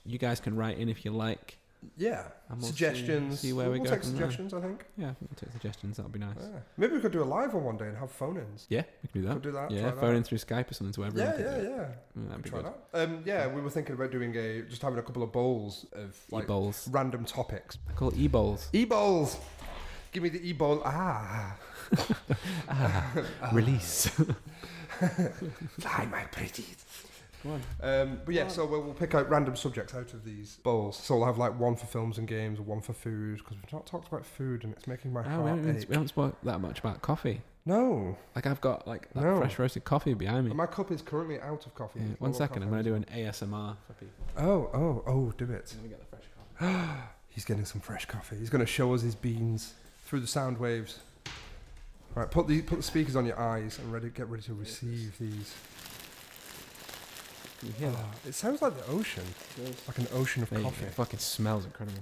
[SPEAKER 1] You guys can write in if you like.
[SPEAKER 2] yeah,
[SPEAKER 1] And we'll see-
[SPEAKER 2] suggestions.
[SPEAKER 1] see where we
[SPEAKER 2] we'll
[SPEAKER 1] go
[SPEAKER 2] take
[SPEAKER 1] from there.
[SPEAKER 2] suggestions. I think.
[SPEAKER 1] Yeah, we can take suggestions. That'd be nice.
[SPEAKER 2] Yeah. Maybe we could do a live one one day and have phone-ins.
[SPEAKER 1] Yeah, we can do
[SPEAKER 2] Could
[SPEAKER 1] that.
[SPEAKER 2] do that.
[SPEAKER 1] Yeah,
[SPEAKER 2] try
[SPEAKER 1] phone in
[SPEAKER 2] that.
[SPEAKER 1] through Skype or something to everyone.
[SPEAKER 2] Yeah,
[SPEAKER 1] can
[SPEAKER 2] yeah,
[SPEAKER 1] do it.
[SPEAKER 2] yeah.
[SPEAKER 1] Mm, that'd be
[SPEAKER 2] Try
[SPEAKER 1] good.
[SPEAKER 2] that. Um, yeah, we were thinking about doing a just having a couple of bowls of
[SPEAKER 1] E
[SPEAKER 2] like
[SPEAKER 1] E-bowls.
[SPEAKER 2] random topics.
[SPEAKER 1] I call it e-bowls.
[SPEAKER 2] E-bowls. Give me the e-bowl. Ah.
[SPEAKER 1] Ah. Release.
[SPEAKER 2] Fly, my pretties.
[SPEAKER 1] Go on.
[SPEAKER 2] Um, but yeah,
[SPEAKER 1] Right.
[SPEAKER 2] so we'll, we'll pick out random subjects out of these bowls. So we'll have like one for films and games, one for food, because we've not talked about food and it's making my
[SPEAKER 1] Oh, we
[SPEAKER 2] heart
[SPEAKER 1] haven't,
[SPEAKER 2] ache.
[SPEAKER 1] we haven't spoke that much about coffee.
[SPEAKER 2] No,
[SPEAKER 1] Like I've got like that
[SPEAKER 2] No.
[SPEAKER 1] fresh roasted coffee behind me.
[SPEAKER 2] my cup is currently out of coffee.
[SPEAKER 1] Yeah,
[SPEAKER 2] There's
[SPEAKER 1] one
[SPEAKER 2] no more
[SPEAKER 1] second, I'm
[SPEAKER 2] coffee.
[SPEAKER 1] going to do an ASMR for people.
[SPEAKER 2] Oh, oh, oh! Do it.
[SPEAKER 1] Let me get the fresh coffee.
[SPEAKER 2] He's getting some fresh coffee. He's going to show us his beans through the sound waves. Right, put the put the speakers on your eyes and ready. Get ready to receive these.
[SPEAKER 1] Can you hear that?
[SPEAKER 2] Oh, it sounds like the ocean, like an ocean of
[SPEAKER 1] There you go.
[SPEAKER 2] coffee.
[SPEAKER 1] It fucking smells incredible.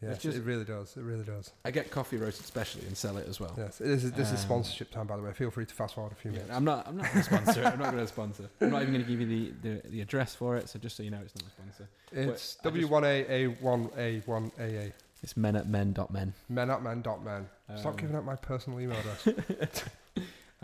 [SPEAKER 2] Yes,
[SPEAKER 1] It's just-
[SPEAKER 2] it really does. It really does.
[SPEAKER 1] I get coffee roasted specially and sell it as well.
[SPEAKER 2] Yes, this is this
[SPEAKER 1] Um,
[SPEAKER 2] is sponsorship time, by the way. Feel free to fast forward a few
[SPEAKER 1] Yeah,
[SPEAKER 2] minutes.
[SPEAKER 1] I'm not. I'm not going to sponsor. it. I'm not going to sponsor. I'm not even going to give you the, the, the address for it. So just so you know, it's not a sponsor.
[SPEAKER 2] It's
[SPEAKER 1] wait, I
[SPEAKER 2] W
[SPEAKER 1] just-
[SPEAKER 2] one A A one A one A A.
[SPEAKER 1] It's men at men dot men.
[SPEAKER 2] Men at men dot men. Stop
[SPEAKER 1] Um,
[SPEAKER 2] giving out my personal email address.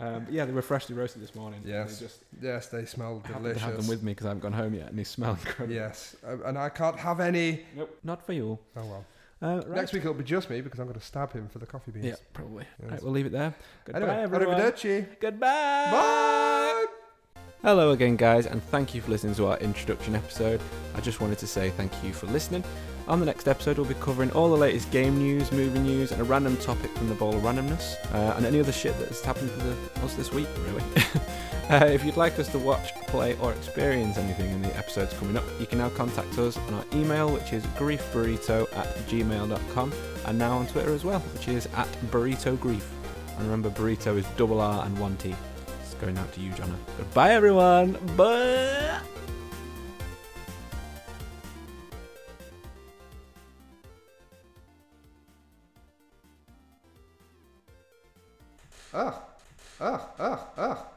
[SPEAKER 1] Um, but yeah, they were freshly roasted this morning.
[SPEAKER 2] Yes.
[SPEAKER 1] They just
[SPEAKER 2] yes, they smell
[SPEAKER 1] I happened to
[SPEAKER 2] delicious.
[SPEAKER 1] have them with me because I haven't gone home yet, and they smell incredible.
[SPEAKER 2] yes, um, and I can't have any.
[SPEAKER 1] Nope. Not for you. all.
[SPEAKER 2] Oh well.
[SPEAKER 1] Uh, right.
[SPEAKER 2] Next week it'll be just me because I'm going to stab him for the coffee beans.
[SPEAKER 1] Yeah, probably.
[SPEAKER 2] Yes.
[SPEAKER 1] Right, we'll leave it there. Goodbye,
[SPEAKER 2] Anyway,
[SPEAKER 1] everyone.
[SPEAKER 2] arrivederci.
[SPEAKER 1] Goodbye.
[SPEAKER 2] Bye.
[SPEAKER 1] Hello again, guys, and thank you for listening to our introduction episode. I just wanted to say thank you for listening. On the next episode, we'll be covering all the latest game news, movie news, and a random topic from the Bowl of Randomness, uh, and any other shit that has happened to the, us this week, really. uh, if you'd like us to watch, play, or experience anything in the episodes coming up, you can now contact us on our email, which is griefburrito at gmail.com, and now on Twitter as well, which is at burrito grief. And remember, burrito is double R and one T. It's going out to you, Jonna. Goodbye, everyone. Bye.
[SPEAKER 2] Ah, ah, ah, ah.